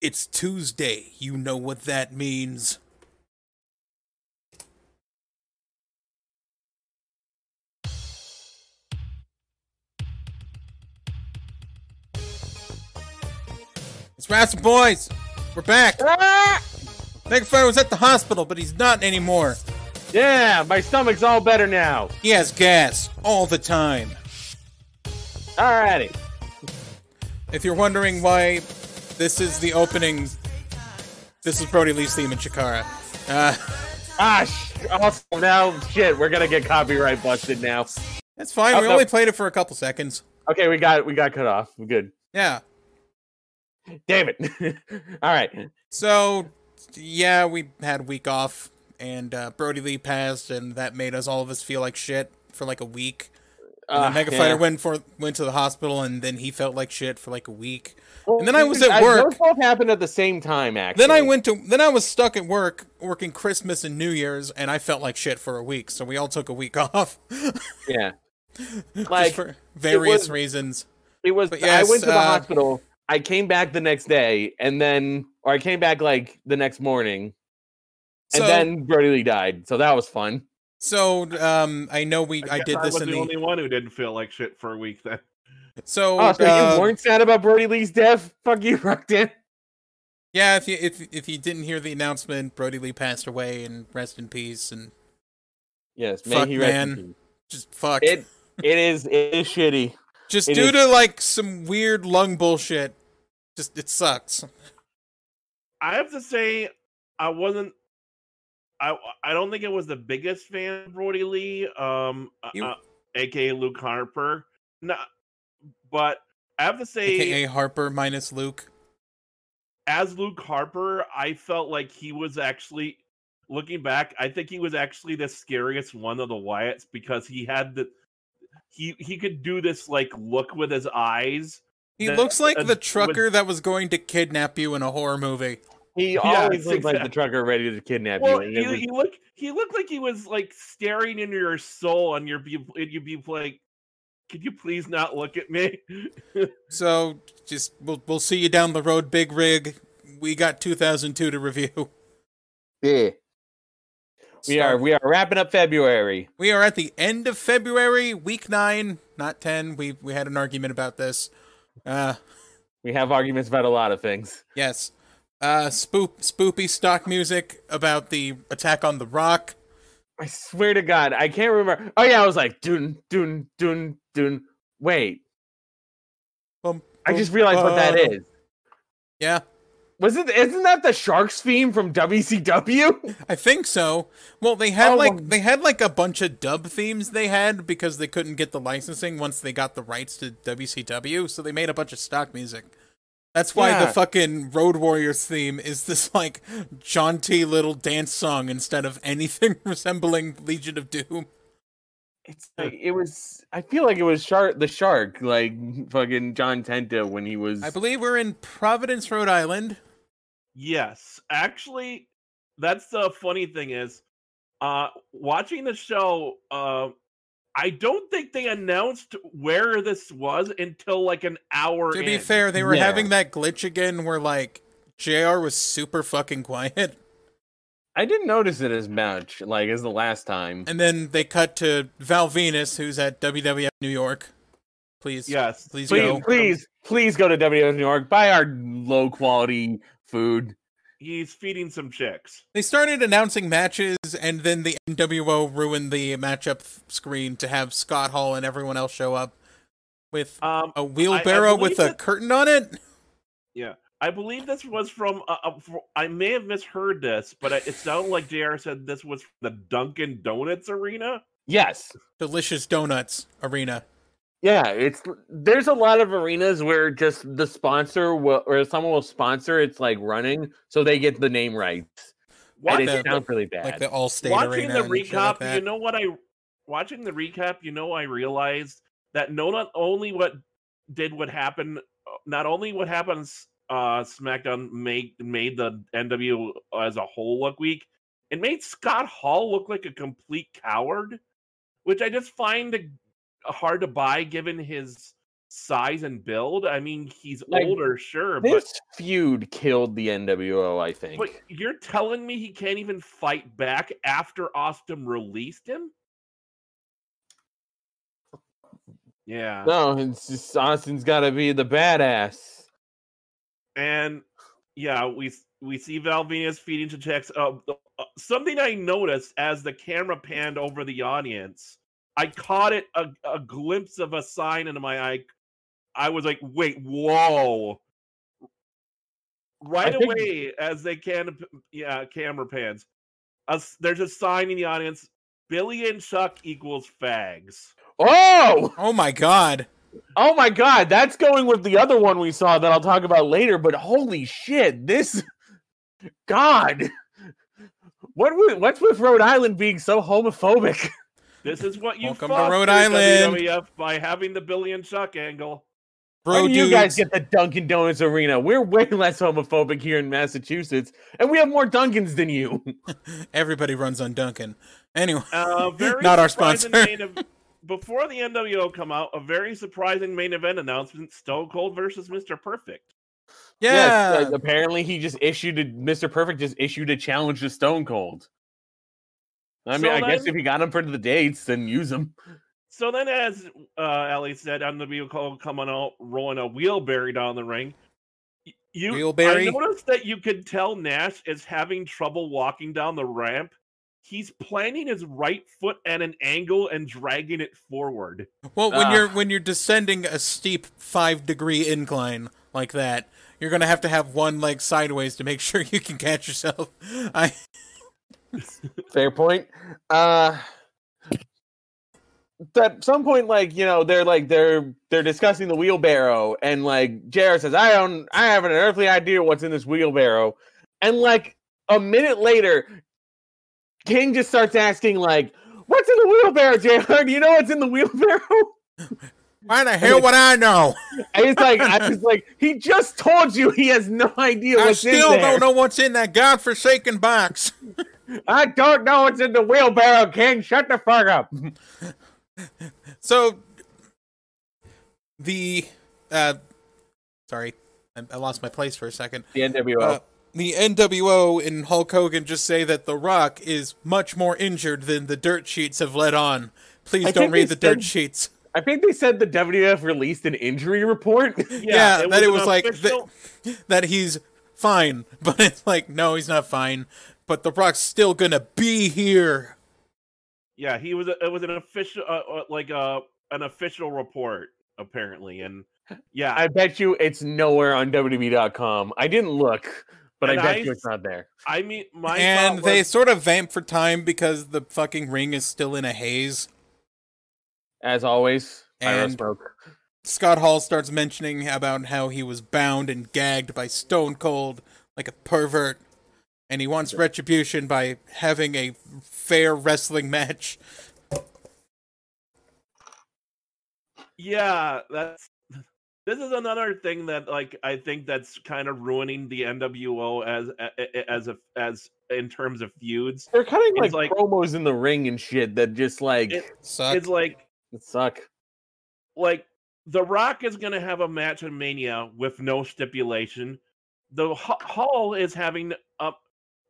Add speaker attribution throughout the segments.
Speaker 1: It's Tuesday. You know what that means. It's Rascal Boys. We're back. Mega Fire was at the hospital, but he's not anymore.
Speaker 2: Yeah, my stomach's all better now.
Speaker 1: He has gas all the time.
Speaker 2: Alrighty.
Speaker 1: If you're wondering why this is the opening, this is Brody Lee's theme in Chikara. Uh,
Speaker 2: Ah, sh- also now, shit, we're gonna get copyright busted now.
Speaker 1: that's fine.
Speaker 2: Oh,
Speaker 1: we
Speaker 2: no.
Speaker 1: only played it for a couple seconds.
Speaker 2: Okay, we got we got cut off. We're good.
Speaker 1: Yeah.
Speaker 2: Damn it. all right.
Speaker 1: So, yeah, we had a week off, and uh, Brody Lee passed, and that made us all of us feel like shit for like a week. And
Speaker 2: Uh,
Speaker 1: then Mega
Speaker 2: yeah.
Speaker 1: Fighter went for went to the hospital, and then he felt like shit for like a week.
Speaker 2: Well,
Speaker 1: and then I was at
Speaker 2: Those
Speaker 1: work.
Speaker 2: both happened at the same time, actually.
Speaker 1: Then I went to then I was stuck at work working Christmas and New Year's, and I felt like shit for a week. So we all took a week off,
Speaker 2: Yeah.
Speaker 1: just
Speaker 2: Like
Speaker 1: for various
Speaker 2: was-
Speaker 1: reasons.
Speaker 2: It was.
Speaker 1: But
Speaker 2: I went
Speaker 1: yes,
Speaker 2: to the
Speaker 1: uh,
Speaker 2: hospital. I came back the next day, and then, or I came back like the next morning,
Speaker 1: So
Speaker 2: and then Brody Lee died. So that was fun.
Speaker 1: so um, I know we I,
Speaker 3: guess
Speaker 1: did
Speaker 3: I
Speaker 1: this
Speaker 3: was
Speaker 1: in
Speaker 3: the,
Speaker 1: the,
Speaker 3: only one who didn't feel like shit for a week. Then
Speaker 1: so,
Speaker 2: Oh, so
Speaker 1: uh,
Speaker 2: you weren't sad about Brody Lee's death? Fuck you, Rockton.
Speaker 1: yeah. If you if if you didn't hear the announcement, Brody Lee passed away, and rest in peace, and
Speaker 2: Yes, may
Speaker 1: Fuck,
Speaker 2: he rest in
Speaker 1: man.
Speaker 2: peace.
Speaker 1: just fuck.
Speaker 2: It it is it is shitty.
Speaker 1: just
Speaker 2: it
Speaker 1: due
Speaker 2: is-
Speaker 1: to like some weird lung bullshit. Just it sucks.
Speaker 3: I have to say, I wasn't. I I don't think I was the biggest fan of Brody Lee, um, uh,
Speaker 1: You-
Speaker 3: uh, aka Luke Harper. No, but I have to say,
Speaker 1: AKA Harper minus Luke.
Speaker 3: as Luke Harper, I felt like he was actually looking back, I think he was actually the scariest one of the Wyatts because he had the he he could do this like look with his eyes.
Speaker 1: He
Speaker 3: That-
Speaker 1: looks like
Speaker 3: uh,
Speaker 1: the
Speaker 3: was-
Speaker 1: trucker that was going to kidnap you in a horror movie.
Speaker 2: He
Speaker 3: Yes,
Speaker 2: always looks like the
Speaker 3: exact-
Speaker 2: trucker ready to kidnap
Speaker 3: Well,
Speaker 2: you. and
Speaker 3: he,
Speaker 2: it was-
Speaker 3: he looked he looked like he was like staring into your soul and you'd be and you'd be like, could you please not look at me?
Speaker 1: So just we'll we'll see you down the road, Big Rig. We got 2002 to review.
Speaker 2: yeah. We
Speaker 1: So,
Speaker 2: are we are wrapping up February.
Speaker 1: we are at the end of February, week nine, not ten. We we had an argument about this. Uh,
Speaker 2: We have arguments about a lot of things.
Speaker 1: yes. Uh, spoop spoopy stock music about the attack on the rock.
Speaker 2: I swear to God, I can't remember. Oh yeah, I was like dun dun dun dun. Wait,
Speaker 1: Bum,
Speaker 2: I
Speaker 1: bum,
Speaker 2: just realized what that
Speaker 1: bum.
Speaker 2: is.
Speaker 1: Yeah,
Speaker 2: Wasn't isn't that the Sharks theme from WCW?
Speaker 1: I think so. Well, they had
Speaker 2: Oh, well-
Speaker 1: like they had like a bunch of dub themes they had because they couldn't get the licensing once they got the rights to WCW, so they made a bunch of stock music. That's why the
Speaker 2: Yeah.
Speaker 1: fucking Road Warriors theme is this like jaunty little dance song instead of anything resembling Legion of Doom.
Speaker 2: It's like it was. I feel like it was shark the shark, like fucking John Tenta when he was.
Speaker 1: I believe we're in Providence, Rhode Island.
Speaker 3: Yes, actually, that's the funny thing is, uh, watching the show, uh, I don't think they announced where this was until like an hour.
Speaker 1: To be
Speaker 3: in.
Speaker 1: fair, they were
Speaker 2: Yeah.
Speaker 1: having that glitch again where like JR was super fucking quiet.
Speaker 2: I didn't notice it as much, like as the last time.
Speaker 1: And then they cut to Val Venus, who's at WWF New York. Please,
Speaker 3: yes,
Speaker 1: please
Speaker 2: please,
Speaker 1: go.
Speaker 2: please, please go to WWF New York. Buy our low quality food.
Speaker 3: he's feeding some chicks.
Speaker 1: They started announcing matches, and then the NWO ruined the matchup th- screen to have Scott Hall and everyone else show up with
Speaker 3: Um,
Speaker 1: a wheelbarrow with
Speaker 3: believe
Speaker 1: a
Speaker 3: it-
Speaker 1: curtain on it.
Speaker 3: I believe this was from. Uh, uh, fr- I may have misheard this, but I- it sounded like Jr. said this was from the Dunkin' Donuts arena.
Speaker 2: Yes.
Speaker 1: Delicious Donuts Arena.
Speaker 2: Yeah, it's there's a lot of arenas where just the sponsor will, or someone will sponsor. It's like running, so they get the name right,
Speaker 3: What
Speaker 2: and
Speaker 1: the-
Speaker 2: it sounds really bad.
Speaker 1: Like the All State
Speaker 3: watching
Speaker 1: Arena.
Speaker 3: the
Speaker 1: and shit
Speaker 3: recap
Speaker 1: like that.
Speaker 3: you know what i watching the recap you know i realized that no not only what did what happened not only what happens uh smackdown made made the nw as a whole look weak it made scott hall look like a complete coward which i just find uh, hard to buy given his size and build. I mean, he's
Speaker 2: Like,
Speaker 3: older, sure, but
Speaker 2: This feud killed the NWO, I think.
Speaker 3: but you're telling me he can't even fight back after Austin released him? Yeah.
Speaker 2: no, it's just Austin's got to be the badass.
Speaker 3: and yeah, we s- we see Val Venus feeding to checks. Uh, the- uh, something I noticed as the camera panned over the audience, I caught it a, a glimpse of a sign into my eye. I was like, "Wait, whoa!" Right
Speaker 2: I think-
Speaker 3: away, as they can, yeah, camera pans. Us, there's a sign in the audience: Billy and Chuck equals fags.
Speaker 2: Oh,
Speaker 1: Oh my god.
Speaker 2: oh my God, that's going with the other one we saw that I'll talk about later. But holy shit, this God, what wa- what's with Rhode Island being so homophobic?
Speaker 3: This is what you
Speaker 1: Welcome to Rhode
Speaker 3: fostered,
Speaker 1: Island.
Speaker 3: WWF, by having the Billy and Chuck angle.
Speaker 1: Bro,
Speaker 2: Why do you guys
Speaker 1: dudes.
Speaker 2: get the Dunkin' Donuts arena? We're way less homophobic here in Massachusetts, and we have more Dunkins than you.
Speaker 1: Everybody runs on Duncan. Anyway,
Speaker 3: Uh, very
Speaker 1: Not our
Speaker 3: surprising
Speaker 1: sponsor.
Speaker 3: main ev- before the NWO come out, a very surprising main event announcement: Stone Cold versus Mr. Perfect.
Speaker 1: yeah.
Speaker 2: uh, apparently, he just issued a, Mr. Perfect just issued a challenge to Stone Cold. I mean,
Speaker 3: So
Speaker 2: I guess
Speaker 3: then-
Speaker 2: if he got him for the dates, then use him.
Speaker 3: So then, as uh, Ali said, NWO Cold coming out rolling a wheelbarrow down the ring. Y- You,
Speaker 1: Wheelbarrow?
Speaker 3: I noticed that you could tell Nash is having trouble walking down the ramp. He's planting his right foot at an angle and dragging it forward.
Speaker 1: Well, when
Speaker 2: Ah.
Speaker 1: you're when you're descending a steep five degree incline like that, you're gonna have to have one leg sideways to make sure you can catch yourself. I
Speaker 2: Fair point. Uh at some point, like you know, they're like they're they're discussing the wheelbarrow, and like Jared says, "I don't, I have an earthly idea what's in this wheelbarrow," and like a minute later, King just starts asking like, "What's in the wheelbarrow, Jared? Do you know what's in the wheelbarrow?"
Speaker 1: why the hell would I know?
Speaker 2: And it's like, I was like, he just told you he has no idea
Speaker 1: I
Speaker 2: what's
Speaker 1: still
Speaker 2: in there.
Speaker 1: don't know what's in that godforsaken box.
Speaker 2: I don't know what's in the wheelbarrow, King. Shut the fuck up.
Speaker 1: So the uh, sorry, I, I lost my place for a second.
Speaker 2: The NWO.
Speaker 1: Uh, the NWO and Hulk Hogan just say that The Rock is much more injured than the dirt sheets have let on. Please
Speaker 2: I
Speaker 1: don't
Speaker 2: think they
Speaker 1: read the dirt
Speaker 2: said-
Speaker 1: sheets.
Speaker 2: I think they said the WWF released an injury report.
Speaker 1: Yeah, that it
Speaker 3: an
Speaker 1: was like that-
Speaker 3: official-
Speaker 1: that he's fine, but it's like no, he's not fine. But The Rock's still gonna be here.
Speaker 3: Yeah, he was. A, it was an official, uh, uh, like uh, an official report apparently, and yeah,
Speaker 2: I bet you it's nowhere on WWE.com. I didn't look, but
Speaker 3: And
Speaker 2: I bet
Speaker 3: I-
Speaker 2: you it's not there.
Speaker 3: I, mean, my thought
Speaker 1: and they
Speaker 3: was-
Speaker 1: sort of vamp for time because the fucking ring is still in a haze.
Speaker 2: As always, Pyro
Speaker 1: And-
Speaker 2: Smoke.
Speaker 1: Scott Hall starts mentioning about how he was bound and gagged by Stone Cold like a pervert, and he wants retribution by having a fair wrestling match.
Speaker 3: yeah, that's this is another thing that like I think that's kind of ruining the NWO as a- a- a- as a as in terms of feuds.
Speaker 2: They're cutting like,
Speaker 3: It's like-
Speaker 2: promos in the ring and shit that just like
Speaker 3: It-
Speaker 1: Suck.
Speaker 3: It's like
Speaker 2: suck.
Speaker 3: like The Rock is going to have a match in Mania with no stipulation. The Hu- Hall is having a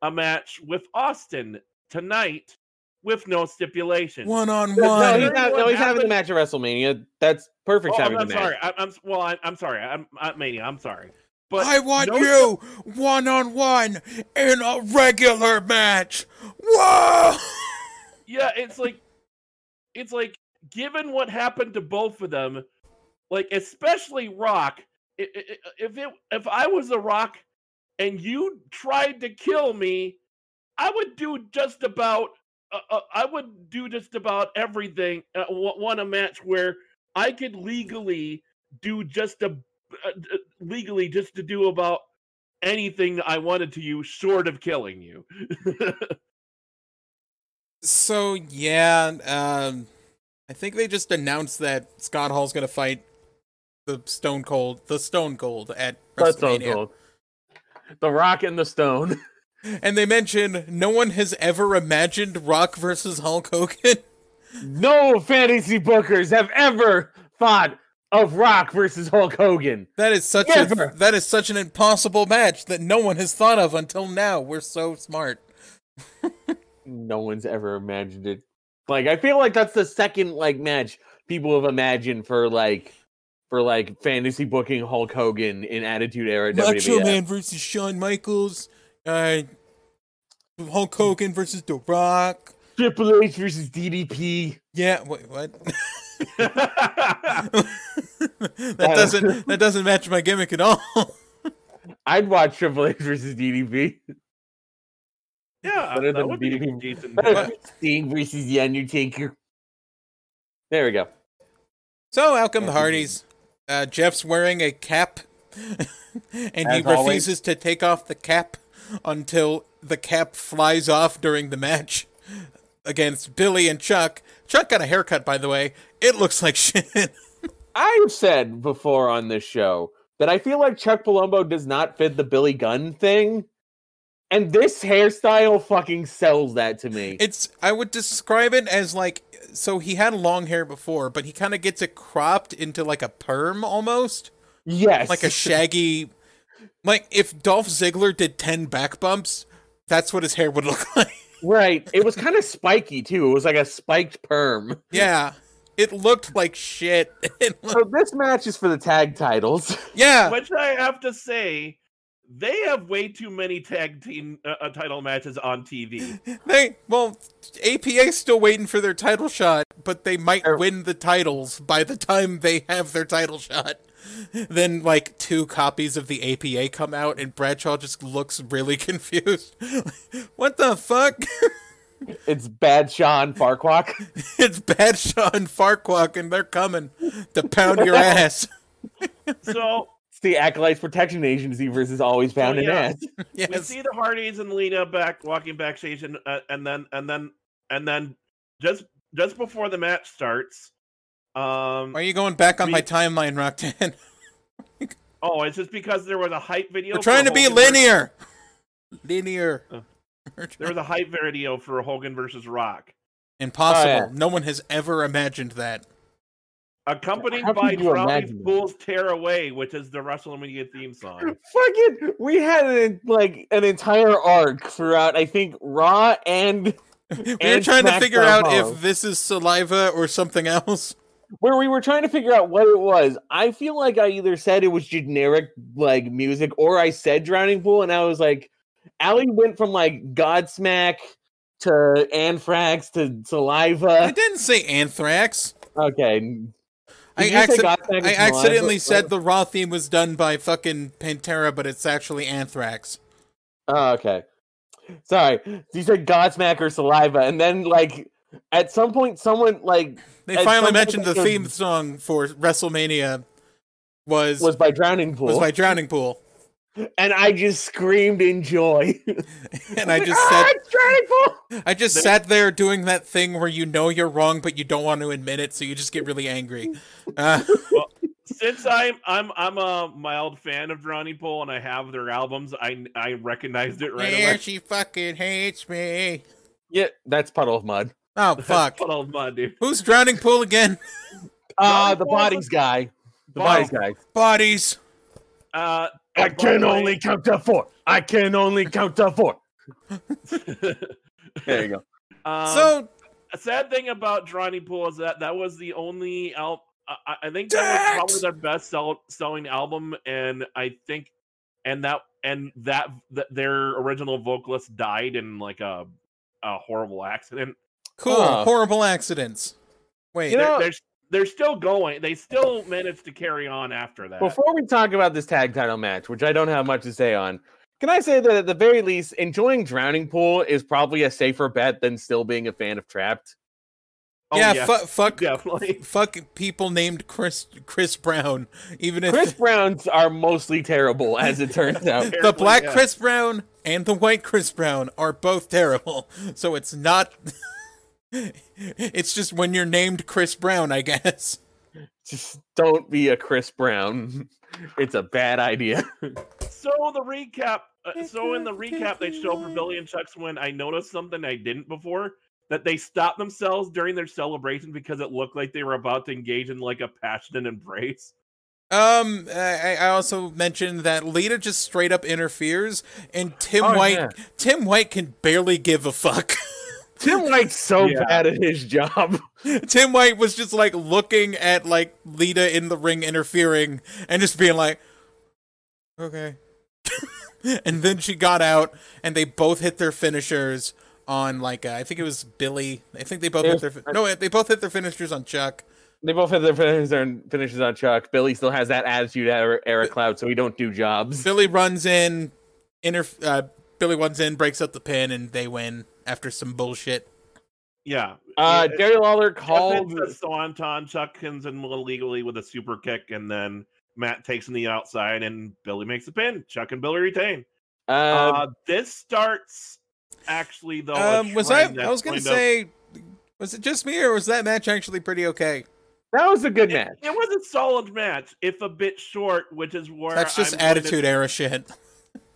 Speaker 3: a match with Austin tonight with no stipulation.
Speaker 1: One on
Speaker 2: No,
Speaker 1: one.
Speaker 2: he's not. No, he's having the
Speaker 3: happened-
Speaker 2: match at WrestleMania. That's perfect.
Speaker 3: Oh, I'm,
Speaker 2: having
Speaker 3: I'm
Speaker 2: the match.
Speaker 3: sorry. I'm, I'm s- well. I'm, I'm sorry. I'm, I'm Mania. I'm sorry. But
Speaker 1: I want
Speaker 3: no-
Speaker 1: you one on one in a regular match. Whoa!
Speaker 3: Yeah, it's like, it's like given what happened to both of them, like especially Rock. i- i- i- If it if I was the Rock, and you tried to kill me, I would do just about. Uh, uh, I would do just about everything. Uh, wa- want a match where I could legally do just a uh, d- legally just to do about anything I wanted to you, short of killing you.
Speaker 1: So yeah, um, I think they just announced that Scott Hall's gonna fight the Stone Cold, the Stone Cold at
Speaker 2: That's so
Speaker 1: WrestleMania.
Speaker 2: cool. The Rock and the Stone.
Speaker 1: And they mention no one has ever imagined Rock versus Hulk Hogan.
Speaker 2: no fantasy bookers have ever thought of Rock versus Hulk Hogan.
Speaker 1: That is such
Speaker 2: Never.
Speaker 1: a that is such an impossible match that no one has thought of until now. We're so smart.
Speaker 2: No one's ever imagined it. Like I feel like that's the second like match people have imagined for like for like fantasy booking Hulk Hogan in Attitude Era
Speaker 1: Macho
Speaker 2: WWF.
Speaker 1: Man versus Shawn Michaels, uh, Hulk Hogan versus The Rock.
Speaker 2: Triple H versus DDP.
Speaker 1: Yeah, wait, what?
Speaker 3: I
Speaker 1: that doesn't that doesn't match my gimmick at all.
Speaker 2: I'd watch Triple H versus DDP.
Speaker 3: Yeah,
Speaker 2: Better
Speaker 3: that
Speaker 2: than
Speaker 3: would be a
Speaker 2: beating-
Speaker 3: decent.
Speaker 2: Sting versus The Undertaker. There we go.
Speaker 1: so out come the
Speaker 2: Mhm.
Speaker 1: Hardys. Uh, Jeff's wearing a cap, and he
Speaker 2: As always.
Speaker 1: refuses to take off the cap until the cap flies off during the match against Billy and Chuck. Chuck got a haircut, by the way. It looks like shit.
Speaker 2: I've said before on this show that I feel like Chuck Palumbo does not fit the Billy Gunn thing. And this hairstyle fucking sells that to me.
Speaker 1: It's I would describe it as like so he had long hair before, but he kind of gets it cropped into like a perm almost,
Speaker 2: yes.
Speaker 1: like a shaggy. Like if Dolph Ziggler did ten back bumps, that's what his hair would look like.
Speaker 2: right. It was kind of spiky too. It was like a spiked perm.
Speaker 1: yeah, it looked like shit. It looked-
Speaker 2: So this match is for the tag titles.
Speaker 1: yeah,
Speaker 3: Which I have to say, they have way too many tag team uh, uh, title matches on TV.
Speaker 1: they well APA's still waiting for their title shot, but they might
Speaker 2: Er-
Speaker 1: win the titles by the time they have their title shot. Then like two copies of the APA come out and Bradshaw just looks really confused. what the fuck?
Speaker 2: It's Bad Sean Farquaad.
Speaker 1: it's Bradshaw and Farquaad and they're coming to pound your ass.
Speaker 3: So
Speaker 2: It's the Acolytes Protection Agency versus Always Found
Speaker 3: yeah.
Speaker 2: an Ass.
Speaker 3: we
Speaker 1: Yes.
Speaker 3: see the Hardys and Lena back walking backstage, and uh, and then and then and then just just before the match starts, um,
Speaker 1: Why are you going back on
Speaker 3: We-
Speaker 1: my timeline, Rockton?
Speaker 3: oh, it's just because there was a hype video.
Speaker 1: We're
Speaker 3: for
Speaker 1: trying to be
Speaker 3: Hogan versus-
Speaker 1: linear. Linear.
Speaker 3: Uh, There was a hype video for Hogan versus Rock,
Speaker 1: Impossible.
Speaker 2: Oh, yeah.
Speaker 1: No one has ever imagined that.
Speaker 3: accompanied
Speaker 2: How could
Speaker 3: by
Speaker 2: you
Speaker 3: Drowning
Speaker 2: imagine that?
Speaker 3: Fools Tear Away, which is the WrestleMania theme song.
Speaker 2: Fucking, we had an, like an entire arc throughout. I think Raw and
Speaker 1: We were
Speaker 2: and
Speaker 1: trying to figure
Speaker 2: SmackDown
Speaker 1: out
Speaker 2: Hollow.
Speaker 1: if this is saliva or something else.
Speaker 2: where we were trying to figure out what it was. I feel like I either said it was generic like music or I said Drowning Pool and I was like Allie went from like Godsmack to Anthrax to
Speaker 1: I
Speaker 2: Saliva.
Speaker 1: didn't say anthrax.
Speaker 2: Okay. Did
Speaker 1: I,
Speaker 2: you say
Speaker 1: acci-
Speaker 2: Godsmack and
Speaker 1: I
Speaker 2: Saliva?
Speaker 1: accidentally
Speaker 2: Uh,
Speaker 1: said the raw theme was done by fucking Pantera, but it's actually anthrax.
Speaker 2: Oh, okay. Sorry. You said Godsmack or Saliva and then like at some point someone like
Speaker 1: They finally
Speaker 2: At some point
Speaker 1: mentioned the
Speaker 2: they-
Speaker 1: theme song for WrestleMania was
Speaker 2: was
Speaker 1: was,
Speaker 2: by Drowning Pool
Speaker 1: by Drowning Pool,
Speaker 2: and I just screamed in joy.
Speaker 1: and I
Speaker 2: Like,
Speaker 1: just
Speaker 2: "Ah,
Speaker 1: sat
Speaker 2: it's Drowning Pool.
Speaker 1: I just sat there doing that thing where you know you're wrong but you don't want to admit it, so you just get really angry. Uh,
Speaker 3: Since I'm I'm I'm a mild fan of Drowning Pool, and I have their albums, I I recognized it right
Speaker 1: yeah,
Speaker 3: away.
Speaker 1: she fucking hates me.
Speaker 2: Yeah, that's puddle of mud.
Speaker 1: Oh
Speaker 3: That's
Speaker 1: fuck!
Speaker 3: Puddle of Mud, dude.
Speaker 1: Who's Drowning Pool again?
Speaker 2: Uh,
Speaker 3: Drowning
Speaker 2: the
Speaker 3: Pool is a-
Speaker 2: bodies guy. The
Speaker 3: Wow.
Speaker 2: bodies guy.
Speaker 1: Bodies.
Speaker 3: Uh,
Speaker 2: I
Speaker 3: and by
Speaker 2: can
Speaker 3: the way-
Speaker 2: only count to four. I can only count to four. There you go.
Speaker 3: um,
Speaker 1: so
Speaker 3: a sad thing about Drowning Pool is that that was the only album. I, I think that was probably
Speaker 1: Dicks!
Speaker 3: their best sell- selling album, and I think, and that and that, that their original vocalist died in like a a horrible accident.
Speaker 1: Cool.
Speaker 2: Huh.
Speaker 1: Horrible accidents. Wait.
Speaker 2: You know-
Speaker 3: They're, they're they're still going. They still managed to carry on after that.
Speaker 2: Before we talk about this tag title match, which I don't have much to say on, can I say that at the very least, enjoying Drowning Pool is probably a safer bet than still being a fan of Trapped?
Speaker 3: Oh,
Speaker 1: yeah, fu- fuck
Speaker 3: definitely.
Speaker 1: fuck people named Chris Chris Brown. Even if
Speaker 2: Chris Browns are mostly terrible, as it turns out.
Speaker 1: the black
Speaker 3: yeah.
Speaker 1: Chris Brown and the white Chris Brown are both terrible. So it's not it's just when you're named Chris Brown, I guess.
Speaker 2: Just don't be a Chris Brown. It's a bad idea.
Speaker 3: So the recap. Uh, so in the recap, they show Pavilion Chuck's win. I noticed something I didn't before. that they stopped themselves during their celebration because it looked like they were about to engage in like a passionate embrace.
Speaker 1: Um, I, I also mentioned that Lita just straight up interferes, and Tim
Speaker 2: Oh,
Speaker 1: White,
Speaker 2: yeah.
Speaker 1: Tim White can barely give a fuck.
Speaker 2: Tim White's so
Speaker 3: Yeah.
Speaker 2: bad at his job.
Speaker 1: Tim White was just like looking at like Lita in the ring interfering and just being like, okay. and then she got out, and they both hit their finishers on like uh, I think it was Billy. I think they both hit their fi- no, they both hit their finishers on Chuck.
Speaker 2: They both have their finishes on, finishes on Chuck. Billy still has that attitude at Eric- Eric Cloud, so he don't do jobs.
Speaker 1: Billy runs in, inter- uh, Billy runs in, breaks up the pin, and they win after some bullshit.
Speaker 3: Yeah.
Speaker 2: Uh,
Speaker 3: Yeah.
Speaker 2: Jerry Lawler called.
Speaker 3: Evans does Swanton, Chuckins, and illegally with a super kick, and then Matt takes him the outside, and Billy makes the pin. Chuck and Billy retain.
Speaker 2: Uh,
Speaker 1: Um,
Speaker 3: Uh, this starts actually though. a
Speaker 1: um, was I?
Speaker 3: trend
Speaker 1: I
Speaker 3: that's
Speaker 1: was gonna
Speaker 3: kind of-
Speaker 1: say, was it just me or was that match actually pretty okay?
Speaker 2: that was a good
Speaker 3: it,
Speaker 2: match.
Speaker 3: it was a solid match, if a bit short, which is where
Speaker 1: That's just
Speaker 3: I'm going to-
Speaker 1: attitude era shit.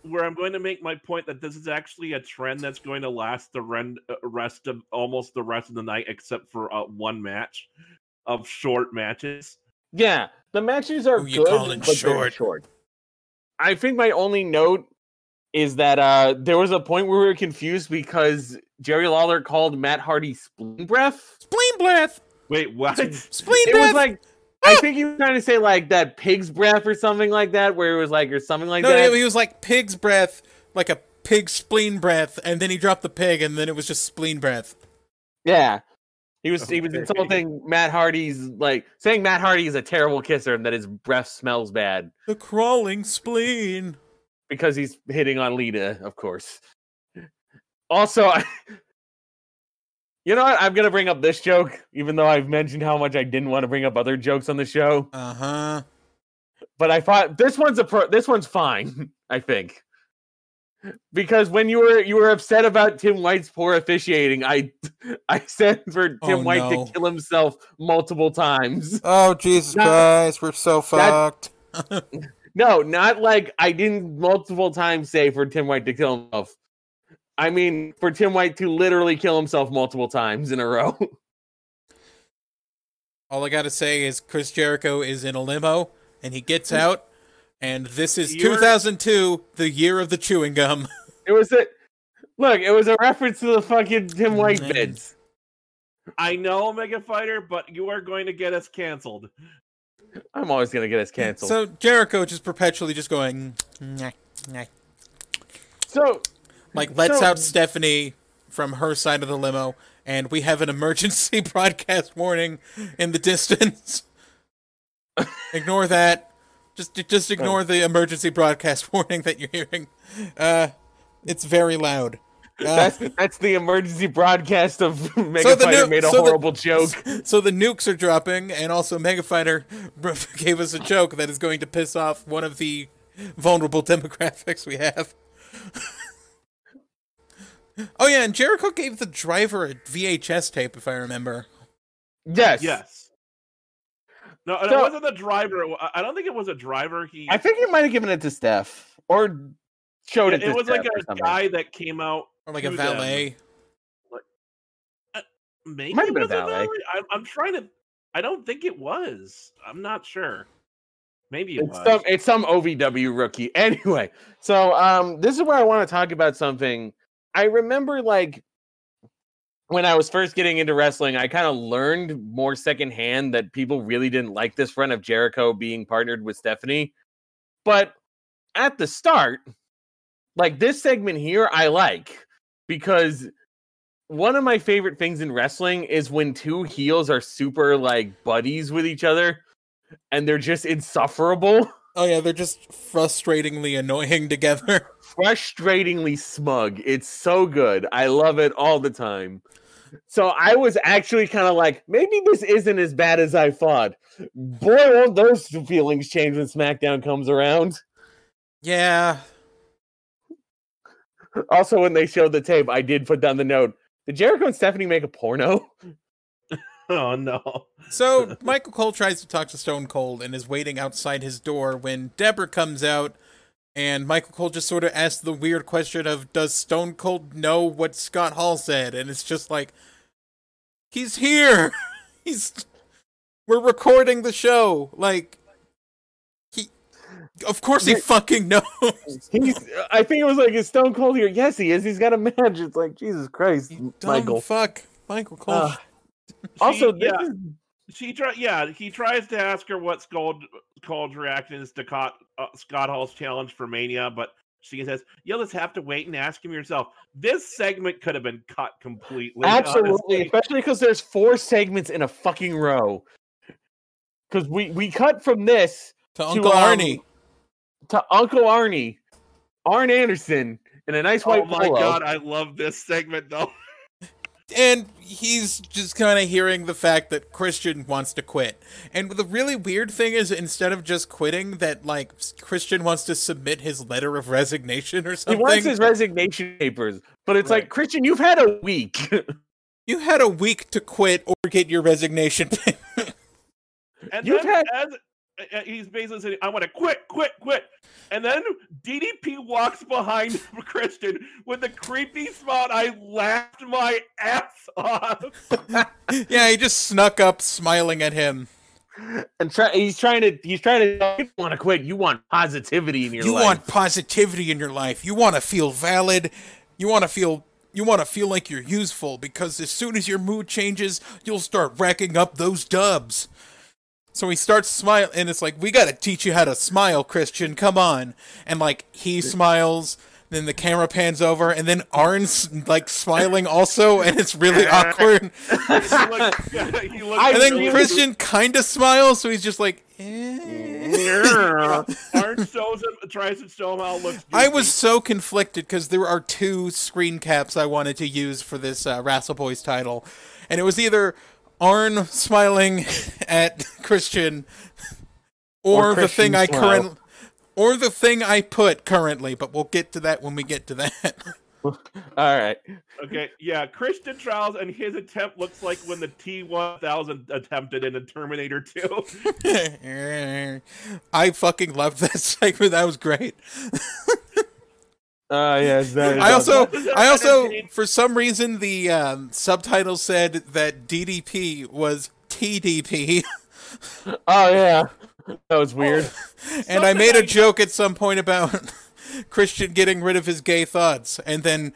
Speaker 3: where I'm going to make my point that this is actually a trend that's going to last the ren- uh, rest of almost the rest of the night, except for uh, one match of short matches.
Speaker 2: Yeah, the matches are
Speaker 1: Who you
Speaker 2: good,
Speaker 1: calling
Speaker 2: but they're
Speaker 1: short?
Speaker 2: short. I think my only note is that uh, there was a point where we were confused because Jerry Lawler called Matt Hardy spleen breath.
Speaker 1: Spleen breath,
Speaker 3: Wait, what?
Speaker 1: spleen
Speaker 2: It
Speaker 1: breath.
Speaker 2: was like I think he was trying to say like that pig's breath or something like that, where it was like or something like
Speaker 1: no,
Speaker 2: that.
Speaker 1: no, he was like pig's breath, like a pig spleen breath, and then he dropped the pig, and then it was just spleen breath.
Speaker 2: Yeah. He was he was
Speaker 3: Okay.
Speaker 2: insulting Matt Hardy's like saying Matt Hardy is a terrible kisser and that his breath smells bad
Speaker 1: The crawling spleen.
Speaker 2: because he's hitting on Lita, of course. Also, I, you know what? I'm gonna bring up this joke, even though I've mentioned how much I didn't want to bring up other jokes on the show.
Speaker 1: Uh huh.
Speaker 2: But I thought this one's a pro- this one's fine, I think. Because when you were you were upset about Tim White's poor officiating, I I said for Tim
Speaker 1: Oh,
Speaker 2: White
Speaker 1: no.
Speaker 2: to kill himself multiple times.
Speaker 1: Oh Jesus
Speaker 2: That-
Speaker 1: Christ, we're so fucked.
Speaker 2: that- No, not like I didn't multiple times say for Tim White to kill himself. I mean, for Tim White to literally kill himself multiple times in a row.
Speaker 1: All I gotta say is Chris Jericho is in a limo and he gets out, and this is
Speaker 3: You're-
Speaker 1: 2002, the year of the chewing gum.
Speaker 2: It was a look. It was a reference to the fucking Tim White
Speaker 1: Man.
Speaker 2: bits.
Speaker 3: I know Mega Fighter, but you are going to get us canceled.
Speaker 2: I'm always gonna get us canceled. So,
Speaker 1: So Jericho just perpetually just going "Nyeh, nyeh." like lets
Speaker 2: So-
Speaker 1: out Stephanie from her side of the limo, and we have an emergency broadcast warning in the distance. ignore that. Just ju- just ignore the emergency broadcast warning that you're hearing. Uh, it's very loud. Uh,
Speaker 2: that's that's the emergency broadcast of Mega
Speaker 1: So the
Speaker 2: Fighter
Speaker 1: new-
Speaker 2: made a
Speaker 1: so the-
Speaker 2: horrible joke.
Speaker 1: so the nukes are dropping, and also Mega Fighter br- gave us a joke that is going to piss off one of the vulnerable demographics we have. oh yeah, and Jericho gave the driver a VHS tape, if I remember.
Speaker 2: Yes.
Speaker 3: Yes. No, and it
Speaker 2: So-
Speaker 3: wasn't the driver. It wa- I- I don't think it was a driver. He.
Speaker 2: I think he might have given it to Steph or showed
Speaker 3: it,
Speaker 2: it. To
Speaker 3: it was
Speaker 2: Steph
Speaker 3: like
Speaker 2: or
Speaker 3: a
Speaker 2: something.
Speaker 3: guy that came out.
Speaker 1: Or like a
Speaker 3: to them.
Speaker 1: valet.
Speaker 3: Maybe
Speaker 2: Might
Speaker 3: it
Speaker 2: have been a
Speaker 3: was a
Speaker 2: valet.
Speaker 3: valet. I'm, I'm trying to. I don't think it was. I'm not sure. Maybe it
Speaker 2: It's
Speaker 3: was.
Speaker 2: some it's some OVW rookie. Anyway, so um this is where I want to talk about something. I remember like when I was first getting into wrestling, I kind of learned more secondhand that people really didn't like this front of Jericho being partnered with Stephanie. But at the start, like this segment here I like because one of my favorite things in wrestling is when two heels are super like buddies with each other and they're just insufferable.
Speaker 1: Oh yeah, they're just frustratingly annoying together.
Speaker 2: frustratingly smug. It's so good. I love it all the time. So I was actually kind of like, maybe this isn't as bad as I thought. Boy, won't those feelings change when SmackDown comes around.
Speaker 1: yeah.
Speaker 2: Also, when they showed the tape, I did put down the note. Did Jericho and Stephanie make a porno?
Speaker 3: Oh no.
Speaker 1: So Michael Cole tries to talk to Stone Cold and is waiting outside his door when Deborah comes out, and Michael Cole just sort of asks the weird question of Does Stone Cold know what Scott Hall said? And it's just like, He's here. He's we're recording the show. Like he Of course he
Speaker 2: Right.
Speaker 1: fucking knows.
Speaker 2: He's, uh, I think it was like, is Stone Cold here? Yes, he is. He's got a match. It's like, Jesus Christ,
Speaker 1: You dumb
Speaker 2: Michael. Uh,
Speaker 1: fuck. Michael Cole.
Speaker 2: Ugh. also,
Speaker 3: She-
Speaker 2: this
Speaker 3: yeah,
Speaker 2: is
Speaker 3: she try. Yeah, he tries to ask her what's Gold Cold's reaction is to Scott, uh, Scott Hall's challenge for Mania, but she says, "You'll just have to wait and ask him yourself." This segment could have been cut completely.
Speaker 2: Absolutely,
Speaker 3: honestly.
Speaker 2: especially because there's four segments in a fucking row. Because we we cut from this
Speaker 1: to
Speaker 2: to,
Speaker 1: Uncle
Speaker 2: um,
Speaker 1: Arnie.
Speaker 2: to Uncle Arnie, Arn Anderson, in a nice white
Speaker 3: oh my
Speaker 2: polo.
Speaker 3: god, I love this segment though.
Speaker 1: and he's just kind of hearing the fact that Christian wants to quit. And the really weird thing is, instead of just quitting, that like s- Christian wants to submit his letter of resignation or
Speaker 2: He
Speaker 1: something.
Speaker 2: wants his resignation papers, but it's
Speaker 1: Right.
Speaker 2: like Christian, you've had a week.
Speaker 1: you had a week to quit or get your resignation. paper.
Speaker 3: And
Speaker 2: You
Speaker 3: then as uh, uh, he's basically saying, "I want to quit, quit, quit," and then DDP walks behind Christian with a creepy smile. and I laughed my ass off.
Speaker 1: yeah, he just snuck up, smiling at him.
Speaker 2: and try, he's trying to he's trying to you want to quit. You want positivity in your
Speaker 1: you
Speaker 2: life.
Speaker 1: want positivity in your life. You want to feel valid. You want to feel. You want to feel like you're useful because as soon as your mood changes, you'll start racking up those dubs. So he starts smiling, and it's like, we gotta teach you how to smile, Christian. Come on. And like he smiles, then the camera pans over, and then Arn's like smiling also, and it's really awkward.
Speaker 3: He looked- yeah, he looked
Speaker 2: I
Speaker 1: And
Speaker 3: really-
Speaker 1: then Christian kind of smiles, so he's just like, eh.
Speaker 2: Yeah.
Speaker 3: Arn shows him, tries to show him how it looks.
Speaker 1: I
Speaker 3: goofy.
Speaker 1: was so conflicted because there are two screen caps I wanted to use for this uh, Rassel Boys title, and it was either Arn smiling at Christian, or,
Speaker 2: Or
Speaker 1: the thing
Speaker 2: Christian
Speaker 1: I
Speaker 2: smile.
Speaker 1: current, or the thing I put currently. But we'll get to that when we get to that.
Speaker 2: All right.
Speaker 3: okay. Yeah, Christian trials and his attempt looks like when the T one thousand attempted in a Terminator two.
Speaker 1: I fucking loved that segment. That was great.
Speaker 2: Uh yes, that is
Speaker 1: I also,
Speaker 3: That was so
Speaker 1: I also,
Speaker 3: entertaining.
Speaker 1: for some reason, the um, subtitle said that DDP was TDP.
Speaker 2: Oh yeah. That was weird.
Speaker 1: and I
Speaker 3: Something
Speaker 1: made a
Speaker 3: I-
Speaker 1: joke at some point about Christian getting rid of his gay thoughts, and then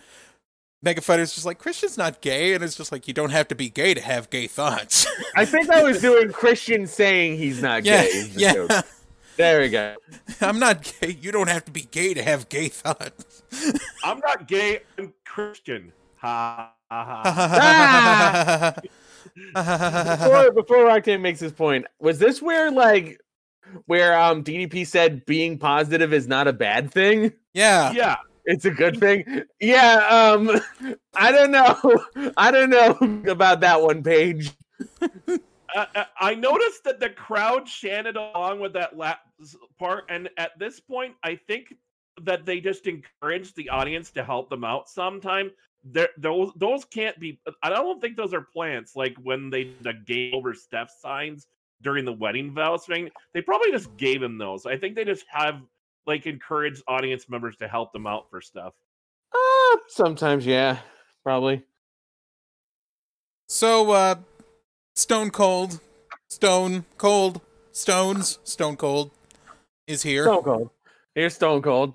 Speaker 1: Mega Fighter's just like Christian's not gay, and it's just like you don't have to be gay to have gay thoughts.
Speaker 2: I think I was doing Christian saying he's not
Speaker 1: yeah,
Speaker 2: gay. is the joke.
Speaker 1: yeah.
Speaker 2: There we go.
Speaker 1: I'm not gay. You don't have to be gay to have gay thoughts.
Speaker 3: I'm not gay. I'm Christian. Ha ha ha.
Speaker 2: Ah! Before before Rocktan makes his point, was this where like where um DDP said being positive is not a bad thing?
Speaker 1: yeah.
Speaker 3: Yeah.
Speaker 2: It's a good thing. Yeah, um I don't know. I don't know about that one page.
Speaker 3: uh, uh, I noticed that the crowd chanted along with that last part, and at this point, I think that they just encouraged the audience to help them out sometime. There, those those can't be. I don't think those are plants. Like when they the game over Steph signs during the wedding vows thing, they probably just gave him those. I think they just have like encouraged audience members to help them out for stuff.
Speaker 2: Uh, sometimes yeah, probably.
Speaker 1: So, uh, Stone Cold, Stone Cold, Stones, Stone Cold is here.
Speaker 2: Stone Cold. Here's Stone Cold.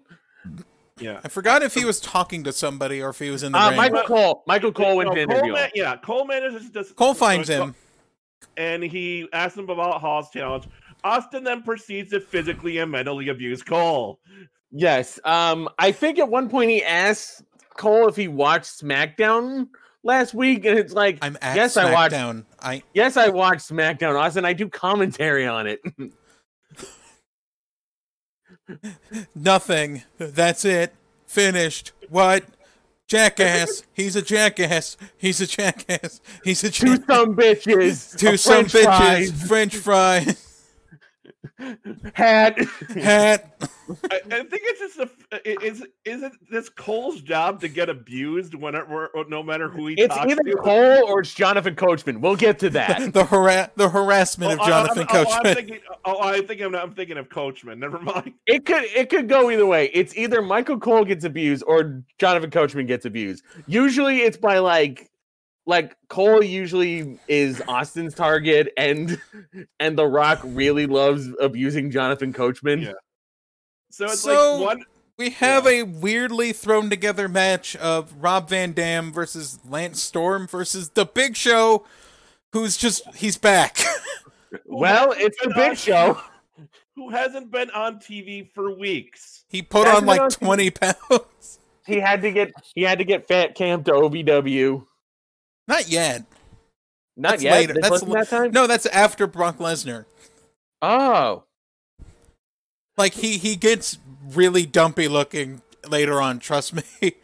Speaker 3: Yeah.
Speaker 1: I forgot if he was talking to somebody or if he was in the
Speaker 2: Uh,
Speaker 1: ring.
Speaker 2: Michael Cole. Michael Cole went
Speaker 3: So
Speaker 2: to
Speaker 3: Cole
Speaker 2: interview. him.
Speaker 3: man- yeah, Cole manages to
Speaker 1: Cole finds
Speaker 3: uh,
Speaker 1: him.
Speaker 3: Co- and he asks him about Hall's challenge. Austin then proceeds to physically and mentally abuse Cole.
Speaker 2: Yes. Um, I think at one point he asked Cole if he watched SmackDown last week, and it's like,
Speaker 1: I'm at
Speaker 2: Yes, I watched-
Speaker 1: SmackDown. I,
Speaker 2: yes, I watched SmackDown, Austin. I do commentary on it.
Speaker 1: nothing. That's it. Finished. What? Jackass. He's a jackass. He's a jackass. He's a
Speaker 2: Two
Speaker 1: jackass.
Speaker 2: some bitches,
Speaker 1: To
Speaker 2: a
Speaker 1: some
Speaker 2: french
Speaker 1: bitches, French fry
Speaker 2: fries, hat.
Speaker 1: hat.
Speaker 3: I, I think it's just a f- i- is isn't this Cole's job to get abused whenever or uh, no matter who he
Speaker 2: It's
Speaker 3: talks
Speaker 2: either
Speaker 3: to.
Speaker 2: Cole or it's Jonathan Coachman. We'll get to that.
Speaker 1: The hara- the harassment
Speaker 3: Oh,
Speaker 1: of Jonathan
Speaker 3: I, I'm, Oh, I'm
Speaker 1: Coachman.
Speaker 3: thinking, oh, I think I'm, not, I'm thinking of Coachman. Never mind.
Speaker 2: It could it could go either way. It's either Michael Cole gets abused or Jonathan Coachman gets abused. Usually it's by like like Cole usually is Austin's target, and and The Rock really loves abusing Jonathan Coachman.
Speaker 3: Yeah. So it's
Speaker 1: So-
Speaker 3: like one.
Speaker 1: We have a weirdly thrown together match of Rob Van Dam versus Lance Storm versus The Big Show, who's just he's back.
Speaker 2: Well, it's a big show.
Speaker 3: Who hasn't been on TV for weeks?
Speaker 1: he put
Speaker 2: That's
Speaker 1: on like
Speaker 2: what I'm-
Speaker 1: twenty pounds.
Speaker 2: He had to get he had to get fat camp to OVW.
Speaker 1: Not yet.
Speaker 2: Not
Speaker 1: That's
Speaker 2: yet.
Speaker 1: later.
Speaker 2: This
Speaker 1: That's
Speaker 2: wasn't
Speaker 1: la-
Speaker 2: that time.
Speaker 1: No, that's after Brock Lesnar.
Speaker 2: Oh,
Speaker 1: Like he he gets really dumpy looking later on. Trust me.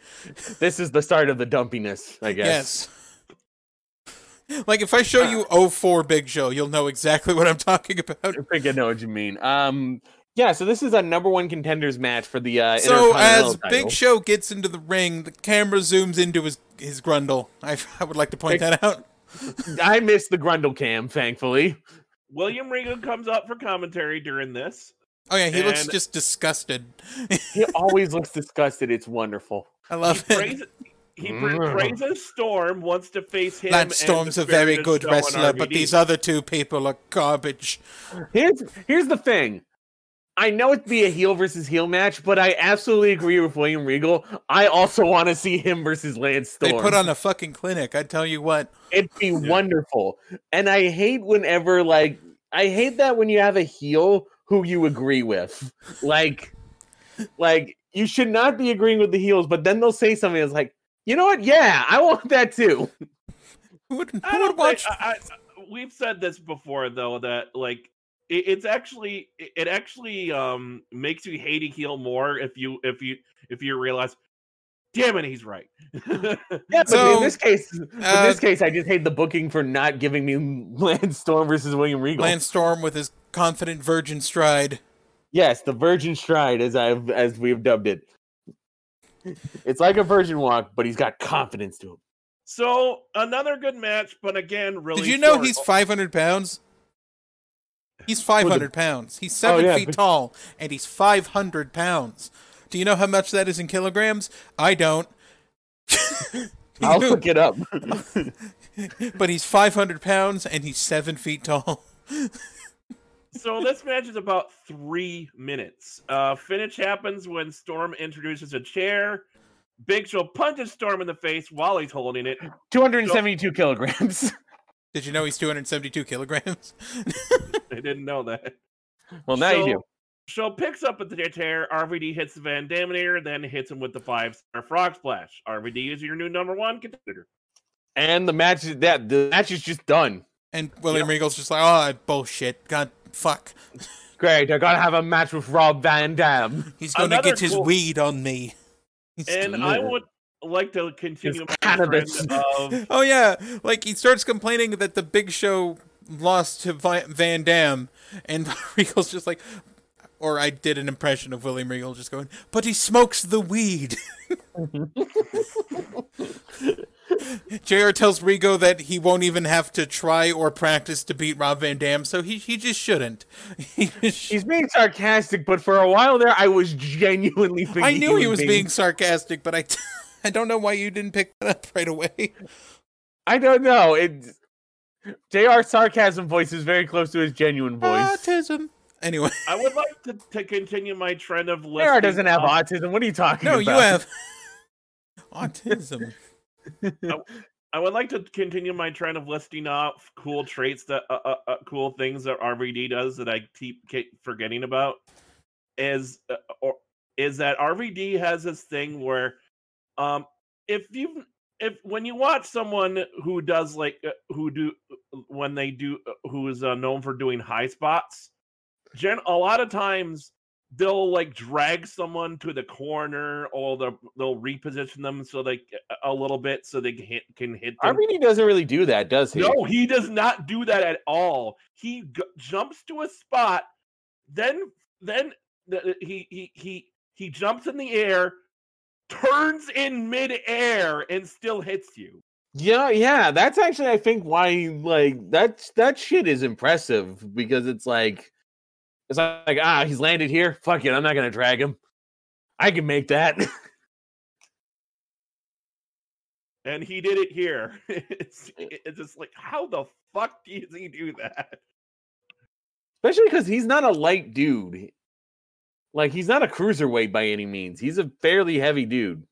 Speaker 2: this is the start of the dumpiness, I guess.
Speaker 1: Yes. Like if I show you
Speaker 3: Ah.
Speaker 1: 04 Big Show, you'll know exactly what I'm talking about.
Speaker 2: I think I know what you mean. Um, yeah. So this is a number one contenders match for the uh,
Speaker 1: So
Speaker 2: Intercontinental
Speaker 1: as
Speaker 2: title.
Speaker 1: Big Show gets into the ring, the camera zooms into his his grundle. I, I would like to point that out.
Speaker 2: I missed the Grundle cam, thankfully.
Speaker 3: William Regal comes up for commentary during this.
Speaker 1: Oh yeah, he looks
Speaker 3: And-
Speaker 1: just disgusted.
Speaker 2: He always looks disgusted. It's wonderful.
Speaker 1: I love
Speaker 3: He
Speaker 1: it.
Speaker 3: praises, he pra-
Speaker 2: Mm.
Speaker 3: praises Storm wants to face him. and
Speaker 1: Lance
Speaker 3: the
Speaker 1: Storm's a
Speaker 3: Spirit
Speaker 1: very
Speaker 3: of
Speaker 1: good
Speaker 3: Stone and
Speaker 1: wrestler, but
Speaker 3: RVD.
Speaker 1: these other two people are garbage.
Speaker 2: Here's here's the thing. I know it'd be a heel versus heel match, but I absolutely agree with William Regal. I also want to see him versus Lance Storm.
Speaker 1: They put on a fucking clinic. I tell you what.
Speaker 2: It'd be wonderful. And I hate whenever like I hate that when you have a heel who you agree with. Like like you should not be agreeing with the heels, but then they'll say something that's like, you know what? Yeah, I want that too.
Speaker 1: Who would
Speaker 3: I
Speaker 1: who
Speaker 3: don't
Speaker 1: would
Speaker 3: think-
Speaker 1: watch
Speaker 3: I, I, we've said this before, though, that like it, it's actually it, it actually um makes you hate a heel more if you if you if you realize, damn it, he's right.
Speaker 2: Yeah, but
Speaker 1: So,
Speaker 2: in this case,
Speaker 1: uh,
Speaker 2: in this case, I just hate the booking for not giving me Lance Storm versus William
Speaker 3: uh,
Speaker 2: Regal.
Speaker 1: Lance Storm with his confident virgin stride?
Speaker 2: Yes, the Virgin Stride, as I've as we've dubbed it. It's like a virgin walk, but he's got confidence to him.
Speaker 3: so another good match, but again, really.
Speaker 1: Did you know
Speaker 3: short.
Speaker 1: he's 500 pounds? He's 500 pounds. He's seven
Speaker 2: Oh, yeah,
Speaker 1: feet
Speaker 2: but-
Speaker 1: tall, and he's 500 pounds. Do you know how much that is in kilograms? I don't.
Speaker 2: I'll look it up.
Speaker 1: but he's 500 pounds, and he's seven feet tall.
Speaker 3: So this match is about three minutes. Uh, finish happens when Storm introduces a chair. Big Show punches Storm in the face while he's holding it.
Speaker 2: 272 kilograms.
Speaker 1: Did you know he's 272 kilograms?
Speaker 3: I didn't know that.
Speaker 2: well, now you do.
Speaker 3: Show picks up at the chair. RVD hits the Van Daminator, then hits him with the five star frog splash. RVD is your new number one contender.
Speaker 2: And the match is that the match is just done.
Speaker 1: And William Regal's just like, oh, bullshit. God, fuck.
Speaker 2: Great, I gotta have a match with Rob Van Dam.
Speaker 1: He's going to
Speaker 3: Another
Speaker 1: get his
Speaker 3: cool-
Speaker 1: weed on me. He's
Speaker 3: And I
Speaker 2: Yeah.
Speaker 3: would like to continue
Speaker 2: It's
Speaker 3: my trend
Speaker 2: cannabis.
Speaker 3: of
Speaker 1: Oh yeah, like he starts complaining that the Big Show lost to Vi- Van Dam, and Regal's just like, or I did an impression of William Regal just going, but he smokes the weed. JR tells Rigo that he won't even have to try or practice to beat Rob Van Dam, so he he just shouldn't. He just sh-
Speaker 2: He's being sarcastic, but for a while there, I was genuinely thinking
Speaker 1: I knew he was being sarcastic, but I t- I don't know why you didn't pick that up right away.
Speaker 2: I don't know. It Jr. sarcasm voice is very close to his genuine
Speaker 1: Ah,
Speaker 2: voice.
Speaker 1: Autism. Anyway,
Speaker 3: I would like to, to continue my trend of listing.
Speaker 2: Jr. doesn't have
Speaker 3: up-
Speaker 2: autism. What are you talking
Speaker 1: Uh, no,
Speaker 2: about?
Speaker 1: you have autism.
Speaker 3: I would like to continue my trend of listing off cool traits that uh, uh, uh, cool things that RVD does that I keep ke- forgetting about is uh, or is that RVD has this thing where um if you if when you watch someone who does like uh, who do uh, when they do who is uh, known for doing high spots gen a lot of times they'll like drag someone to the corner or they'll, they'll reposition them so they uh, a little bit so they can hit, can hit them
Speaker 2: RVD doesn't really do that, does he?
Speaker 3: no, he does not do that at all. He g- jumps to a spot, then then th- th- he he he he jumps in the air, turns in midair, and still hits you.
Speaker 2: Yeah, yeah. That's actually, I think, why like that's that shit is impressive because it's like, it's like, like, ah, he's landed here. Fuck it, I'm not gonna drag him. I can make that.
Speaker 3: and he did it here. it's,
Speaker 2: Eh.
Speaker 3: it's just like, how the fuck does he do that?
Speaker 2: especially because he's not a light dude. Like he's not a cruiserweight by any means. He's a fairly heavy dude.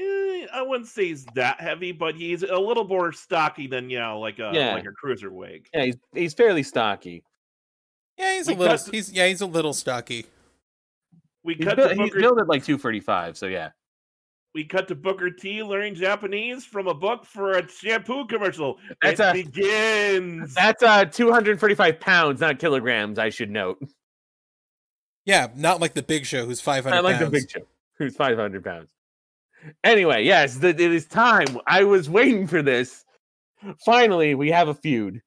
Speaker 3: Eh, I wouldn't say he's that heavy, but he's a little more stocky than you know, like a
Speaker 2: Yeah.
Speaker 3: like a cruiserweight.
Speaker 2: Yeah, he's he's fairly stocky.
Speaker 1: Yeah, he's a
Speaker 3: We
Speaker 1: little.
Speaker 3: cut-
Speaker 1: He's yeah, he's a little stocky.
Speaker 3: We
Speaker 2: He's,
Speaker 3: cut
Speaker 2: built,
Speaker 3: to
Speaker 2: he's
Speaker 3: Booker.
Speaker 2: built at like two forty five. So yeah,
Speaker 3: we cut to Booker T learning Japanese from a book for a shampoo commercial.
Speaker 2: That's
Speaker 3: it
Speaker 2: a-
Speaker 3: begins.
Speaker 2: that's uh two hundred forty five pounds, not kilograms. I should note.
Speaker 1: Yeah, not like the Big Show, who's five
Speaker 2: I
Speaker 1: hundred
Speaker 2: like
Speaker 1: pounds.
Speaker 2: the big show, who's five hundred pounds. Anyway, yes, the, it is time. I was waiting for this. Finally, we have a feud.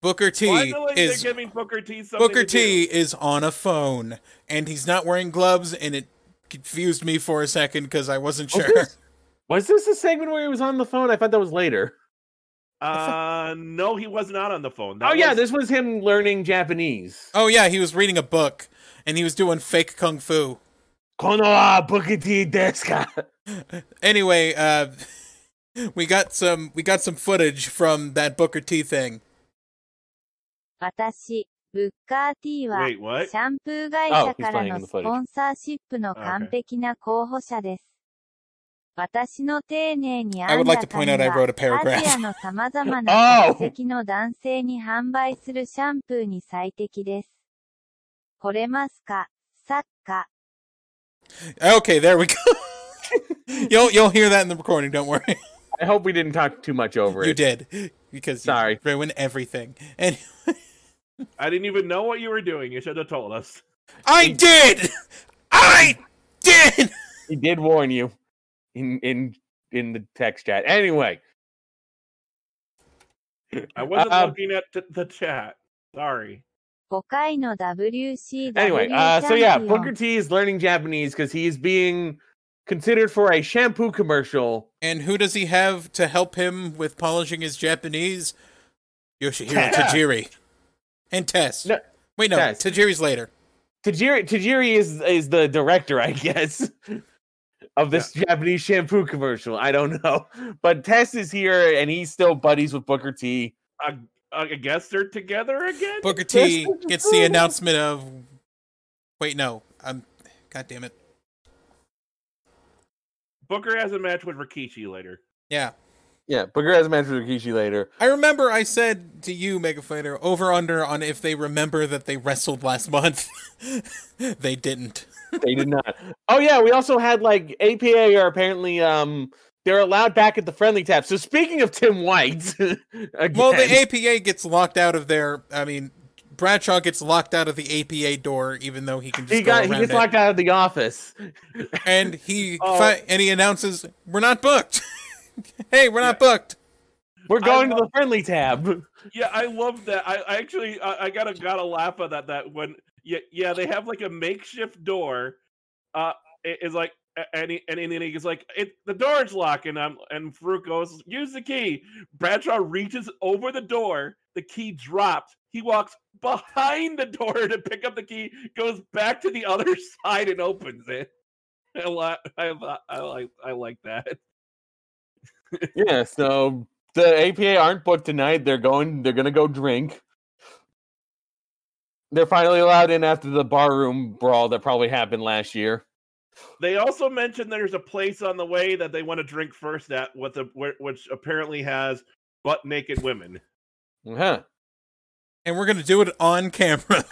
Speaker 1: Booker T
Speaker 3: Finally, they're
Speaker 1: is
Speaker 3: giving Booker T something.
Speaker 1: Booker
Speaker 3: to do.
Speaker 1: T is on a phone, and he's not wearing gloves, and it confused me for a second because I wasn't
Speaker 2: Was
Speaker 1: sure.
Speaker 2: Oh, this- Was this a segment where he was on the phone? I thought that was later.
Speaker 3: Uh, no, he was not on the phone.
Speaker 2: oh
Speaker 3: That
Speaker 2: yeah,
Speaker 3: was-
Speaker 2: this was him learning Japanese.
Speaker 1: Oh yeah, he was reading a book, and he was doing fake kung fu.
Speaker 2: Kono wa Bukiti desu ka?
Speaker 1: Anyway, uh, we got some we got some footage from that Booker T thing.
Speaker 4: 私、ブッカー T は、シ
Speaker 3: Wait, what?
Speaker 4: ャンプー会社から
Speaker 2: Oh, he's playing in
Speaker 4: の
Speaker 2: the
Speaker 4: ス
Speaker 2: footage.
Speaker 4: ポンサーシップの完璧な候補者です。私の丁寧に
Speaker 1: I
Speaker 4: 編
Speaker 1: would
Speaker 4: んだ
Speaker 1: like to point
Speaker 4: 髪
Speaker 1: out I
Speaker 4: は
Speaker 1: wrote a
Speaker 4: アジア
Speaker 1: paragraph.
Speaker 4: の様々 な
Speaker 2: Oh.
Speaker 4: 国籍の男性に販売するシャンプーに最適です。惚れますかサッカ
Speaker 1: okay, there we go. you'll you'll hear that in the recording. Don't worry,
Speaker 2: I hope we didn't talk too much over
Speaker 1: you
Speaker 2: it.
Speaker 1: did because
Speaker 2: Sorry.
Speaker 1: you ruin everything. And
Speaker 3: I didn't even know what you were doing. You should have told us.
Speaker 1: I did, I did.
Speaker 2: He did warn you in in in the text chat. Anyway,
Speaker 3: I wasn't
Speaker 2: Uh,
Speaker 3: looking at t- the chat. Sorry.
Speaker 4: ー。5回の WCW チャンピオン。
Speaker 2: anyway, uh, so yeah, Booker T is learning Japanese because he is being considered for a shampoo commercial.
Speaker 1: And who does he have to help him with polishing his Japanese? Yoshihiro Tajiri and Tess.
Speaker 2: No,
Speaker 1: Wait, no,
Speaker 2: Tess.
Speaker 1: Tajiri's later.
Speaker 2: Tajiri Tajiri is is the director, I guess, of this Japanese shampoo commercial. I don't know, but Tess is here and he's still buddies with Booker T.
Speaker 3: I I guess they're together again.
Speaker 1: Booker
Speaker 2: That's
Speaker 1: T
Speaker 2: what you
Speaker 1: gets the
Speaker 2: do.
Speaker 1: announcement of. Wait, no. I'm. God damn it.
Speaker 3: Booker has a match with Rikishi later.
Speaker 1: Yeah.
Speaker 2: Yeah, Booker has a match with Rikishi later.
Speaker 1: I remember I said to you, Mega Fighter, over under on if they remember that they wrestled last month. they didn't.
Speaker 2: they did not. Oh yeah, we also had like APA are apparently um they're allowed back at the friendly tap. So speaking of Tim White, again,
Speaker 1: Well, the APA gets locked out of their. I mean, Bradshaw gets locked out of the APA door, even though he can just
Speaker 2: he
Speaker 1: go
Speaker 2: got he
Speaker 1: around
Speaker 2: gets
Speaker 1: it.
Speaker 2: locked out of the office.
Speaker 1: and he
Speaker 3: Oh.
Speaker 1: fi- and he announces, "We're not booked. hey, we're not booked."
Speaker 2: We're
Speaker 3: I
Speaker 2: going to the friendly tab.
Speaker 3: Yeah, I love that. I, I actually I, I gotta gotta laugh at that. That when yeah yeah they have like a makeshift door. Uh, it- it's like a- and he, and he- and he's like it the door's locked and I'm and Farouk goes use the key. Bradshaw reaches over the door. The key dropped. He walks behind the door to pick up the key. Goes back to the other side and opens it. I li- I, li- I like I like that.
Speaker 2: yeah, so the APA aren't booked tonight. They're going they're gonna go drink. They're finally allowed in after the barroom brawl that probably happened last year.
Speaker 3: They also mentioned there's a place on the way that they want to drink first at with the where- which apparently has butt naked women.
Speaker 2: Huh.
Speaker 1: And we're gonna do it on camera,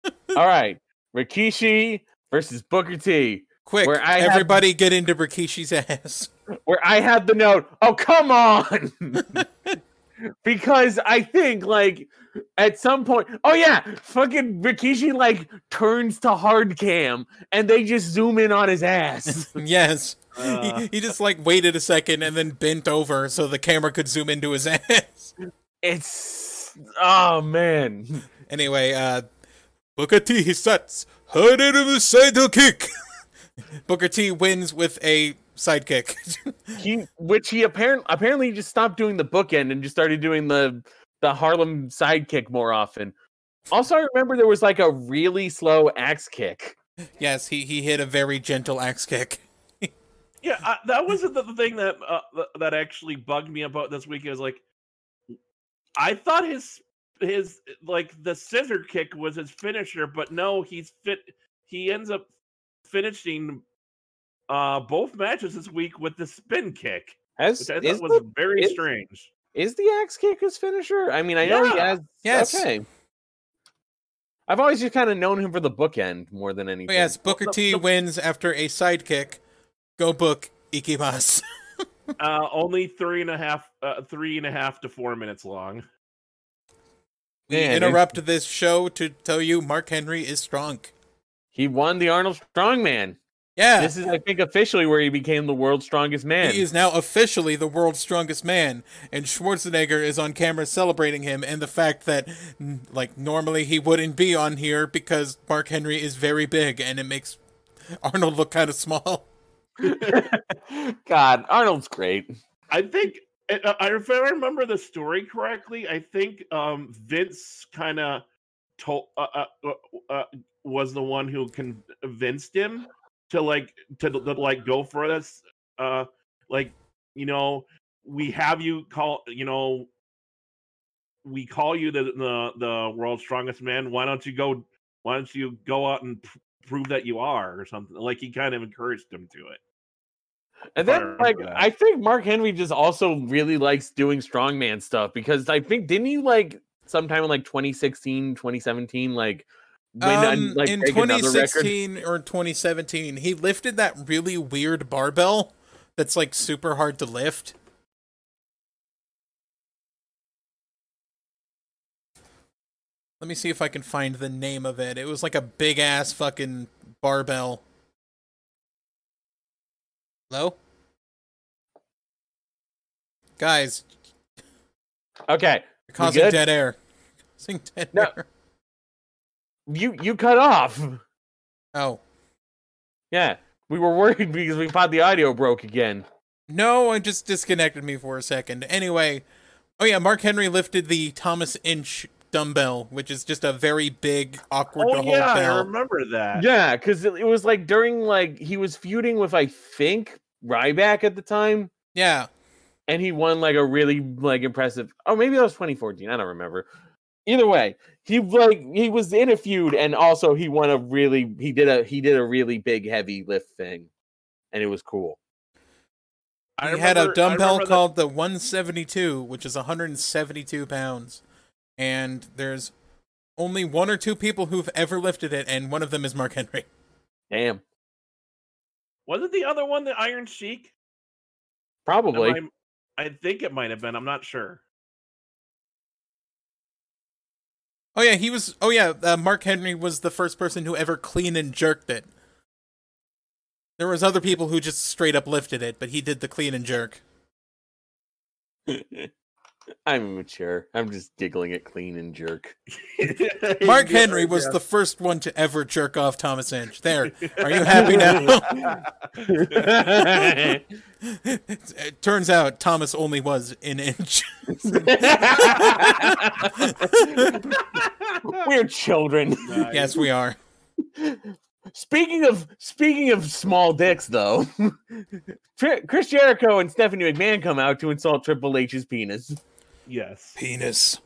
Speaker 2: All right. Rikishi versus Booker T.
Speaker 1: quick.
Speaker 2: Where I have-
Speaker 1: everybody get into Rikishi's ass.
Speaker 2: where I had the note, oh, come on. because I think, like, at some point, oh, yeah, fucking Rikishi, like, turns to hard cam and they just zoom in on his ass.
Speaker 1: yes,
Speaker 3: Uh,
Speaker 1: he, he just like waited a second and then bent over so the camera could zoom into his ass.
Speaker 2: it's, oh, man.
Speaker 1: anyway, uh, Booker T he sets harder to the side kick. Booker T wins with a sidekick.
Speaker 2: He, which he apparently, apparently he just stopped doing the bookend and just started doing the, the Harlem sidekick more often. Also, I remember there was like a really slow axe kick.
Speaker 1: yes, he he hit a very gentle axe kick.
Speaker 3: Yeah, I, that was the the thing that uh, th- that actually bugged me about this week. It was like, I thought his his like the scissor kick was his finisher, but no, he's fit. He ends up finishing uh both matches this week with the spin kick,
Speaker 2: Has,
Speaker 3: which I
Speaker 2: is,
Speaker 3: thought was
Speaker 2: the,
Speaker 3: very
Speaker 2: is-
Speaker 3: strange.
Speaker 2: is the axe kick his finisher? I mean, I know he
Speaker 3: Yeah.
Speaker 2: has.
Speaker 1: Yes.
Speaker 2: Okay. I've always just kind of known him for the bookend more than anything.
Speaker 1: But Oh, yes, Booker
Speaker 3: the-
Speaker 1: T
Speaker 3: the-
Speaker 1: wins after a sidekick. Go book Ikimas.
Speaker 3: Uh, only three and a half, uh, three and a half to four minutes long.
Speaker 1: We
Speaker 2: Man, it-
Speaker 1: interrupt this show to tell you Mark Henry is strong.
Speaker 2: He won the Arnold Strongman.
Speaker 1: Yeah,
Speaker 2: This is, I think, officially where he became the world's strongest man.
Speaker 1: he is now officially the world's strongest man, and Schwarzenegger is on camera celebrating him and the fact that, n- like, normally he wouldn't be on here because Mark Henry is very big and it makes Arnold look kind of small.
Speaker 2: God, Arnold's great.
Speaker 3: I think I- I- if I remember the story correctly, I think um, Vince kind of told uh, uh, uh, uh, was the one who convinced him to like to, to like go for this. Uh, like you know, we have you call you know, we call you the the the world's strongest man. Why don't you go? Why don't you go out and pr- prove that you are or something? Like he kind of encouraged him to it.
Speaker 2: And
Speaker 3: I
Speaker 2: then,
Speaker 3: remember
Speaker 2: like,
Speaker 3: that.
Speaker 2: I think Mark Henry just also really likes doing strongman stuff because I think, didn't he, like, sometime in like 2016, 2017, like, win, an-
Speaker 1: Um,
Speaker 2: like,
Speaker 1: in
Speaker 2: break another record?
Speaker 1: 2016 or 2017, he lifted that really weird barbell that's like super hard to lift. Let me see if I can find the name of it. It was like a big ass fucking barbell. Hello? Guys,
Speaker 2: Okay.
Speaker 1: you're causing
Speaker 2: good?
Speaker 1: dead air. Causing dead
Speaker 2: No.
Speaker 1: air.
Speaker 2: You, you cut off.
Speaker 1: Oh.
Speaker 2: Yeah. We were worried because we thought the audio broke again.
Speaker 1: No, I just disconnected me for a second. Anyway, oh yeah, Mark Henry lifted the Thomas Inch dumbbell, which is just a very big, awkward to
Speaker 3: Oh
Speaker 1: hold
Speaker 3: yeah, I
Speaker 1: bell.
Speaker 3: remember that.
Speaker 2: Yeah, because it, it was like during, like, he was feuding with, I think, Ryback at the time.
Speaker 1: yeah,
Speaker 2: and he won like a really like impressive oh maybe that was 2014 i don't remember either way he like he was in a feud and also he won a really he did a he did a really big heavy lift thing and it was cool
Speaker 3: I
Speaker 1: he had a
Speaker 3: remember- I
Speaker 1: dumbbell
Speaker 3: remember that-
Speaker 1: called the 172, which is 172 pounds, and there's only one or two people who've ever lifted it, and one of them is Mark Henry.
Speaker 2: damn
Speaker 3: Wasn't the other one the Iron Sheik? Am
Speaker 2: probably
Speaker 3: I, I think it might have been. I'm not sure.
Speaker 1: Oh yeah, he was. Oh yeah, uh, Mark Henry was the first person who ever clean and jerked it. There was other people who just straight up lifted it, but he did the clean and jerk.
Speaker 2: i'm immature i'm just giggling at clean and jerk
Speaker 1: Mark Henry was the first one to ever jerk off Thomas Inch. There, are you happy now? it turns out Thomas only was an inch.
Speaker 2: we're children
Speaker 1: yes, we are.
Speaker 2: Speaking of speaking of small dicks, though, Tri- Chris Jericho and Stephanie McMahon come out to insult Triple H's penis.
Speaker 3: Yes.
Speaker 1: Penis.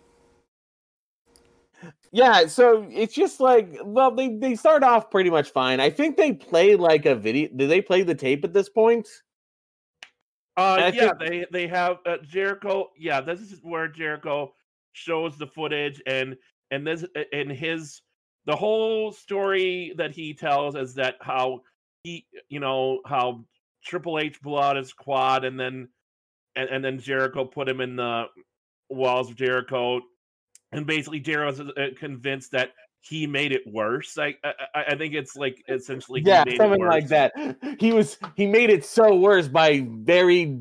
Speaker 2: Yeah, so it's just like, well, they they start off pretty much fine. I think they play like a video. Did they play the tape at this point?
Speaker 3: Uh,
Speaker 2: I
Speaker 3: yeah, they they have uh, Jericho. Yeah, this is where Jericho shows the footage, and and this and his the whole story that he tells is that how he you know how Triple H blew out his quad, and then and, and then Jericho put him in the walls of Jericho, and basically Jericho's uh, convinced that he made it worse. I I, I- I think it's like essentially he
Speaker 2: yeah,
Speaker 3: made it
Speaker 2: something like
Speaker 3: worse.
Speaker 2: that. He was he made it so worse by very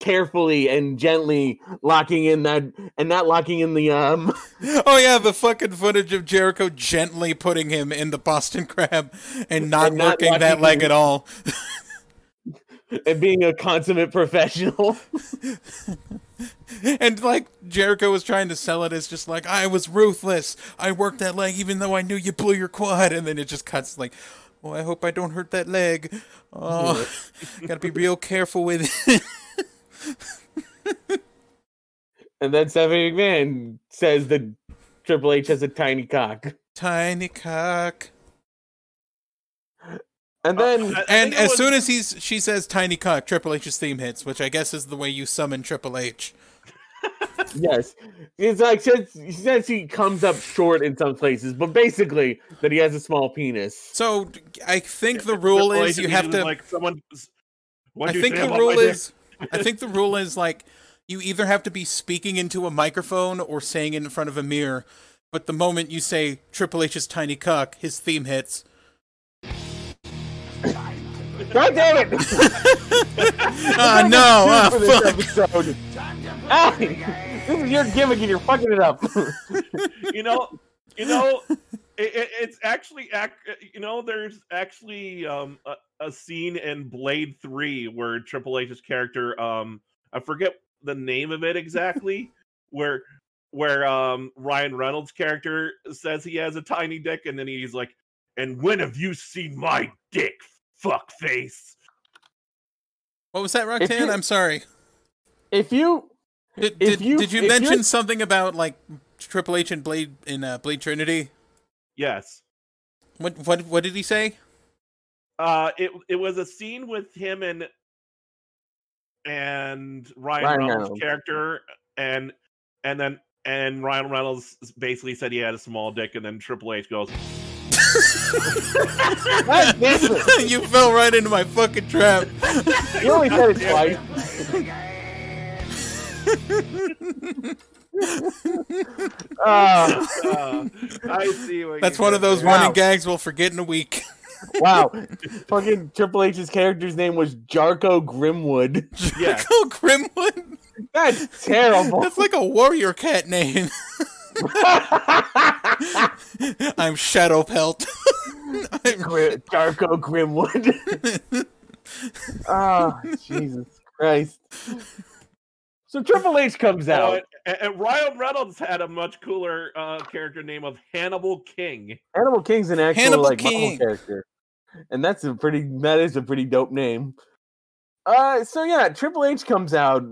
Speaker 2: carefully and gently locking in that and not locking in the um
Speaker 1: Oh yeah, the fucking footage of Jericho gently putting him in the Boston Crab and not
Speaker 2: And not
Speaker 1: working that
Speaker 2: locking
Speaker 1: leg
Speaker 2: him.
Speaker 1: at all.
Speaker 2: and being a consummate professional.
Speaker 1: and like Jericho was trying to sell it as just like I was ruthless. I worked that leg even though I knew you blew your quad, and then it just cuts like Oh, I hope I don't hurt that leg. Oh, gotta be real careful with it.
Speaker 2: And then Stephanie McMahon says that Triple H has a tiny cock.
Speaker 1: Tiny cock.
Speaker 2: And then
Speaker 3: Uh, I- I
Speaker 1: And
Speaker 3: think it
Speaker 1: as
Speaker 3: was-
Speaker 1: soon as he's she says tiny cock, Triple H's theme hits, which I guess is the way you summon Triple H.
Speaker 2: yes, it's like since since he comes up short in some places, but basically that he has a small penis.
Speaker 1: So I think the rule
Speaker 3: Triple
Speaker 1: is
Speaker 3: H
Speaker 1: you
Speaker 3: immediately
Speaker 1: have
Speaker 3: was
Speaker 1: to
Speaker 3: like someone. What
Speaker 1: I
Speaker 3: do you
Speaker 1: think
Speaker 3: say
Speaker 1: the
Speaker 3: about
Speaker 1: rule
Speaker 3: my dick?
Speaker 1: is I think the rule is like you either have to be speaking into a microphone or saying it in front of a mirror. But the moment you say Triple H's tiny cock, his theme hits.
Speaker 2: God damn it!
Speaker 1: Ah no! Ah
Speaker 2: for this
Speaker 1: fuck!
Speaker 2: episode. Allie, this is your gimmick and you're fucking it up.
Speaker 3: you know, you know, it, it, it's actually, ac- you know, there's actually um, a, a scene in Blade Three where Triple H's character, um, I forget the name of it exactly, where where um, Ryan Reynolds' character says he has a tiny dick, and then he's like, "And when have you seen my dick, fuckface?"
Speaker 1: What was that, Roxanne?
Speaker 2: you-
Speaker 1: I'm sorry.
Speaker 2: if you
Speaker 1: Did,
Speaker 2: If
Speaker 1: did,
Speaker 2: you-
Speaker 1: did you
Speaker 2: if you're-
Speaker 1: mention something about like Triple H and Blade in uh, Blade Trinity?
Speaker 3: Yes.
Speaker 1: What what what did he say?
Speaker 3: Uh, it it was a scene with him and and Ryan,
Speaker 2: Ryan
Speaker 3: Reynolds,
Speaker 2: Reynolds.
Speaker 3: character, and and then and Ryan Reynolds s- basically said he had a small dick, and then Triple H goes,
Speaker 2: God damn it,
Speaker 1: you fell right into my fucking trap.
Speaker 2: you only said it twice. Uh,
Speaker 3: uh, "I see what."
Speaker 1: That's
Speaker 3: you
Speaker 1: one of
Speaker 3: did
Speaker 1: those
Speaker 3: there."
Speaker 1: running
Speaker 2: Wow.
Speaker 1: gags we'll forget in a week.
Speaker 2: wow, fucking Triple H's character's name was Jarko Grimwood.
Speaker 3: Yeah.
Speaker 1: Oh, Grimwood.
Speaker 2: That's terrible.
Speaker 1: That's like a warrior cat name. I'm Shadow Pelt. I'm-
Speaker 2: Gri- Darko Grimwood. Ah, Jesus Christ. So Triple H comes
Speaker 3: Oh,
Speaker 2: out.
Speaker 3: and, and- and Ryan Reynolds had a much cooler uh, character name of Hannibal King.
Speaker 2: Animal King's an actual
Speaker 1: Hannibal
Speaker 2: like Marvel
Speaker 1: King.
Speaker 2: character, and that's a pretty that is a pretty dope name. Uh, so yeah, Triple H comes out,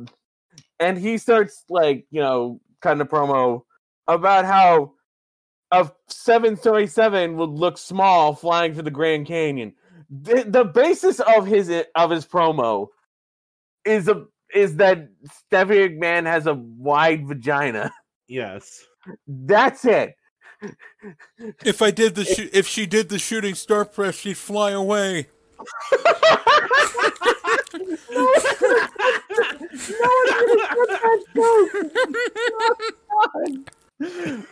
Speaker 2: and he starts like you know kind of promo about how a 737 would look small flying for the Grand Canyon. The, the basis of his of his promo is a is that Stevie McMahon has a wide vagina.
Speaker 3: Yes.
Speaker 2: That's it.
Speaker 1: if I did the shoo- if she did the shooting star press, she'd fly away.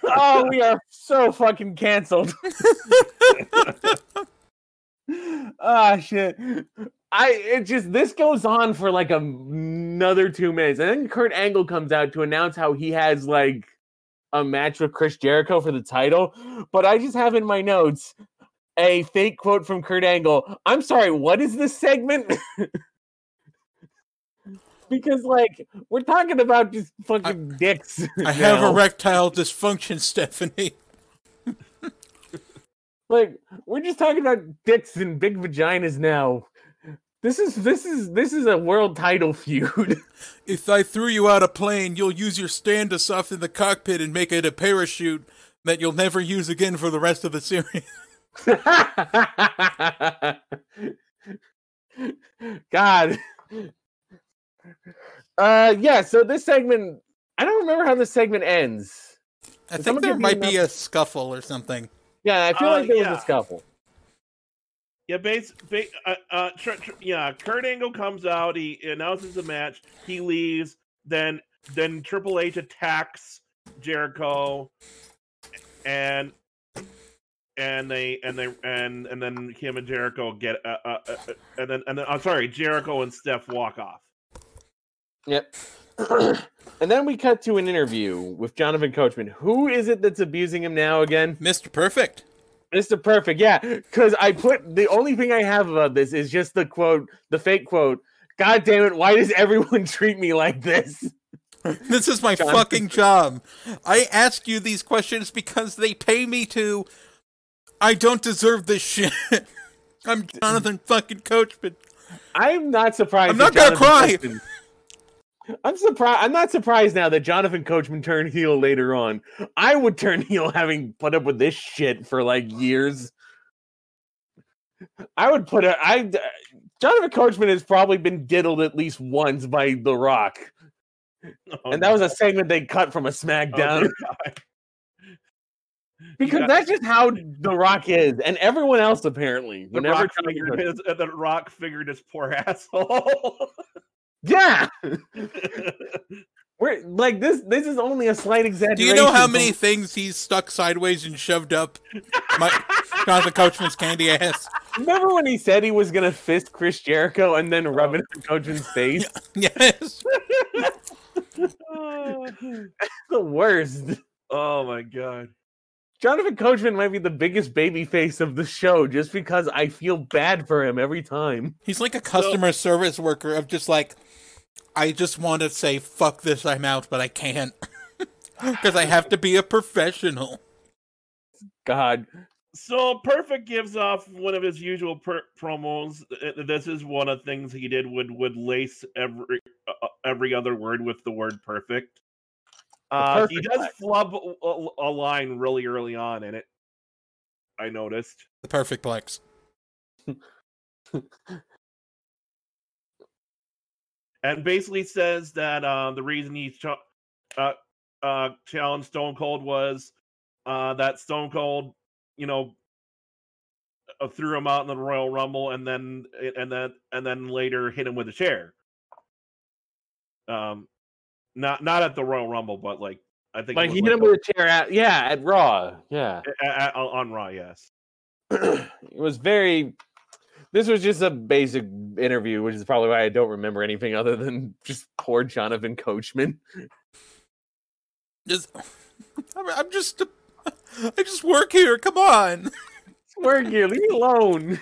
Speaker 2: oh, we are so fucking canceled. Ah, shit. I it just this goes on for like a, another two minutes, and then Kurt Angle comes out to announce how he has like a match with Chris Jericho for the title. But I just have in my notes a fake quote from Kurt Angle. I'm sorry, what is this segment? because like we're talking about just fucking dicks.
Speaker 1: I have
Speaker 2: now.
Speaker 1: erectile dysfunction, Stephanie.
Speaker 2: like we're just talking about dicks and big vaginas now. This is this is this is a world title feud.
Speaker 1: If I threw you out a plane, you'll use your stand to soften the cockpit and make it a parachute that you'll never use again for the rest of the series.
Speaker 2: God. Uh yeah, so this segment I don't remember how this segment ends.
Speaker 1: I think
Speaker 2: Did someone
Speaker 1: there
Speaker 2: give me
Speaker 1: might be a scuffle or something.
Speaker 2: Yeah, I feel
Speaker 3: Uh,
Speaker 2: like there
Speaker 3: yeah.
Speaker 2: was a scuffle.
Speaker 3: Yeah, base, ba- uh, uh, tr- tr- yeah. Kurt Angle comes out. He announces the match. He leaves. Then, then Triple H attacks Jericho, and and they and they and and then him and Jericho get uh, uh, uh, uh, and then and then I'm sorry, Jericho and Steph walk off.
Speaker 2: Yep. and then we cut to an interview with Jonathan Coachman. Who is it that's abusing him now again?
Speaker 1: Mr. Perfect.
Speaker 2: Mr. Perfect, yeah. Because I put the only thing I have about this is just the quote, the fake quote. God damn it! Why does everyone treat me like this?
Speaker 1: This is my
Speaker 2: John.
Speaker 1: fucking job. I ask you these questions because they pay me to. I don't deserve this shit. I'm Jonathan fucking Coachman.
Speaker 2: I'm not surprised.
Speaker 1: I'm not
Speaker 2: that
Speaker 1: gonna cry.
Speaker 2: Coachman- I'm surprised. I'm not surprised now that Jonathan Coachman turned heel later on. I would turn heel having put up with this shit for like years. I would put a I Jonathan Coachman has probably been diddled at least once by The Rock,
Speaker 3: Oh,
Speaker 2: and that was
Speaker 3: no.
Speaker 2: a segment they cut from a
Speaker 3: Oh,
Speaker 2: SmackDown.
Speaker 3: dear God.
Speaker 2: Because
Speaker 3: Yeah.
Speaker 2: that's just how The Rock is, and everyone else apparently.
Speaker 3: The
Speaker 2: Whenever
Speaker 3: rock,
Speaker 2: Jonathan
Speaker 3: figured
Speaker 2: Coachman-
Speaker 3: his, uh, the rock figured his poor asshole.
Speaker 2: yeah, we're like this. This is only a slight exaggeration.
Speaker 1: Do you know how
Speaker 2: from-
Speaker 1: many things he's stuck sideways and shoved up my Jonathan Coachman's candy ass?
Speaker 2: Remember when he said he was gonna fist Chris Jericho and then rub it in Coachman's face?
Speaker 1: Yes.
Speaker 2: the worst.
Speaker 3: oh my god.
Speaker 2: Jonathan Coachman might be the biggest baby face of the show just because I feel bad for him every time.
Speaker 1: He's like a customer service worker of just like, I just want to say fuck this, I'm out, but I can't because I have to be a professional.
Speaker 2: God.
Speaker 3: So Perfect gives off one of his usual per- promos. Uh, This is one of the things he did would would lace every uh, every other word with the word perfect. Uh, he
Speaker 2: perfect
Speaker 3: does
Speaker 2: line.
Speaker 3: flub a- a, a line really early on in it. I noticed.
Speaker 1: The perfect plex.
Speaker 3: and basically says that uh, the reason he ch- uh, uh, challenged Stone Cold was uh, that Stone Cold, you know, uh, threw him out in the Royal Rumble, and then and then and then later hit him with a chair. Um, not not at the Royal Rumble, but like I think it
Speaker 2: Like
Speaker 3: was
Speaker 2: he hit him with a chair at yeah, at Raw. Yeah.
Speaker 3: a- a- a- on Raw. Yes,
Speaker 2: it was very this was just a basic interview, which is probably why I don't remember anything other than just poor Jonathan Coachman.
Speaker 1: Just, I'm, I'm just, I just work here. Come on.
Speaker 2: Swear you, leave me alone.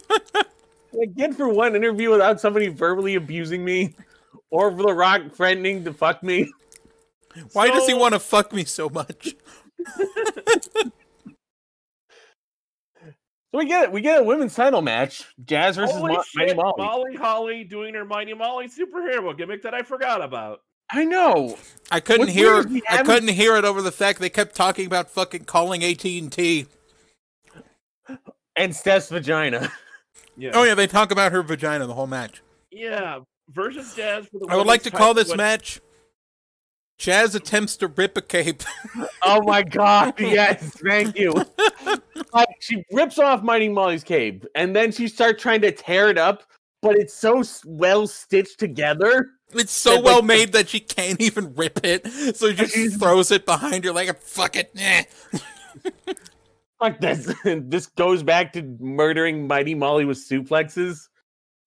Speaker 2: like, get for one interview without somebody verbally abusing me or for The Rock threatening to fuck me.
Speaker 1: Why does he
Speaker 3: So-
Speaker 1: want to fuck me so much?
Speaker 2: So we get it. We get a women's title match. Jazz versus
Speaker 3: Holy
Speaker 2: Mo- Mighty
Speaker 3: shit,
Speaker 2: Molly.
Speaker 3: Molly Holly doing her Mighty Molly superhero gimmick that I forgot about.
Speaker 2: I know.
Speaker 1: I couldn't
Speaker 2: What's
Speaker 1: hear.
Speaker 2: weird is we
Speaker 1: I
Speaker 2: haven't-
Speaker 1: couldn't hear it over the fact they kept talking about fucking calling AT and T.
Speaker 2: And Steph's vagina.
Speaker 3: Yeah.
Speaker 1: Oh yeah, they talk about her vagina the whole match.
Speaker 3: Yeah, versus Jazz. For the
Speaker 1: I would
Speaker 3: women's
Speaker 1: like to call
Speaker 3: title
Speaker 1: this
Speaker 3: when-
Speaker 1: match. Chaz attempts to rip a cape.
Speaker 2: Oh my god. Yes. Thank you. Like, she rips off Mighty Molly's cape and then she starts trying to tear it up, but it's so s- well stitched together.
Speaker 1: It's so
Speaker 2: Like-
Speaker 1: well made that she can't even rip it, so she just throws it behind her like a fuck it. eh."
Speaker 2: Fuck this. this goes back to murdering Mighty Molly with suplexes.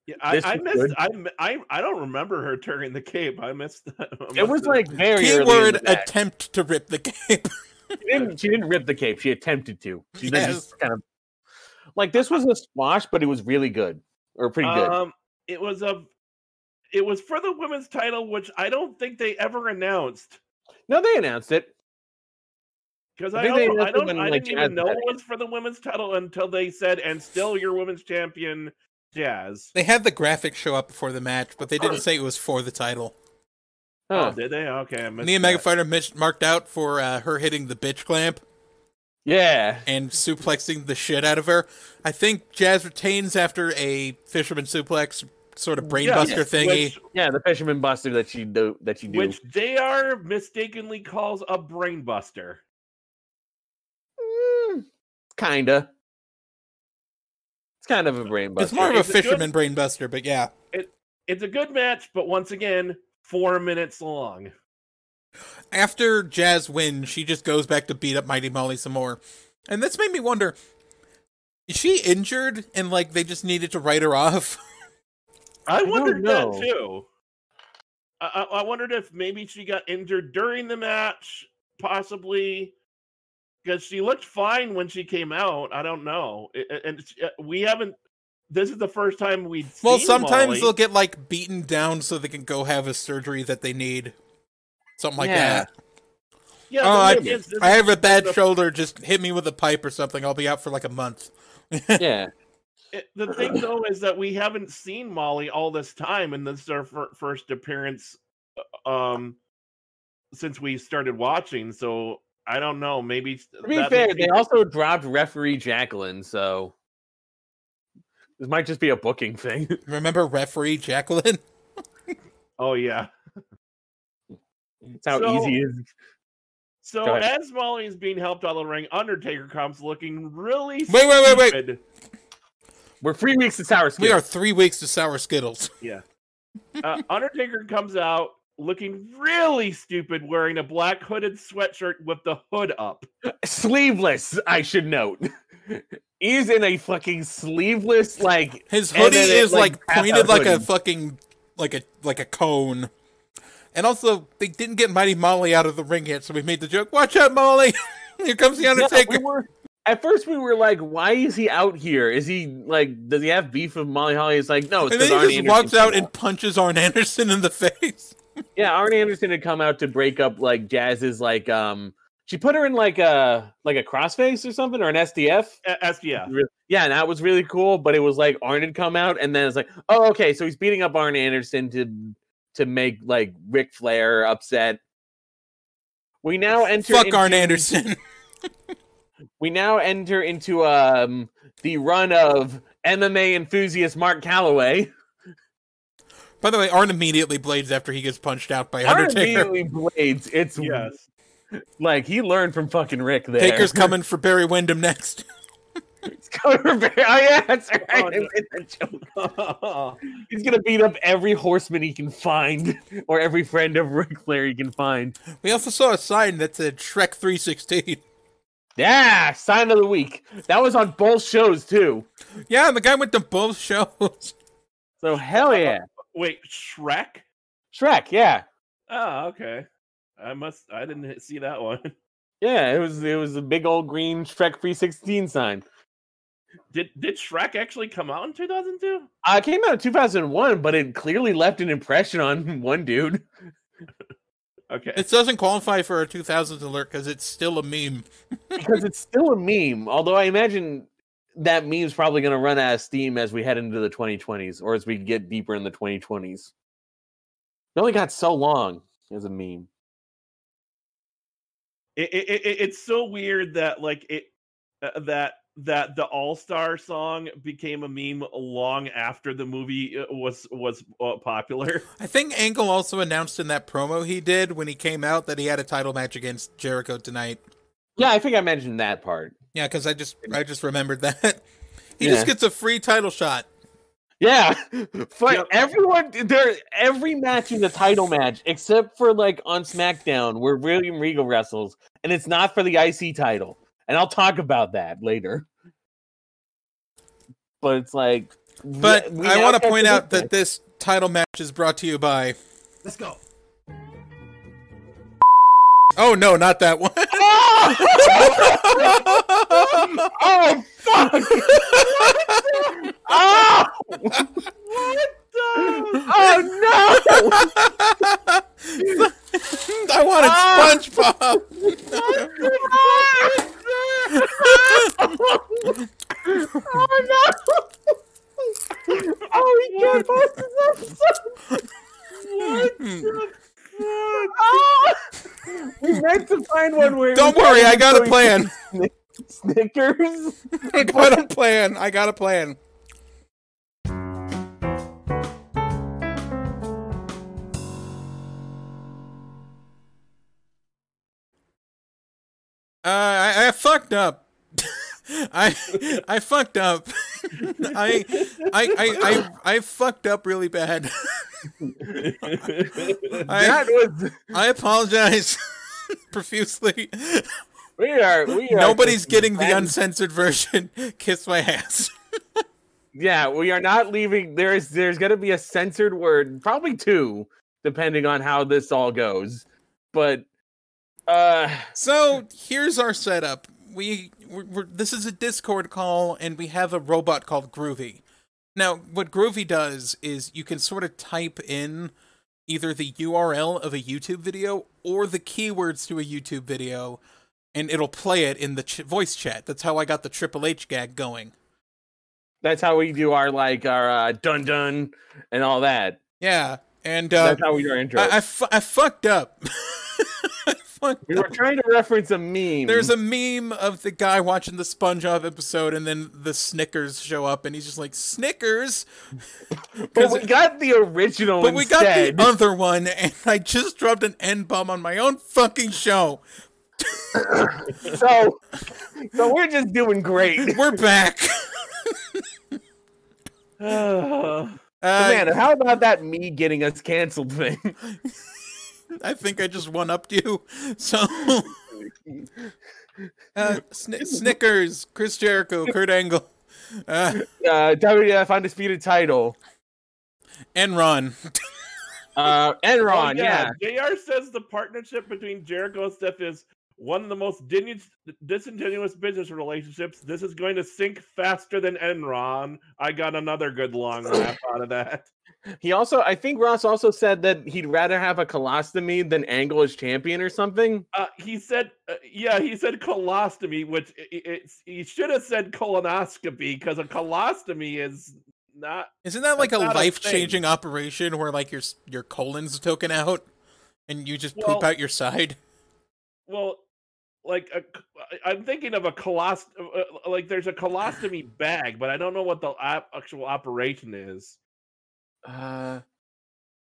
Speaker 3: Yeah, I,
Speaker 2: This
Speaker 3: I
Speaker 2: was
Speaker 3: missed.
Speaker 2: good.
Speaker 3: I, m- I I don't remember her turning the cape. I missed. That. I
Speaker 2: It
Speaker 3: must
Speaker 2: was
Speaker 3: have-
Speaker 2: like very early in
Speaker 1: Keyword
Speaker 2: the match.
Speaker 1: attempt to rip the cape.
Speaker 2: She didn't, she didn't rip the cape. She attempted to. She then
Speaker 1: Yes.
Speaker 2: just kind of like this was a squash, but it was really good or pretty good.
Speaker 3: Um, it was a. It was for the women's title, which I don't think they ever announced
Speaker 2: no, they announced it.
Speaker 3: because
Speaker 2: I
Speaker 3: I,
Speaker 2: think they
Speaker 3: don't. I
Speaker 2: announced it
Speaker 3: don't.
Speaker 2: when,
Speaker 3: I
Speaker 2: like,
Speaker 3: didn't even
Speaker 2: Jazz
Speaker 3: know
Speaker 2: had
Speaker 3: it
Speaker 2: it.
Speaker 3: was for the women's title until they said, "And still your women's champion, Jazz."
Speaker 1: They had the graphic show up before the match, but they didn't say it was for the title.
Speaker 2: Huh.
Speaker 3: Oh, did they? Okay, I missed.
Speaker 1: Nia
Speaker 3: that.
Speaker 1: Megafighter mis- marked out for uh, her hitting the bitch clamp
Speaker 2: Yeah.
Speaker 1: and suplexing the shit out of her. I think Jazz retains after a fisherman suplex sort of
Speaker 3: Yeah,
Speaker 1: brainbuster thingy.
Speaker 3: Which,
Speaker 2: Yeah, the fisherman buster that she do that she do.
Speaker 3: which JR mistakenly calls a brainbuster.
Speaker 2: Mm, kinda. It's kind of a brain
Speaker 1: It's
Speaker 2: buster.
Speaker 1: more of a
Speaker 3: Is it good?
Speaker 1: fisherman brainbuster, but yeah.
Speaker 3: It's a good match, but once again, four minutes long.
Speaker 1: After Jazz wins, she just goes back to beat up Mighty Molly some more. And this made me wonder is she injured and like they just needed to write her off?
Speaker 3: I
Speaker 2: don't
Speaker 3: wondered that
Speaker 2: know.
Speaker 3: too. I, I I wondered if maybe she got injured during the match, possibly, because she looked fine when she came out. I don't know, I- I- and she- uh, we haven't. This is the first time we.
Speaker 1: well, sometimes
Speaker 3: Molly.
Speaker 1: they'll get like beaten down so they can go have a surgery that they need. Something like
Speaker 2: Yeah.
Speaker 1: that.
Speaker 3: Yeah,
Speaker 1: Oh,
Speaker 3: the
Speaker 1: I-
Speaker 3: thing is, this
Speaker 1: I have a bad
Speaker 3: the-
Speaker 1: shoulder. Just hit me with a pipe or something. I'll be out for like a month.
Speaker 2: yeah.
Speaker 3: It- Eh, the thing though is that we haven't seen Molly all this time, and this is our fir- first appearance uh, um since we started watching. So I don't know. Maybe
Speaker 2: To be
Speaker 3: that
Speaker 2: fair,
Speaker 3: may-
Speaker 2: they also dropped referee Jacqueline, so this might just be a booking thing.
Speaker 1: Remember referee Jacqueline?
Speaker 3: oh yeah.
Speaker 2: That's how
Speaker 3: So-
Speaker 2: easy it is. Go
Speaker 3: So
Speaker 2: ahead.
Speaker 3: as Molly is being helped out of the ring, Undertaker comes looking really
Speaker 1: Wait, wait, wait, wait.
Speaker 3: stupid.
Speaker 2: We're three weeks to Sour
Speaker 1: We
Speaker 2: Skip.
Speaker 1: are three weeks to sour Skittles.
Speaker 3: Uh, Undertaker comes out looking really stupid, wearing a black hooded sweatshirt with the hood up.
Speaker 2: sleeveless, I should note. He's in a fucking sleeveless, like
Speaker 1: His
Speaker 2: And
Speaker 1: hoodie
Speaker 2: then it,
Speaker 1: is
Speaker 2: like,
Speaker 1: like,
Speaker 2: half a
Speaker 1: pointed like a
Speaker 2: hoodie.
Speaker 1: fucking like a like a cone. And also, they didn't get Mighty Molly out of the ring yet, so we made the joke. Watch out, Molly! Here comes the
Speaker 2: Yeah,
Speaker 1: Undertaker.
Speaker 2: we were- at first we were like, why is he out here? Is he like does he have beef with Molly Holly? It's like, no, it's
Speaker 1: and
Speaker 2: because
Speaker 1: then he
Speaker 2: Arn
Speaker 1: just
Speaker 2: Anderson
Speaker 1: walks
Speaker 2: came
Speaker 1: out and punches Arn Anderson in the face.
Speaker 2: Yeah, Arn Anderson had come out to break up like Jazz's like um she put her in like a like a crossface or something or an SDF.
Speaker 3: A- SDF.
Speaker 2: Re- Yeah, and that was really cool, but it was like Arn had come out and then it's like, oh okay, so he's beating up Arn Anderson to to make like Ric Flair upset. We now enter
Speaker 1: Fuck Arn
Speaker 2: into-
Speaker 1: Anderson.
Speaker 2: we now enter into um the run of MMA enthusiast Mark Calloway.
Speaker 1: By the way, Arn immediately blades after he gets punched out by
Speaker 2: Arn
Speaker 1: Undertaker.
Speaker 2: immediately blades. It's
Speaker 3: Yes.
Speaker 2: like he learned from fucking Rick there.
Speaker 1: Taker's coming for Barry Windham next.
Speaker 2: It's Conor Bar- Oh yeah, that's right.
Speaker 3: Oh,
Speaker 2: It
Speaker 3: no.
Speaker 2: was a joke. He's gonna beat up every horseman he can find, or every friend of Ric Flair he can find.
Speaker 1: We also saw a sign that said Shrek 316.
Speaker 2: Yeah, sign of the week. That was on both shows too.
Speaker 1: Yeah, and the guy went to both shows.
Speaker 2: So hell
Speaker 3: Uh-huh.
Speaker 2: yeah,
Speaker 3: Wait, Shrek?
Speaker 2: Shrek. Yeah,
Speaker 3: Oh, okay. I must. I didn't hit- see that one.
Speaker 2: yeah. It was it was a big old green Shrek three sixteen sign.
Speaker 3: Did Did Shrek actually come out in 2002?
Speaker 2: Uh, it came out in two thousand one, but it clearly left an impression on one dude.
Speaker 3: Okay.
Speaker 1: It doesn't qualify for a 2000s alert because it's still a meme.
Speaker 2: because it's still a meme. Although I imagine that meme's probably going to run out of steam as we head into the 2020s, or as we get deeper in the 2020s. It only got so long as a meme.
Speaker 3: it, it, it, it's so weird that like it uh, that that the All Star song became a meme long after the movie uh, was was uh, popular.
Speaker 1: I think Angle also announced in that promo he did when he came out that he had a title match against Jericho tonight.
Speaker 2: Yeah, I think I mentioned that part.
Speaker 1: Yeah, because I just I just remembered that. He just
Speaker 2: Yeah.
Speaker 1: gets a free title shot.
Speaker 2: Yeah, for
Speaker 3: Yep.
Speaker 2: everyone, there every match is a title match except for like on SmackDown where William Regal wrestles, and it's not for the IC title. And I'll talk about that later. But it's like,
Speaker 1: But
Speaker 2: we
Speaker 1: I
Speaker 2: now
Speaker 1: want
Speaker 2: get
Speaker 1: to point
Speaker 2: this
Speaker 1: out
Speaker 2: match.
Speaker 1: that this title match is brought to you by.
Speaker 5: Let's go.
Speaker 1: Oh no, not that one.
Speaker 2: Oh! oh fuck! oh! oh no!
Speaker 1: I wanted
Speaker 2: Ah!
Speaker 1: SpongeBob.
Speaker 2: oh no! Oh, he can't post this episode. What the fuck? Ah! We meant to find one where.
Speaker 1: Don't
Speaker 2: we
Speaker 1: worry, I got a
Speaker 2: include
Speaker 1: plan.
Speaker 2: Snickers.
Speaker 1: I got a plan. I got a plan. Uh, I, I fucked up. I I fucked up. I, I I I I fucked up really bad.
Speaker 2: that
Speaker 1: I
Speaker 2: was.
Speaker 1: I apologize profusely.
Speaker 2: We are. We are.
Speaker 1: Nobody's getting the
Speaker 2: suspended.
Speaker 1: uncensored version. Kiss my ass.
Speaker 2: Yeah, we are not leaving. There is there's gonna be a censored word, probably two, depending on how this all goes. But uh
Speaker 1: So here's our setup. We we're, we're, this is a Discord call, and we have a robot called Groovy. Now, what Groovy does is you can sort of type in either the URL of a YouTube video or the keywords to a YouTube video, and it'll play it in the ch- voice chat. That's how I got the Triple H gag going.
Speaker 2: That's how we do our like our uh, dun dun and all that.
Speaker 1: Yeah, and uh,
Speaker 2: That's how we do our intro.
Speaker 1: I, I, fu- I fucked up. I fucked
Speaker 2: we
Speaker 1: up.
Speaker 2: were trying to reference a meme.
Speaker 1: There's a
Speaker 3: Mm-hmm.
Speaker 1: meme of the guy watching the SpongeBob episode, and then the Snickers show up, and he's just like Snickers.
Speaker 2: but we got the original
Speaker 1: But we got
Speaker 2: instead.
Speaker 1: the other one, and I just dropped an N bomb on my own fucking show.
Speaker 2: so so we're just doing great.
Speaker 1: We're back. Uh,
Speaker 2: Man, how about that me getting us canceled thing?
Speaker 1: I think I just one upped you. So, uh, Sn- Snickers, Chris Jericho, Kurt Angle, uh,
Speaker 2: Uh, WWF undisputed title.
Speaker 1: Enron.
Speaker 2: Uh, Enron,
Speaker 3: Oh,
Speaker 2: yeah.
Speaker 3: JR says the partnership between Jericho and Steph is one of the most dinu- disingenuous business relationships. This is going to sink faster than Enron. I got another good long laugh out of that.
Speaker 2: He also, I think Ross also said that he'd rather have a colostomy than Angle as champion or something.
Speaker 3: Uh, he said, uh, "Yeah, he said colostomy, which i- i- it's, he should have said colonoscopy because a colostomy is not
Speaker 1: Isn't that like a
Speaker 3: That's not a
Speaker 1: life changing operation where like your s- your colon's taken out and you just poop
Speaker 3: Well-
Speaker 1: out your side?
Speaker 3: well." Like a, c- I- I'm thinking of a colost, uh, like there's a colostomy bag, but I don't know what the op- actual operation is.
Speaker 2: Uh,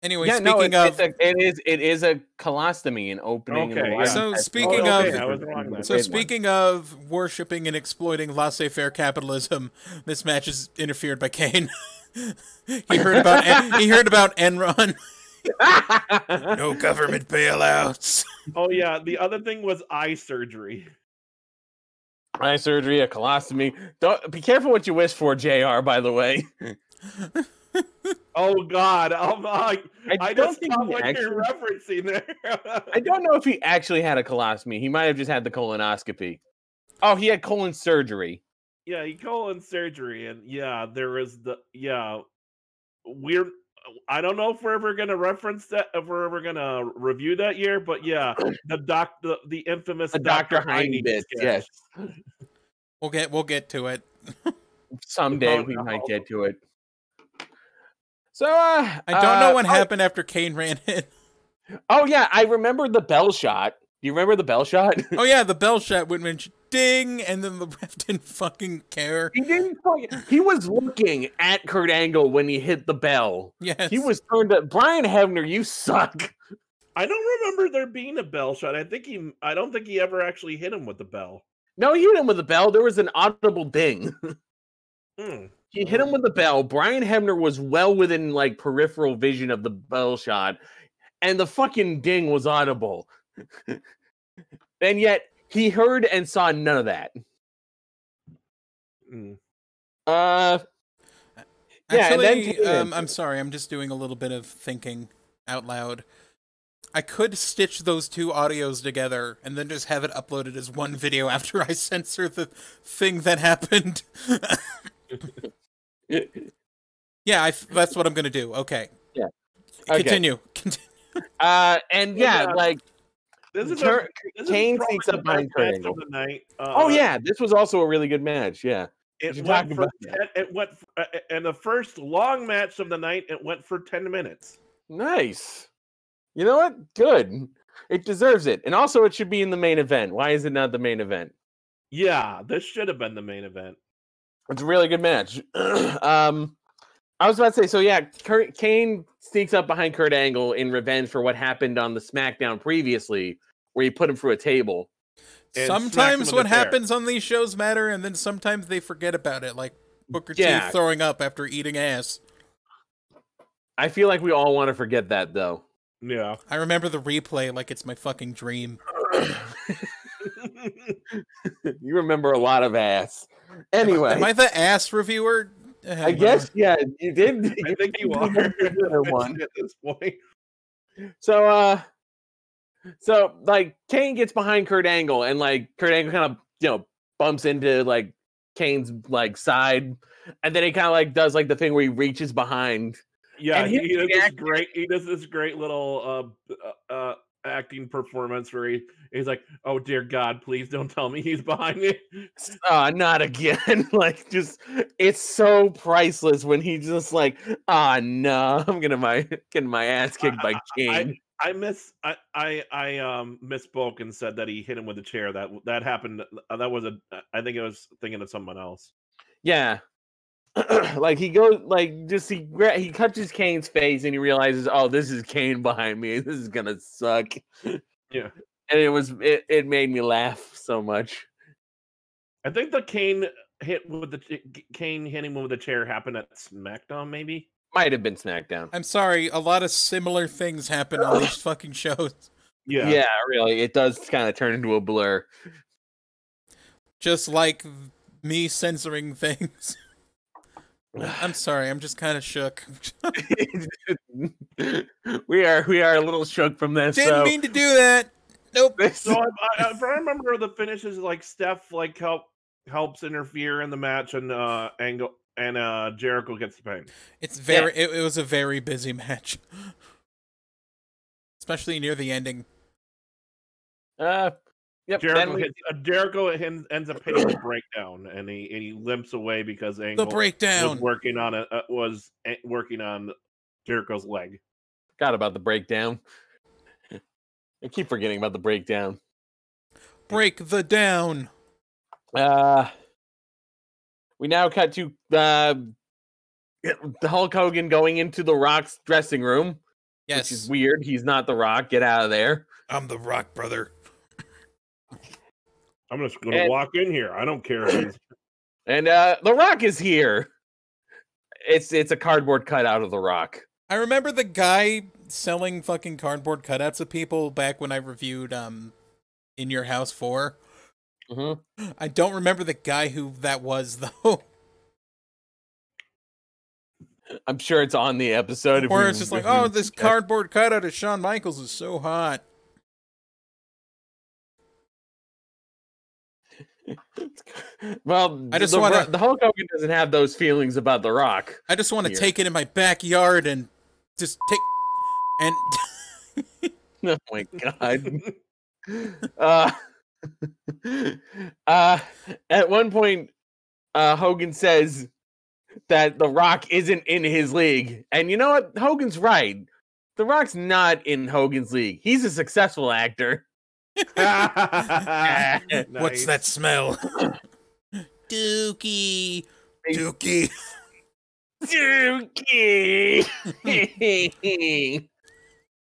Speaker 1: Anyway,
Speaker 2: yeah, no,
Speaker 1: speaking
Speaker 2: it,
Speaker 1: of
Speaker 2: it's a, it is it is a colostomy, an opening. in the
Speaker 3: Okay,
Speaker 2: large
Speaker 3: yeah.
Speaker 1: So
Speaker 2: intestine.
Speaker 1: speaking
Speaker 3: Oh, okay,
Speaker 1: of-
Speaker 3: I was wrong then.
Speaker 1: so
Speaker 2: Great one.
Speaker 1: speaking of worshipping and exploiting laissez-faire capitalism, this match is interfered by Kane. he heard about En- he heard about Enron. No government bailouts.
Speaker 3: Oh yeah, the other thing was eye surgery.
Speaker 2: eye surgery, a colostomy. Don't be careful what you wish for, Jr. By the way,
Speaker 3: Oh god, I'm like I,
Speaker 2: don't
Speaker 3: just
Speaker 2: think
Speaker 3: stopped
Speaker 2: he
Speaker 3: what you're referencing there.
Speaker 2: I don't know if he actually had a colostomy. He might have just had the colonoscopy. Oh, he had colon surgery.
Speaker 3: yeah, he colon surgery, and yeah, there was the yeah. We're I don't know if we're ever gonna reference that, if we're ever gonna review that year, but yeah, the doc, the, the infamous
Speaker 2: A Dr.
Speaker 3: Heine
Speaker 2: Heine bit,
Speaker 3: sketch.
Speaker 2: yes.
Speaker 1: We'll get we'll get to it.
Speaker 2: Someday
Speaker 3: Oh,
Speaker 2: we might
Speaker 3: no.
Speaker 2: get to it. So uh,
Speaker 1: I don't know
Speaker 2: uh,
Speaker 1: what
Speaker 2: oh-
Speaker 1: happened after Kane ran in.
Speaker 2: Oh yeah, I remember the bell shot. Do you remember the bell shot?
Speaker 1: Oh yeah, the bell shot went went ding, and then the ref didn't fucking care.
Speaker 2: he didn't. fucking- He was looking at Kurt Angle when he hit the bell.
Speaker 1: Yes,
Speaker 2: He was turned up. Brian Hebner, you suck.
Speaker 3: I don't remember there being a bell shot. I think he, I don't think he ever actually hit him with the bell.
Speaker 2: No, he hit him with the bell. There was an audible ding.
Speaker 3: Hmm.
Speaker 2: He hit him with the bell. Brian Hebner was well within like peripheral vision of the bell shot, and the fucking ding was audible. and yet he heard and saw none of that.
Speaker 3: Hmm.
Speaker 2: Uh, yeah, and then
Speaker 1: Actually,
Speaker 2: Kane
Speaker 1: um,
Speaker 2: did.
Speaker 1: I'm sorry. I'm just doing a little bit of thinking out loud. I could stitch those two audios together and then just have it uploaded as one video after I censor the thing that happened. yeah, I f- that's what I'm gonna do. Okay.
Speaker 2: Yeah. Okay.
Speaker 1: Continue. Continue.
Speaker 2: uh, and yeah,
Speaker 3: Yeah.
Speaker 2: like
Speaker 3: This is a-
Speaker 2: Tur-
Speaker 3: this
Speaker 2: Kane
Speaker 3: is probably
Speaker 2: sneaks
Speaker 3: the
Speaker 2: up behind
Speaker 3: best match
Speaker 2: Triangle.
Speaker 3: of the night. Uh,
Speaker 2: oh yeah, this was also a really good match. Yeah,
Speaker 3: it
Speaker 2: you
Speaker 3: went
Speaker 2: talking
Speaker 3: for
Speaker 2: about that?
Speaker 3: ten- it went for, uh, and the first long match of the night. It went for ten minutes.
Speaker 2: nice. You know what? Good. It deserves it, and also it should be in the main event. Why is it not the main event?
Speaker 3: Yeah, this should have been the main event.
Speaker 2: It's a really good match. um, I was about to say, so yeah, Kurt, Kane sneaks up behind Kurt Angle in revenge for what happened on the SmackDown previously, where he put him through a table.
Speaker 3: And smack
Speaker 1: Sometimes
Speaker 3: him
Speaker 1: what
Speaker 3: with a chair.
Speaker 1: happens on these shows matter, and then sometimes they forget about it, like Booker
Speaker 2: Yeah.
Speaker 1: T throwing up after eating ass.
Speaker 2: I feel like we all want to forget that though.
Speaker 3: Yeah.
Speaker 1: I remember the replay like it's my fucking dream.
Speaker 2: you remember a lot of ass. Anyway,
Speaker 1: Am I the ass reviewer? Uh,
Speaker 2: I guess yeah, you did.
Speaker 3: I
Speaker 2: you
Speaker 3: think you
Speaker 2: did
Speaker 3: are
Speaker 2: remember the other one.
Speaker 3: at this point.
Speaker 2: So uh so like Kane gets behind Kurt Angle and like Kurt Angle kind of you know bumps into like Kane's like side and then he kind of like does like the thing where he reaches behind.
Speaker 3: Yeah,
Speaker 2: And
Speaker 3: he,
Speaker 2: his
Speaker 3: he does this
Speaker 2: reaction-
Speaker 3: great. He does this great little uh, b- uh, uh, acting performance where he, he's like, "Oh dear God, please don't tell me he's behind me."
Speaker 2: uh not again like just it's so priceless when he just like ah no i'm gonna my getting my ass kicked by king
Speaker 3: I miss I I I um misspoke and said that he hit him with a chair. That that happened. uh, That was a I think I was thinking of someone else.
Speaker 2: yeah like he goes like just he gra- he touches kane's face and he realizes oh this is kane behind me this is gonna suck
Speaker 3: Yeah.
Speaker 2: and it was it, it made me laugh so much
Speaker 3: I think the Kane hit with the ch- Kane hitting him with a chair happened at SmackDown. Maybe
Speaker 2: might have been smackdown
Speaker 1: I'm sorry, a lot of similar things happen on these fucking shows.
Speaker 3: yeah
Speaker 2: yeah really it does kind of turn into a blur
Speaker 1: Just like me censoring things. I'm sorry, I'm just kind of shook.
Speaker 2: we are we are a little shook from this.
Speaker 1: Didn't
Speaker 2: so
Speaker 1: mean to do that. Nope.
Speaker 2: this-
Speaker 3: So I, I, if I remember the finishes like Steph like help helps interfere in the match and uh Angle and uh Jericho gets the pin.
Speaker 1: It's very. It, it was a very busy match, especially near the ending.
Speaker 2: uh, yep.
Speaker 3: Jericho
Speaker 2: then we-
Speaker 3: hits, uh, Jericho hen- ends up hitting the breakdown and he and he limps away because
Speaker 1: The
Speaker 3: Angle was
Speaker 1: breakdown.
Speaker 3: working on a uh, was eh, working on Jericho's leg.
Speaker 2: forgot about the breakdown. I keep forgetting about the breakdown.
Speaker 1: Break the down.
Speaker 2: Uh, we now cut to uh, Hulk Hogan going into the Rock's dressing room, which
Speaker 1: Yes,
Speaker 2: is weird. He's not the Rock. Get out of there.
Speaker 1: I'm the Rock brother.
Speaker 3: I'm just gonna
Speaker 2: And-
Speaker 3: walk in here. I don't care. if he's-
Speaker 2: And uh, the Rock is here. It's it's a cardboard cutout of the Rock.
Speaker 1: I remember the guy selling fucking cardboard cutouts of people back when I reviewed um, in your house four. Mm-hmm.
Speaker 2: Mhm.
Speaker 1: I don't remember the guy who that was though.
Speaker 2: I'm sure it's on the episode. if
Speaker 1: Or
Speaker 2: we-
Speaker 1: it's just like,
Speaker 2: if we
Speaker 1: oh, this
Speaker 2: check.
Speaker 1: cardboard cutout of Shawn Michaels is so hot.
Speaker 2: well,
Speaker 1: I just
Speaker 2: the,
Speaker 1: wanna-
Speaker 2: Ro- the Hulk Hogan doesn't have those feelings about The Rock.
Speaker 1: I just want to
Speaker 2: Here.
Speaker 1: take it in my backyard and just take and
Speaker 2: Oh my god. uh, uh, at one point, uh, Hogan says that The Rock isn't in his league, and you know what? Hogan's right. The Rock's not in Hogan's league. He's a successful actor.
Speaker 1: what's that smell? Dookie, Dookie.
Speaker 2: Dookie.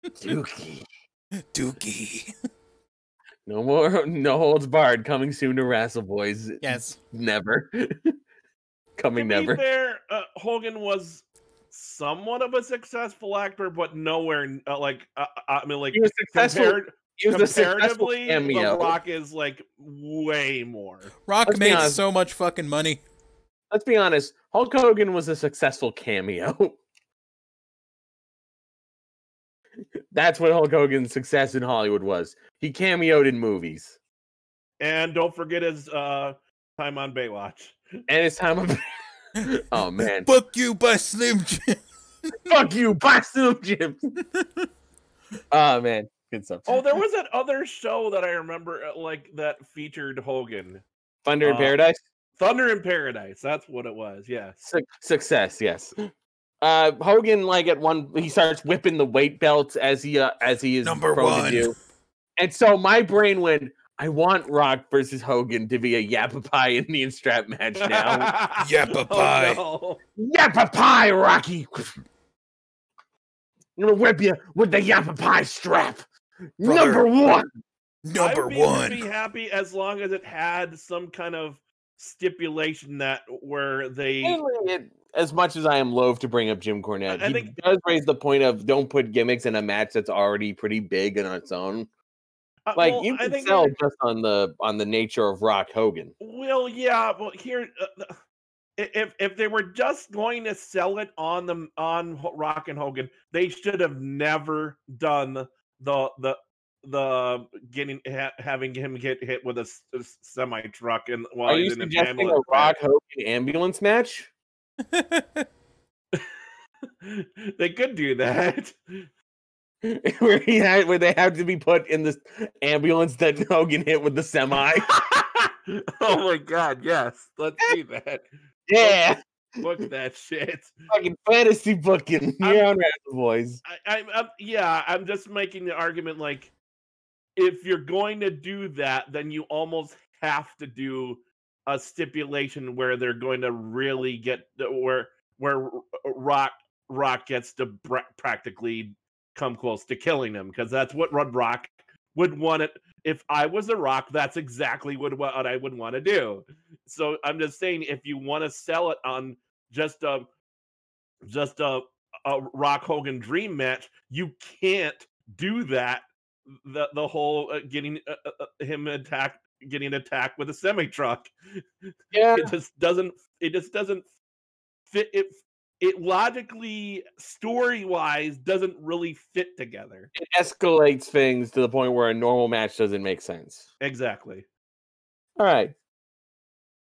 Speaker 2: Dookie.
Speaker 1: Dookie.
Speaker 2: No more, no holds barred. Coming soon to Wrestle Boys.
Speaker 1: Yes.
Speaker 2: Never.
Speaker 3: To
Speaker 2: Coming
Speaker 3: be
Speaker 2: never.
Speaker 3: fair, uh, Hogan was somewhat of a successful actor, but nowhere n- uh, like uh, I mean, like
Speaker 2: He was successful.
Speaker 3: compared,
Speaker 2: he was a successful
Speaker 3: comparatively, The
Speaker 2: cameo.
Speaker 3: Rock is like way more.
Speaker 1: Rock
Speaker 2: Let's be
Speaker 1: made
Speaker 2: honest.
Speaker 1: so much fucking money.
Speaker 2: Let's be honest. Hulk Hogan was a successful cameo. That's what Hulk Hogan's success in Hollywood was. He cameoed in movies,
Speaker 3: And don't forget his uh, time on Baywatch.
Speaker 2: and it's time of. oh man!
Speaker 1: Book you by Slim Jim.
Speaker 2: Fuck you, Boston Jim. oh man, good stuff.
Speaker 3: Oh, there was that other show that I remember, uh, like that featured Hogan,
Speaker 2: Thunder in
Speaker 3: uh,
Speaker 2: Paradise.
Speaker 3: Thunder in Paradise. That's what it was. Yes.
Speaker 2: Suc success yes uh hogan like at one he starts whipping the weight belts as he uh, as he is
Speaker 1: Number
Speaker 2: prone
Speaker 1: one.
Speaker 2: to do and so my brain went i want rock versus hogan to be a yappapai indian strap match now
Speaker 1: Yappapai.
Speaker 3: Oh,
Speaker 2: yappapai rocky i'm gonna whip you with the yappapai strap number
Speaker 1: Brother.
Speaker 2: one
Speaker 3: no. I would be- Be happy as long as it had some kind of stipulation that where they.
Speaker 2: Mainly it- as much as I am loath to bring up Jim Cornette,
Speaker 3: I- I
Speaker 2: he
Speaker 3: think-
Speaker 2: does raise the point of don't put gimmicks in a match that's already pretty big on its own.
Speaker 3: uh,
Speaker 2: Like
Speaker 3: well,
Speaker 2: you
Speaker 3: I
Speaker 2: can
Speaker 3: think
Speaker 2: tell just on the on the nature of Rock Hogan.
Speaker 3: Well, yeah, well here, uh, the- i- if if they were just going to sell it on the on Ho- Rock and Hogan, they should have never done the the the getting ha- having him get hit with a, semi truck and while
Speaker 2: Are you
Speaker 3: he's in an
Speaker 2: suggesting a
Speaker 3: ambulance.
Speaker 2: Rock Hogan ambulance match?
Speaker 3: they could do that.
Speaker 2: where he had where they had to be put in this ambulance that Hogan hit with the semi.
Speaker 3: oh my god, yes. Let's see that.
Speaker 2: yeah,
Speaker 3: Book that shit.
Speaker 2: fucking fantasy booking. You're on Razzle Boys.
Speaker 3: I, I, I'm yeah, I'm just making the argument like if you're going to do that, then you almost have to do a stipulation where they're going to really get the- where where R- Rock Rock gets to bra- practically come close to killing him because that's what Rod Rock would want it. If I was the Rock, that's exactly what what I would want to do. So I'm just saying, if you want to sell it on just a just uh, a a Rock Hogan dream match, you can't do that. The the whole uh, getting uh, uh, uh, him attacked, getting attacked with a semi truck.
Speaker 2: Yeah,
Speaker 3: It just doesn't. It just doesn't fit. It it logically, story wise, doesn't really fit together.
Speaker 2: it escalates things to the point where a normal match doesn't make sense.
Speaker 3: Exactly.
Speaker 2: All right.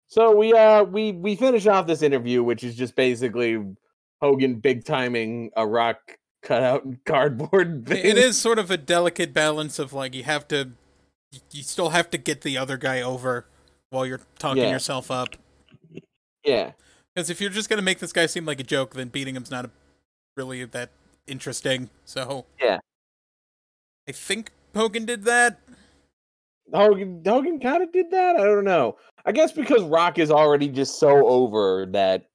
Speaker 2: So we uh we we finish off this interview, which is just basically Hogan big timing a rock cutout and cardboard. Thing.
Speaker 1: It is sort of a delicate balance of like you have to, you still have to get the other guy over while you're talking
Speaker 2: Yeah.
Speaker 1: yourself up.
Speaker 2: Yeah.
Speaker 1: Because if you're just gonna make this guy seem like a joke, then beating him's not a, really that interesting. So
Speaker 2: Yeah.
Speaker 1: I think Hogan did that.
Speaker 2: Hogan Hogan kind of did that. I don't know. I guess because Rock is already just so over that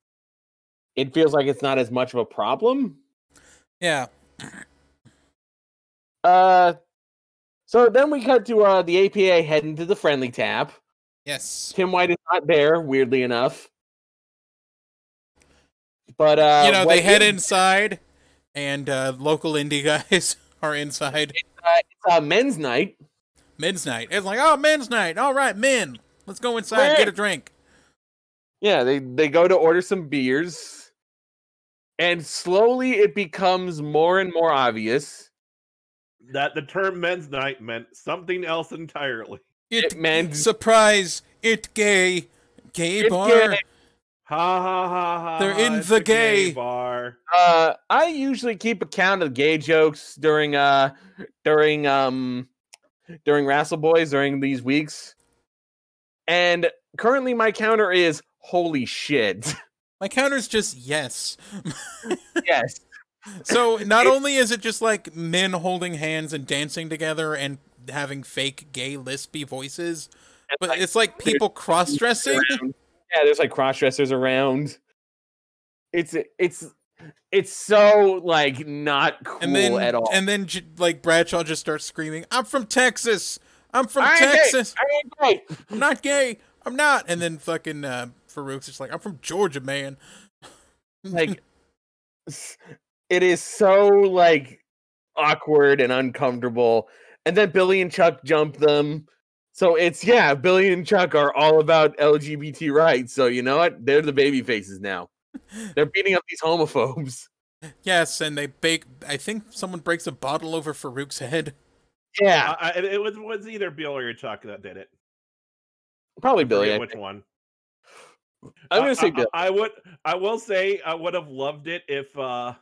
Speaker 2: it feels like it's not as much of a problem.
Speaker 1: Yeah,
Speaker 2: Uh so then we cut to uh the APA heading to the friendly tap.
Speaker 1: yes.
Speaker 2: Tim White is not there, weirdly enough. But uh
Speaker 1: you know
Speaker 2: what
Speaker 1: they head
Speaker 2: is-
Speaker 1: inside, and uh, local indie guys are inside.
Speaker 2: uh, it's uh, men's night.
Speaker 1: Men's night. It's like oh, men's night. All right, men, let's go inside get a
Speaker 2: Men.
Speaker 1: drink.
Speaker 2: Yeah, they they go to order some beers, and slowly it becomes more and more obvious.
Speaker 3: That the term men's night meant something else entirely.
Speaker 1: It,
Speaker 2: It meant
Speaker 1: surprise. It gay. Gay
Speaker 2: It
Speaker 1: bar.
Speaker 2: gay.
Speaker 3: Ha ha ha ha.
Speaker 1: They're
Speaker 3: ha,
Speaker 1: in
Speaker 3: it's
Speaker 1: the
Speaker 3: a
Speaker 1: gay.
Speaker 3: bar.
Speaker 2: uh, I usually keep account of gay jokes during uh during um during Wrestle Boys during these weeks, and currently my counter is holy shit.
Speaker 1: My counter's just yes.
Speaker 2: yes,
Speaker 1: So not only is it just like men holding hands and dancing together and having fake gay lispy voices,
Speaker 2: And,
Speaker 1: but
Speaker 2: like,
Speaker 1: it's like people cross dressing.
Speaker 2: around. Yeah, there's like cross dressers around. It's it's it's so like not cool
Speaker 1: And then,
Speaker 2: at all.
Speaker 1: and then, j- like Bradshaw just starts screaming, "I'm from Texas! I'm from
Speaker 2: I ain't gay.
Speaker 1: Texas!
Speaker 2: I ain't gay.
Speaker 1: I'm not gay! I'm not!" And then fucking uh, Farouk's just like, "I'm from Georgia, man."
Speaker 2: like s- it is so like awkward and uncomfortable and then billy and chuck jump them so it's yeah billy and chuck are all about lgbt rights so you know what they're the baby faces now they're beating up these homophobes
Speaker 1: Yes, and they bake. I think someone breaks a bottle over Farouk's head.
Speaker 2: yeah
Speaker 3: Uh, I, it was was either Bill or Chuck that did it.
Speaker 2: probably
Speaker 3: Forget
Speaker 2: billy I
Speaker 3: which
Speaker 2: think.
Speaker 3: one?
Speaker 2: i'm
Speaker 3: I-
Speaker 2: gonna say
Speaker 3: I,
Speaker 2: billy
Speaker 3: I, I would. I will say I would have loved it if uh,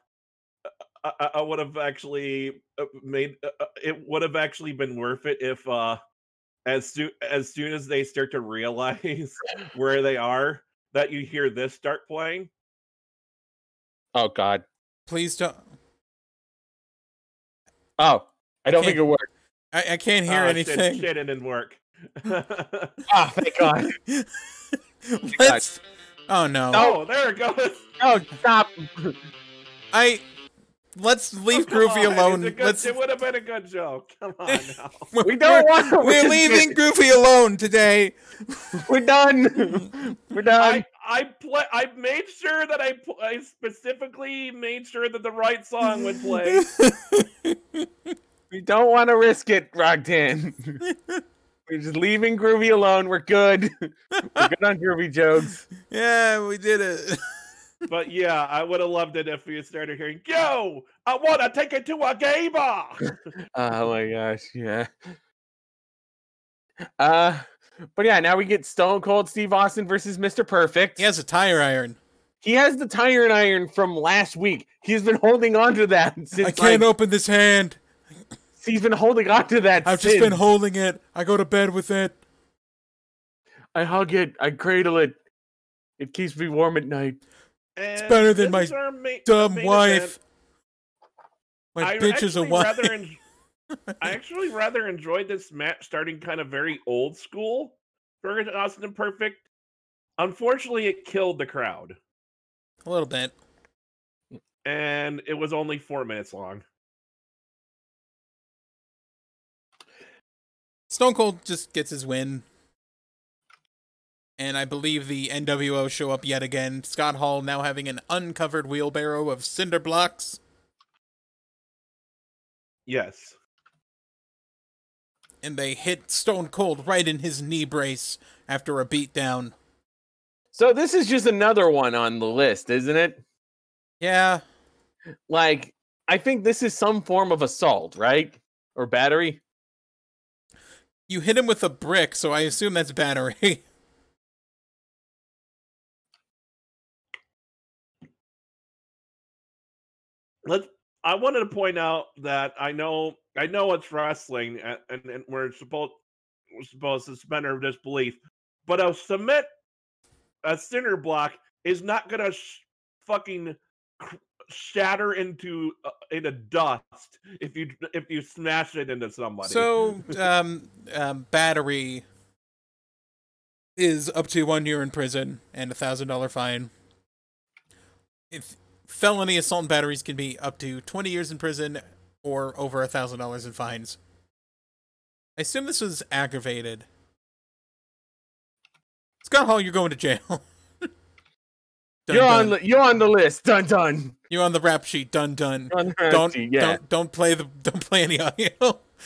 Speaker 3: I- I, I would have actually uh, made. Uh, uh, it would have actually been worth it if uh, as soon as soon as they start to realize where they are, that you hear this start playing.
Speaker 2: oh god
Speaker 1: Please don't.
Speaker 2: oh i don't
Speaker 1: Can't-
Speaker 2: think it worked
Speaker 1: I, I can't hear
Speaker 3: Ah, shit-
Speaker 1: anything.
Speaker 3: Shit, it didn't work.
Speaker 2: oh thank god
Speaker 1: Let's. Oh no.
Speaker 3: oh, there it goes.
Speaker 2: oh stop
Speaker 1: I. Let's leave
Speaker 3: Oh, come
Speaker 1: Groovy
Speaker 3: on, it's
Speaker 1: alone.
Speaker 3: a good-
Speaker 1: Let's.
Speaker 3: It would have been a good joke. Come on now.
Speaker 2: we don't want to
Speaker 1: We're leaving Groovy alone today.
Speaker 2: we're done we're done
Speaker 1: Um,
Speaker 3: I I play. I made sure that I pl- I specifically made sure that the right song would play.
Speaker 2: We don't want to risk it, Rogdan. We're just leaving Groovy alone. We're good. We're good on Groovy jokes.
Speaker 1: yeah, we did it.
Speaker 3: but yeah, I would have loved it if you started hearing "Yo, I want to take it to a gay bar."
Speaker 2: Oh my gosh, yeah. Uh, but yeah, now we get Stone Cold Steve Austin versus Mr. Perfect.
Speaker 1: He has a tire iron.
Speaker 2: He has the tyrant iron from last week. He's been holding on to that since.
Speaker 1: I can't
Speaker 2: like,
Speaker 1: open this hand.
Speaker 2: he's been holding on to that.
Speaker 1: I've
Speaker 2: since.
Speaker 1: just been holding it. I go to bed with it.
Speaker 2: I hug it. I cradle it. It keeps me warm at night.
Speaker 3: It's
Speaker 1: better than my Dumb wife. My
Speaker 3: I
Speaker 1: bitch is a
Speaker 3: actually
Speaker 1: wife.
Speaker 3: rather en- I actually rather enjoyed this match starting kind of very old school. Bergen Austin and Perfect. Unfortunately, it killed the crowd,
Speaker 1: a little bit.
Speaker 3: and it was only four minutes long.
Speaker 1: Stone Cold just gets his win. And I believe the NWO show up yet again. Scott Hall now having an uncovered wheelbarrow of cinder blocks.
Speaker 3: Yes.
Speaker 1: And they hit Stone Cold right in his knee brace after a beatdown.
Speaker 2: So this is just another one on the list, isn't it?
Speaker 1: Yeah,
Speaker 2: Like I think this is some form of assault, right? Or battery?
Speaker 1: you hit him with a brick, so I assume that's battery.
Speaker 3: let I wanted to point out that I know I know it's wrestling and, and, and we're supposed we're supposed to suspend our disbelief, but a submit a cinder block is not gonna sh- fucking cr- shatter into uh, into dust if you if you smash it into somebody.
Speaker 1: so, um, um, battery is up to one year in prison and a thousand dollar fine. If felony assault and batteries can be up to twenty years in prison or over a thousand dollars in fines. I assume this was aggravated. Scott Hall, you're going to jail. Dun,
Speaker 2: you're
Speaker 1: dun.
Speaker 2: on the you're on the list. Dun dun.
Speaker 1: You're on the rap sheet. Dun dun.
Speaker 2: You're on the rap
Speaker 1: Don't
Speaker 2: sheet, yeah.
Speaker 1: don't don't play the don't play any audio.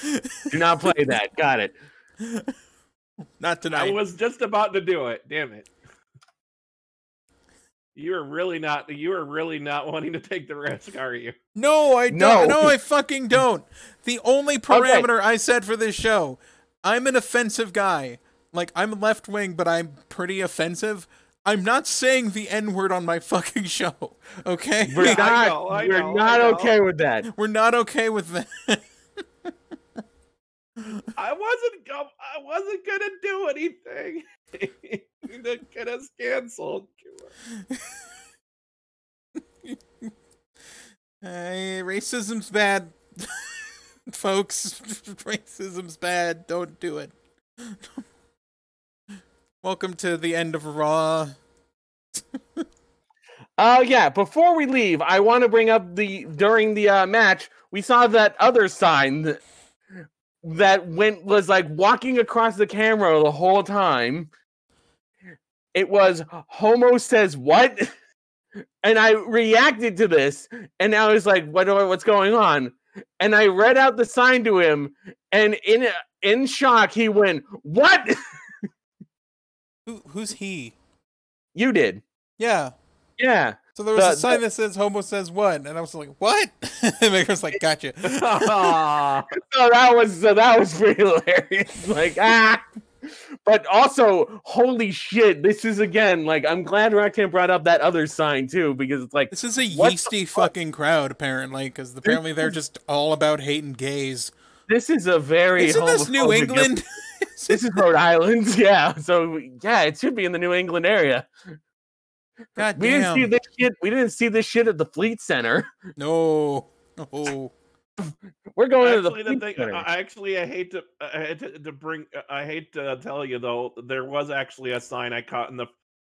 Speaker 2: Do not play that. Got it.
Speaker 1: Not
Speaker 3: I
Speaker 1: tonight.
Speaker 3: was just about to do it. Damn it. You are really not. You are really not wanting to take the risk, are you?
Speaker 1: No, I don't.
Speaker 2: No.
Speaker 1: No, I fucking don't. The only parameter I said for this show, I'm an offensive guy. Like I'm left wing, but I'm pretty offensive. I'm not saying the n word on my fucking show. Okay,
Speaker 2: We're
Speaker 3: I
Speaker 2: not
Speaker 3: know, I
Speaker 2: we're
Speaker 3: know, I
Speaker 2: not
Speaker 3: know.
Speaker 2: okay with that.
Speaker 1: we're not okay with that.
Speaker 3: I wasn't go- I wasn't gonna do anything to get us canceled.
Speaker 1: Hey, racism's bad, folks. racism's bad. Don't do it. Welcome to the end of Raw.
Speaker 2: Uh yeah, before we leave, I want to bring up the during the uh, match, we saw that other sign th- that went was like walking across the camera the whole time. It was homo says what? And I reacted to this and I was like, what do I, what's going on? And I read out the sign to him and in in shock he went, "What?
Speaker 1: Who, who's he?
Speaker 2: you did."
Speaker 1: Yeah.
Speaker 2: Yeah.
Speaker 1: So there was
Speaker 2: The-
Speaker 1: a sign that says "Homo says what," and I was like, "What?" and Maker's like, "Gotcha."
Speaker 3: Aw.
Speaker 2: So that was so that was pretty hilarious. Like ah, but also holy shit, this is again like I'm glad Rocktan brought up that other sign too because it's like
Speaker 1: This is a
Speaker 2: What the
Speaker 1: yeasty fucking crowd, apparently, because apparently they're just all about hating gays.
Speaker 2: this is a very
Speaker 1: Isn't this New
Speaker 2: homophobic-
Speaker 1: England?
Speaker 2: This is Rhode Island, yeah. So yeah, it should be in the New England area.
Speaker 1: God
Speaker 2: We didn't see
Speaker 1: damn.
Speaker 2: this shit. We didn't see this shit at the Fleet Center.
Speaker 1: No. Oh.
Speaker 2: We're going
Speaker 3: actually,
Speaker 2: to the
Speaker 3: the
Speaker 2: Fleet
Speaker 3: thing,
Speaker 2: Center.
Speaker 3: I, actually, I hate to, I hate to, to bring, I hate to tell you though, there was actually a sign I caught in the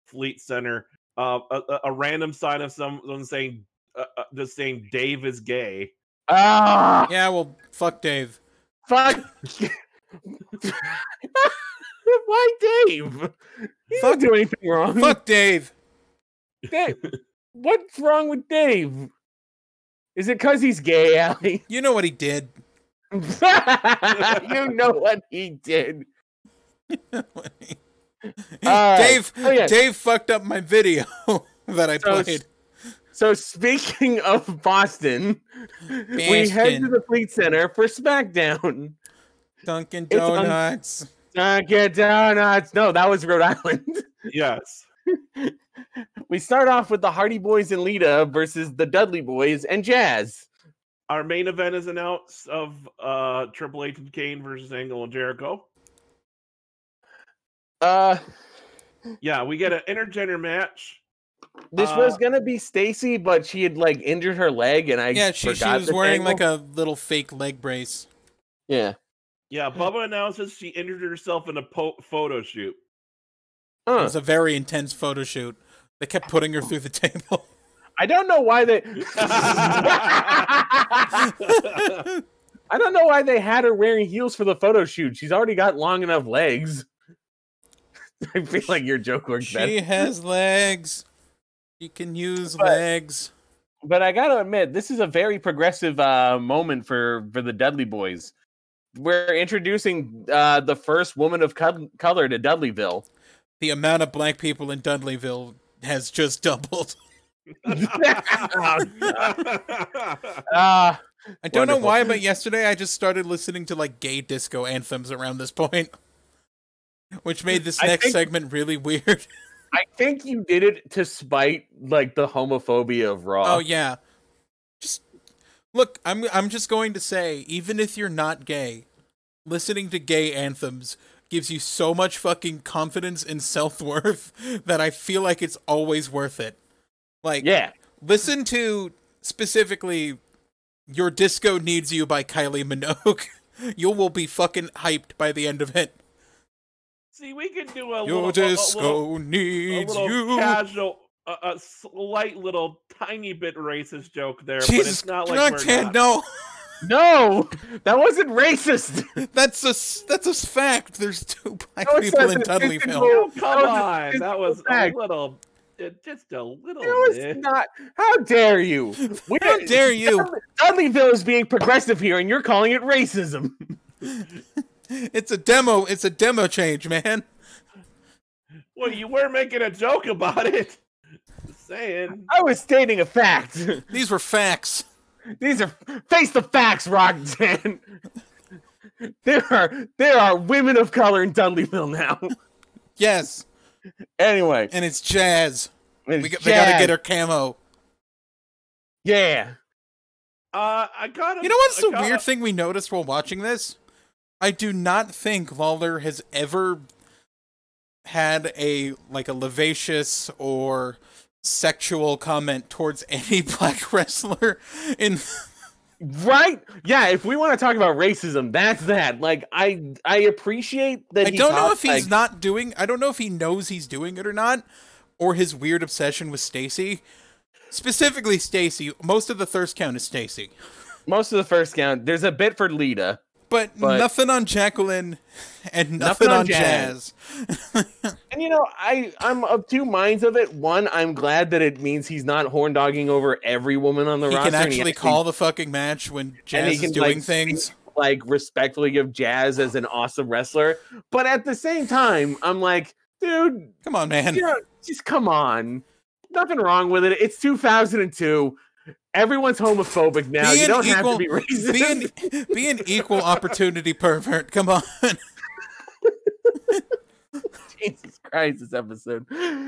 Speaker 3: Fleet Center, uh, a, a- a random sign of someone saying, uh, uh, just saying Dave is gay.
Speaker 2: ah,
Speaker 1: Yeah. Well, fuck Dave.
Speaker 2: fuck. Why Dave? He
Speaker 1: Fuck-
Speaker 2: didn't do anything wrong.
Speaker 1: Fuck Dave.
Speaker 2: Dave, what's wrong with Dave? Is it because he's gay, Allie?
Speaker 1: You know what he did.
Speaker 2: you know what he did. right.
Speaker 1: Dave.
Speaker 2: Oh, yeah.
Speaker 1: Dave fucked up my video that I
Speaker 2: So,
Speaker 1: played.
Speaker 2: So, speaking of Boston, we head to
Speaker 1: Bastion.
Speaker 2: the Fleet Center for SmackDown.
Speaker 1: Dunkin'
Speaker 2: it's un-
Speaker 1: Donuts.
Speaker 2: Dunkin' Donuts. No, that was Rhode Island.
Speaker 3: Yes.
Speaker 2: we start off with the Hardy Boys and Lita versus the Dudley Boys and Jazz.
Speaker 3: Our main event is announced of uh, Triple H and Kane versus Angle and Jericho.
Speaker 2: Uh,
Speaker 3: Yeah, we get an intergender match.
Speaker 2: this
Speaker 3: Uh,
Speaker 2: was gonna be Stacy, but she had like injured her leg, and I
Speaker 1: yeah, she, she was wearing like a little fake leg brace.
Speaker 2: yeah.
Speaker 3: Yeah, Bubba announces she injured herself in a po- photo shoot.
Speaker 1: It
Speaker 2: Huh.
Speaker 1: was a very intense photo shoot. They kept putting her through the table.
Speaker 2: I don't know why they. I don't know why they had her wearing heels for the photo shoot. She's already got long enough legs. I feel like your joke works better.
Speaker 1: she has legs. She can use
Speaker 2: But-
Speaker 1: legs.
Speaker 2: but I gotta admit, this is a very progressive uh, moment for for the Dudley Boys. We're introducing uh, the first woman of co- color to Dudleyville.
Speaker 1: The amount of black people in Dudleyville has just doubled.
Speaker 2: Uh,
Speaker 1: I don't know
Speaker 2: Wonderful.
Speaker 1: why, but yesterday I just started listening to like gay disco anthems around this point, which made this
Speaker 2: I
Speaker 1: next
Speaker 2: think-
Speaker 1: segment really weird.
Speaker 2: I think you did it to spite like the homophobia of Raw.
Speaker 1: Oh yeah. Just look, I'm I'm just going to say, even if you're not gay, listening to gay anthems gives you so much fucking confidence and self worth that I feel like it's always worth it. Like
Speaker 2: yeah,
Speaker 1: listen to specifically Your Disco Needs You by Kylie Minogue. you will be fucking hyped by the end of it.
Speaker 3: See, we can do a
Speaker 1: Your
Speaker 3: little, a- a little-
Speaker 1: disco
Speaker 3: a
Speaker 1: needs
Speaker 3: little
Speaker 1: you.
Speaker 3: casual, a, a slight little tiny bit racist joke there, but
Speaker 1: Jesus
Speaker 3: it's not like
Speaker 1: Christ,
Speaker 3: we're
Speaker 1: Ted,
Speaker 3: not.
Speaker 1: no.
Speaker 2: no, that wasn't racist.
Speaker 1: That's a s- that's a fact. There's two black
Speaker 2: No, it's
Speaker 1: people
Speaker 2: not.
Speaker 1: in
Speaker 2: It's- it's
Speaker 1: Dudleyville.
Speaker 2: ignored.
Speaker 3: Oh, come
Speaker 2: That was a physical
Speaker 3: on, that was a
Speaker 2: fact.
Speaker 3: little, it- just a little.
Speaker 2: No,
Speaker 3: bit.
Speaker 2: it's not. How dare you? We're,
Speaker 1: How dare you?
Speaker 2: Dudleyville is being progressive here, and you're calling it racism.
Speaker 1: It's a demo. It's a demo change, man.
Speaker 3: Well, you were making a joke about it. Just saying.
Speaker 2: I was stating a fact.
Speaker 1: These were facts.
Speaker 2: These are face the facts, Roxanne. there are there are women of color in Dudleyville now.
Speaker 1: Yes,
Speaker 2: anyway,
Speaker 1: and it's jazz.
Speaker 2: it's
Speaker 1: We got, they gotta
Speaker 2: jazz.
Speaker 1: get her camo.
Speaker 2: Yeah,
Speaker 3: Uh, I got a-
Speaker 1: You know what's
Speaker 2: Oh
Speaker 3: I
Speaker 1: the
Speaker 3: got
Speaker 1: weird
Speaker 3: a-
Speaker 1: thing we noticed while watching this? I do not think Lawler has ever had a like a levacious or sexual comment towards any black wrestler in
Speaker 2: right. Yeah, if we want to talk about racism, that's that. Like, I I appreciate that.
Speaker 1: I
Speaker 2: he
Speaker 1: don't know
Speaker 2: talked,
Speaker 1: if he's
Speaker 2: like-
Speaker 1: not doing. I don't know if he knows he's doing it or not, or his weird obsession with Stacy. Specifically, Stacy. Most of the thirst count is Stacy,
Speaker 2: most of the first count. There's a bit for Lita.
Speaker 1: but,
Speaker 2: But-
Speaker 1: nothing on Jacqueline and nothing, on,
Speaker 2: on
Speaker 1: Jazz.
Speaker 2: Jazz. And you know, I I'm of two minds of it. One, I'm glad that it means he's not horn dogging over every woman on the
Speaker 1: He
Speaker 2: roster.
Speaker 1: can
Speaker 2: and
Speaker 1: actually call the fucking match when
Speaker 2: and he
Speaker 1: Jazz is
Speaker 2: can,
Speaker 1: doing
Speaker 2: like,
Speaker 1: things.
Speaker 2: like respectfully give Jazz as an awesome wrestler, but at the same time, I'm like, dude,
Speaker 1: Come on, man.
Speaker 2: you know, just come on. Nothing wrong with it. It's 2002. Everyone's homophobic now.
Speaker 1: Be
Speaker 2: you
Speaker 1: an
Speaker 2: don't have
Speaker 1: equal-
Speaker 2: to be racist.
Speaker 1: Be an be an equal opportunity pervert. Come on.
Speaker 2: Jesus Christ, this episode.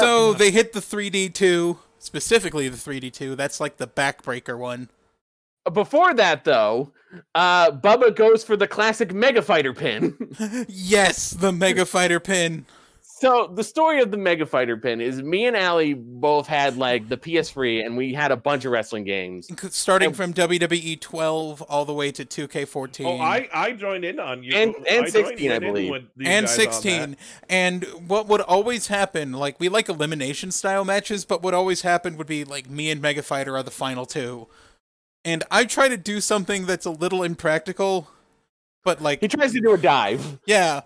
Speaker 1: so they hit the 3D2, specifically the 3D2. That's like the backbreaker one.
Speaker 2: Uh, before that, though, uh, Bubba goes for the classic Mega Fighter pin.
Speaker 1: Yes, the Mega Fighter pin.
Speaker 2: So the story of the Mega Fighter pin is me and Allie both had like the PS3 and we had a bunch of wrestling games.
Speaker 1: C- starting
Speaker 2: And-
Speaker 1: from WWE 12 all the way to 2K14
Speaker 3: Oh, I I joined in on you.
Speaker 2: And- and
Speaker 3: I joined
Speaker 2: 16, I
Speaker 3: in
Speaker 2: believe.
Speaker 3: with these
Speaker 1: and
Speaker 3: guys on that.
Speaker 1: 16. And what would always happen, like we like elimination style matches, but what always happened would be like me and Mega Fighter are the final two. And I try to do something that's a little impractical, but
Speaker 2: He
Speaker 1: like
Speaker 2: tries to do a dive.
Speaker 1: yeah,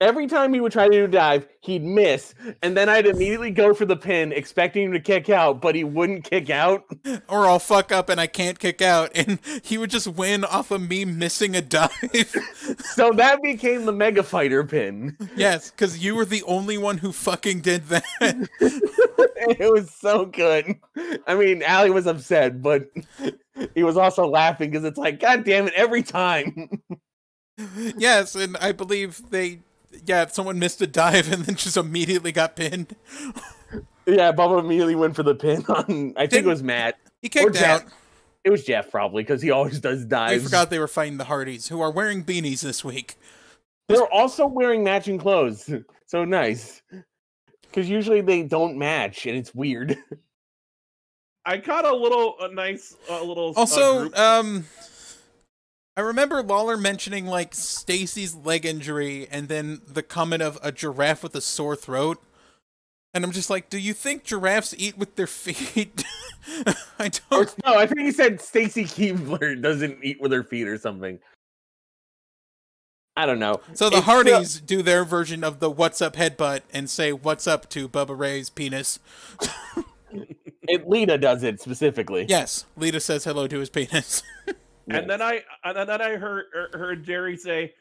Speaker 2: Every time he would try to do a dive, he'd miss, and then I'd immediately go for the pin, expecting him to kick out, but he wouldn't kick out.
Speaker 1: or I'll fuck up and I can't kick out and he would just win off of me missing a dive.
Speaker 2: So that became the Mega Fighter pin.
Speaker 1: yes, cuz you were the only one who fucking did that.
Speaker 2: It was so good. I mean, Allie was upset, but he was also laughing because it's like, God damn it, every time.
Speaker 1: yes, and I believe they yeah, if someone missed a dive and then just immediately got pinned.
Speaker 2: Yeah, Bubba immediately went for the pin on. I think it was Matt.
Speaker 1: He
Speaker 2: Or
Speaker 1: kicked out.
Speaker 2: Jeff. It was Jeff probably because he always
Speaker 1: I
Speaker 2: does dives.
Speaker 1: forgot they were fighting the Hardys, who are wearing beanies this week.
Speaker 2: They're also wearing matching clothes. So nice. Because usually they don't match, and it's weird.
Speaker 3: I caught a little a nice a little uh,
Speaker 1: Also,
Speaker 3: group-
Speaker 1: um, I remember Lawler mentioning like Stacy's leg injury, and then the comment of a giraffe with a sore throat. And I'm just like, do you think giraffes eat with their feet? I
Speaker 2: Or,
Speaker 1: don't.
Speaker 2: no, I think he said Stacy Keebler doesn't eat with her feet or something. I don't know.
Speaker 1: So the
Speaker 2: It's uh, still-
Speaker 1: Hardys do their version of the "What's up headbutt" and say "What's up" to Bubba Ray's penis.
Speaker 2: it, Lita does it specifically.
Speaker 1: Yes, Lita says hello to his penis.
Speaker 3: and then I and then I heard er, heard Jerry say,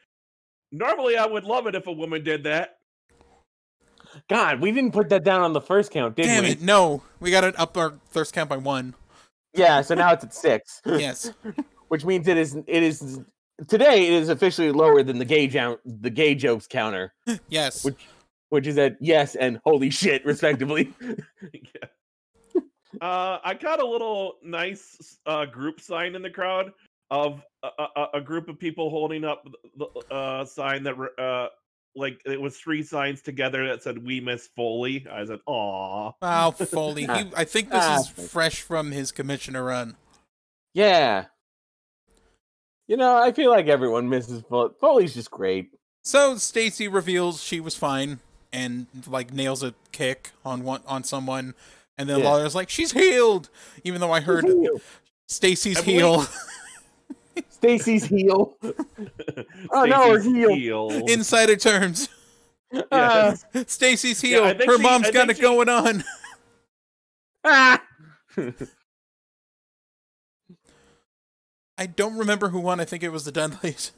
Speaker 3: "Normally I would love it if a woman did that."
Speaker 2: God, we didn't put that down on the first count, did
Speaker 1: Damn
Speaker 2: we?
Speaker 1: it! No, we got to up our thirst count by one.
Speaker 2: Yeah, so now it's at six,
Speaker 1: Yes,
Speaker 2: which means it is it is today it is officially lower than the gay jo- the gay jokes counter,
Speaker 1: yes.
Speaker 2: Which- which is at yes and holy shit respectively.
Speaker 3: yeah. Uh, I caught a little nice uh, group sign in the crowd of a, a, a- a group of people holding up the- the uh, sign that re- uh, like it was three signs together that said "We miss Foley." I said, "Aw."
Speaker 1: Wow, Foley.
Speaker 2: Ah.
Speaker 1: He, I think this
Speaker 2: Ah.
Speaker 1: is fresh from his commissioner run.
Speaker 2: yeah. You know, I feel like everyone misses Foley. Foley's just great.
Speaker 1: So Stacy reveals she was fine and like nails a kick on one on someone, and then
Speaker 2: Yeah.
Speaker 1: Lawler's like, "She's healed," even though I heard Stacy's
Speaker 3: I believe-
Speaker 1: heel
Speaker 2: Stacy's heel. Oh, no, her
Speaker 3: Stacey's
Speaker 2: heel.
Speaker 3: heel.
Speaker 1: insider terms.
Speaker 2: Ah,
Speaker 1: Uh,
Speaker 3: Yes.
Speaker 1: Stacy's
Speaker 3: Yeah,
Speaker 1: heel.
Speaker 3: I think
Speaker 1: Her
Speaker 3: she-
Speaker 1: mom's
Speaker 3: I
Speaker 1: got it
Speaker 3: think she-
Speaker 1: going on.
Speaker 2: ah.
Speaker 1: I don't remember who won. I think it was the Dudleys.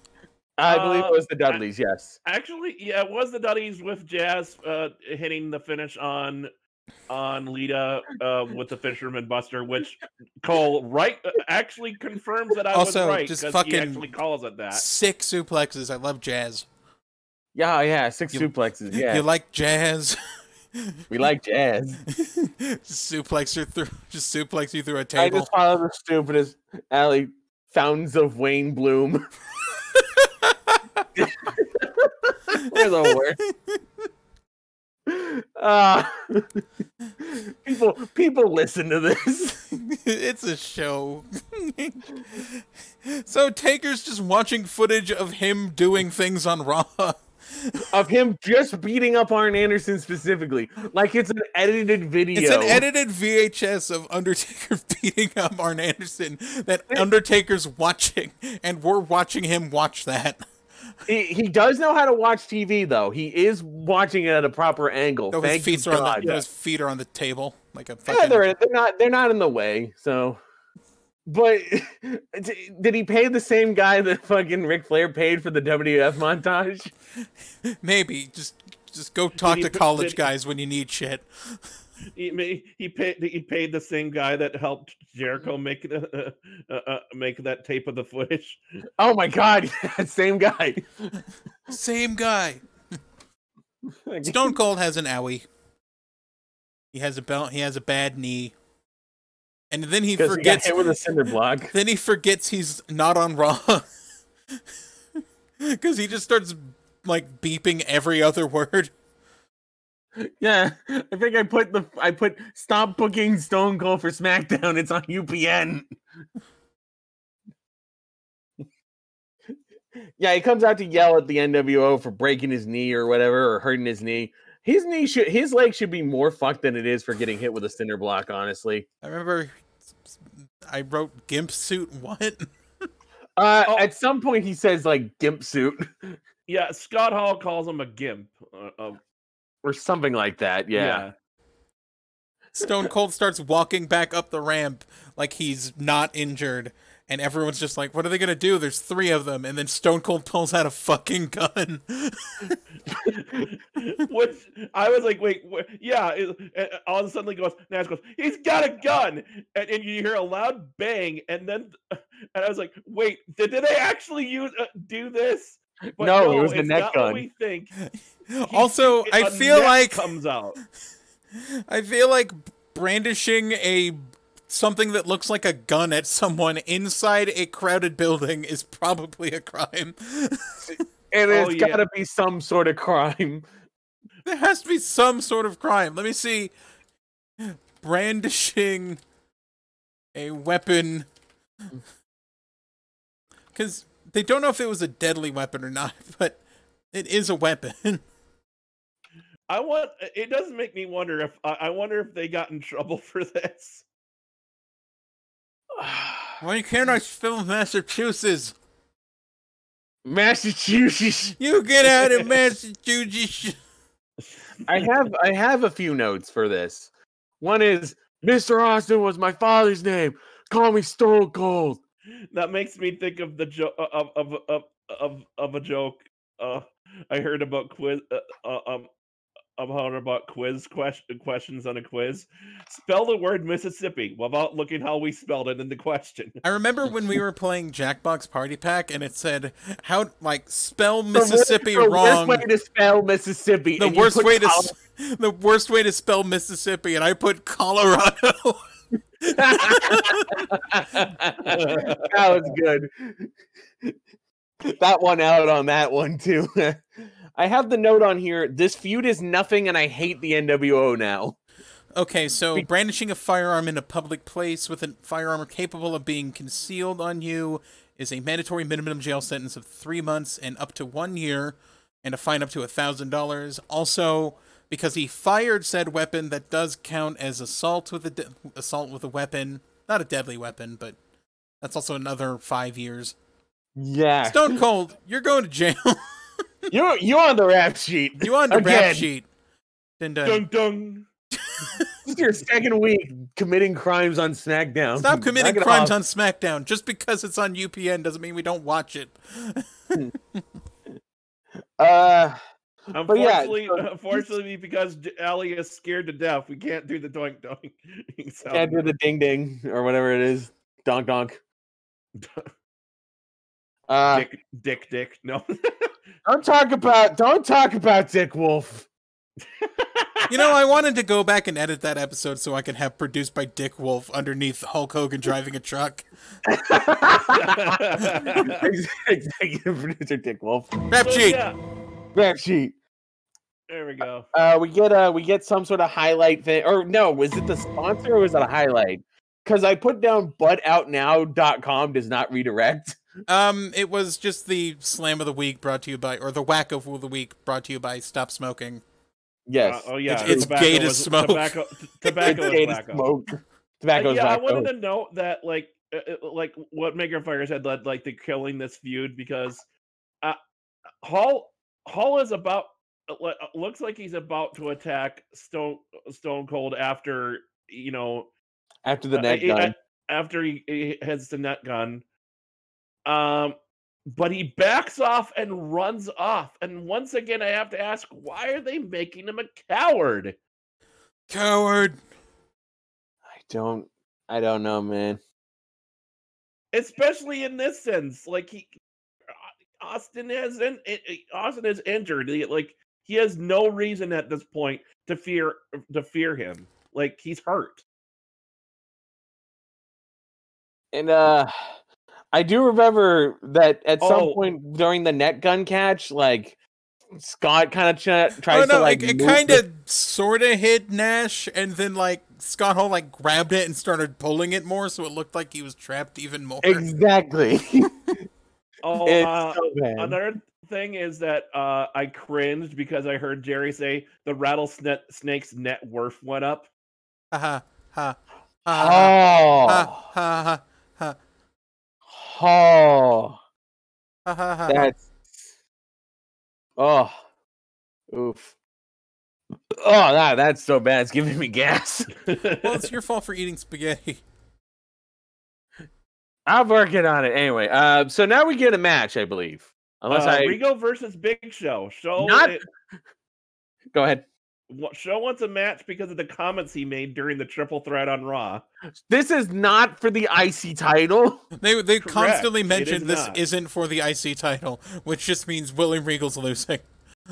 Speaker 2: I believe
Speaker 3: Uh,
Speaker 2: it was the Dudleys. Yes.
Speaker 3: Actually, yeah, it was the Duddies with Jazz uh, hitting the finish on on Lita uh, with the Fisherman Buster, which Cole right uh, actually confirms that I
Speaker 1: Also,
Speaker 3: was right
Speaker 1: just
Speaker 3: 'cause
Speaker 1: fucking
Speaker 3: he actually calls it that.
Speaker 1: Six suplexes. I love jazz.
Speaker 2: Yeah, yeah. Six
Speaker 1: You-
Speaker 2: suplexes. Yeah,
Speaker 1: You like jazz?
Speaker 2: we like jazz.
Speaker 1: suplex her through. Just suplex you through a
Speaker 2: I
Speaker 1: table.
Speaker 2: just follow the stupidest alley fountains of Wayne Bloom. They're the worst. Ah, people, people listen to this.
Speaker 1: it's a show. so Taker's just watching footage of him doing things on Raw.
Speaker 2: of him just beating up Arn Anderson specifically, like it's an edited video.
Speaker 1: It's an edited VHS of Undertaker beating up Arn Anderson that Undertaker's watching, and we're watching him watch that.
Speaker 2: He, he does know how to watch TV though. He is watching it at a proper angle.
Speaker 1: Though his
Speaker 2: Thank you,
Speaker 1: feet are on
Speaker 2: God.
Speaker 1: the, his feet are on the table like a
Speaker 2: Yeah,
Speaker 1: fucking.
Speaker 2: they're, they're not they're not in the way. So, but d- did he pay the same guy that fucking Ric Flair paid for the WF montage?
Speaker 1: maybe just just go talk
Speaker 3: he
Speaker 1: to
Speaker 3: put- did
Speaker 1: college
Speaker 3: he-
Speaker 1: guys when you need shit.
Speaker 3: He ma- he paid he paid the same guy that helped Jericho make the, uh, uh, make that tape of the footage.
Speaker 2: Oh my god, yeah, same guy.
Speaker 1: Same guy.
Speaker 2: Like,
Speaker 1: Stone Cold has an owie. He has a belt. He has a bad knee, and then he
Speaker 2: 'cause he got
Speaker 1: forgets.
Speaker 2: hit with a cinder block.
Speaker 1: then he forgets he's not on Raw because he just starts like beeping every other word.
Speaker 2: Yeah, I think I put the I put stop booking Stone Cold for SmackDown. It's on UPN. yeah, he comes out to yell at the NWO for breaking his knee or whatever or hurting his knee. His knee should his leg should be more fucked than it is for getting hit with a cinder block. Honestly,
Speaker 1: I remember I wrote gimp suit. What?
Speaker 2: uh,
Speaker 3: Oh.
Speaker 2: at some point he says like gimp suit
Speaker 3: Yeah, Scott Hall calls him a gimp. Uh, uh,
Speaker 2: or something like that. Yeah,
Speaker 1: Stone Cold starts walking back up the ramp like he's not injured. And everyone's just like, what are they gonna do? There's three of them, and then Stone Cold pulls out a fucking gun.
Speaker 3: Which I was like, wait, wh- yeah. It, and uh, all of a sudden, he goes, Nash goes, he's got a gun, and, and you hear a loud bang, and then, and I was like, wait, did, did they actually use uh, do this? But
Speaker 2: No, it was the
Speaker 3: it's
Speaker 2: neck
Speaker 3: not
Speaker 2: gun.
Speaker 3: What we think
Speaker 1: also,
Speaker 3: It-
Speaker 1: I
Speaker 3: a
Speaker 1: feel
Speaker 3: neck
Speaker 1: like
Speaker 3: comes out.
Speaker 1: I feel like brandishing a something that looks like a gun at someone inside a crowded building is probably a crime.
Speaker 2: and
Speaker 3: Oh,
Speaker 2: it's
Speaker 3: yeah.
Speaker 2: got to be some sort of crime.
Speaker 1: there has to be some sort of crime. Let me see. Brandishing a weapon. Because they don't know if it was a deadly weapon or not, but it is a weapon.
Speaker 3: I want. uh, It does make me wonder if I I wonder if they got in trouble for this.
Speaker 1: Why can't I spell Massachusetts?
Speaker 2: Massachusetts.
Speaker 1: You get out of Massachusetts.
Speaker 2: I have I have a few notes for this. One is Mr. Austin was my father's name. Call me Stone Cold.
Speaker 3: that makes me think of the joke of of of of of a joke uh, I heard about quiz uh, uh, um about about quiz question, questions on a quiz. Spell the word Mississippi without looking how we spelled it in the question.
Speaker 1: I remember when we were playing Jackbox Party Pack and it said, how, like, spell Mississippi
Speaker 2: the wor-
Speaker 1: wrong.
Speaker 2: The worst way to spell Mississippi.
Speaker 1: the
Speaker 2: and you
Speaker 1: worst
Speaker 2: put
Speaker 1: way to
Speaker 2: Col-
Speaker 1: s- the worst way to spell Mississippi, and I put Colorado.
Speaker 2: that was good. That one out on that one too. I have the note on here. This feud is nothing, and I hate the NWO now.
Speaker 1: okay, so
Speaker 2: Be-
Speaker 1: brandishing a firearm in a public place with a firearm capable of being concealed on you is a mandatory minimum jail sentence of three months and up to one year, and a fine up to a thousand dollars. Also, because he fired said weapon, that does count as assault with a de- assault with a weapon, not a deadly weapon, but that's also another five years.
Speaker 2: Yeah,
Speaker 1: Stone Cold, you're going to jail.
Speaker 2: you're you're on the rap sheet.
Speaker 1: You on the rap
Speaker 2: Again.
Speaker 1: sheet. uh, Dun, dun.
Speaker 3: Dung dung.
Speaker 2: This is your second week committing crimes on SmackDown.
Speaker 1: Stop committing
Speaker 2: Knock it
Speaker 1: crimes
Speaker 2: off.
Speaker 1: on SmackDown. Just because it's on UPN doesn't mean we don't watch it.
Speaker 2: Uh, yeah,
Speaker 3: Unfortunately,
Speaker 2: so he's-
Speaker 3: unfortunately, because J- Ali is scared to death, we can't do the doink doink. so,
Speaker 2: yeah, do the ding ding or whatever it is. Donk donk. Uh,
Speaker 3: dick, dick, dick. No.
Speaker 2: don't talk about don't talk about Dick Wolf.
Speaker 1: You know, I wanted to go back and edit that episode so I could have produced by Dick Wolf underneath Hulk Hogan driving a truck.
Speaker 2: Ex- Executive producer Dick Wolf.
Speaker 1: Rap
Speaker 3: So,
Speaker 1: sheet.
Speaker 3: yeah,
Speaker 2: Rap sheet.
Speaker 3: there we go.
Speaker 2: Uh, we get uh, we get some sort of highlight thing, or no? Was it the sponsor or was it a highlight? Because I put down buttoutnow.com does not
Speaker 3: Uh,
Speaker 2: redirect.
Speaker 1: Um, it was just the slam of the week brought to you by, or the whack of the week brought to you by Stop Smoking.
Speaker 2: Yes,
Speaker 3: Uh, oh yeah,
Speaker 1: It's- it's
Speaker 3: tobacco
Speaker 1: gay to
Speaker 3: was-
Speaker 1: smoke.
Speaker 3: Tobacco, tobacco, is
Speaker 2: It's gay to
Speaker 3: tobacco.
Speaker 2: smoke.
Speaker 3: Uh,
Speaker 2: Tobacco is
Speaker 3: yeah, I
Speaker 2: tobacco.
Speaker 3: wanted to note that like uh, uh, like what Maker Fires had led like to killing this feud because uh, Hall Hall is about uh, le- uh, looks like he's about to attack Stone uh, Stone Cold after you know
Speaker 2: After the
Speaker 3: uh,
Speaker 2: neck
Speaker 3: he-
Speaker 2: gun,
Speaker 3: uh, after he, he heads the net gun. Um, but he backs off and runs off. And once again, I have to ask, why are they making him a coward?
Speaker 1: Coward.
Speaker 2: I don't, I don't know, man.
Speaker 3: especially in this sense. Like he, uh, Austin has in, i- i- Austin is injured. He- Like he has no reason at this point to fear to fear him. Like he's hurt.
Speaker 2: And uh, I do remember that at some
Speaker 3: Oh.
Speaker 2: point during the net gun catch, like Scott kind of ch-
Speaker 1: Oh
Speaker 2: tries to
Speaker 1: no,
Speaker 2: like
Speaker 1: it, it
Speaker 2: move
Speaker 1: kind
Speaker 2: the-
Speaker 1: of sort of hit Nash, and then like Scott Hall like grabbed it and started pulling it more, so it looked like he was trapped even more.
Speaker 2: exactly.
Speaker 3: Oh,
Speaker 2: It's
Speaker 3: uh,
Speaker 2: so bad.
Speaker 3: another thing is that uh, I cringed because I heard Jerry say the rattlesnake snake's net worth went up.
Speaker 1: Ha ha ha ha ha
Speaker 2: Oh,
Speaker 1: ha ha
Speaker 2: oh,
Speaker 1: ha ha
Speaker 3: Uh-huh.
Speaker 1: ha.
Speaker 2: that's oh, oof. Oh, that, that's so bad. It's giving me gas.
Speaker 1: Well, it's your fault for eating spaghetti.
Speaker 2: I'm working on it anyway. Uh, so now we get a match, I believe. Unless
Speaker 3: Uh,
Speaker 2: I
Speaker 3: Regal versus Big Show. Show
Speaker 2: Not-
Speaker 3: it-
Speaker 2: go ahead.
Speaker 3: Wa- Show wants a match because of the comments he made during the triple threat on Raw.
Speaker 2: This is not for the IC title.
Speaker 1: They they
Speaker 3: Correct.
Speaker 1: constantly
Speaker 3: It is
Speaker 1: mention this
Speaker 3: not.
Speaker 1: isn't for the IC title, which just means William Regal's losing.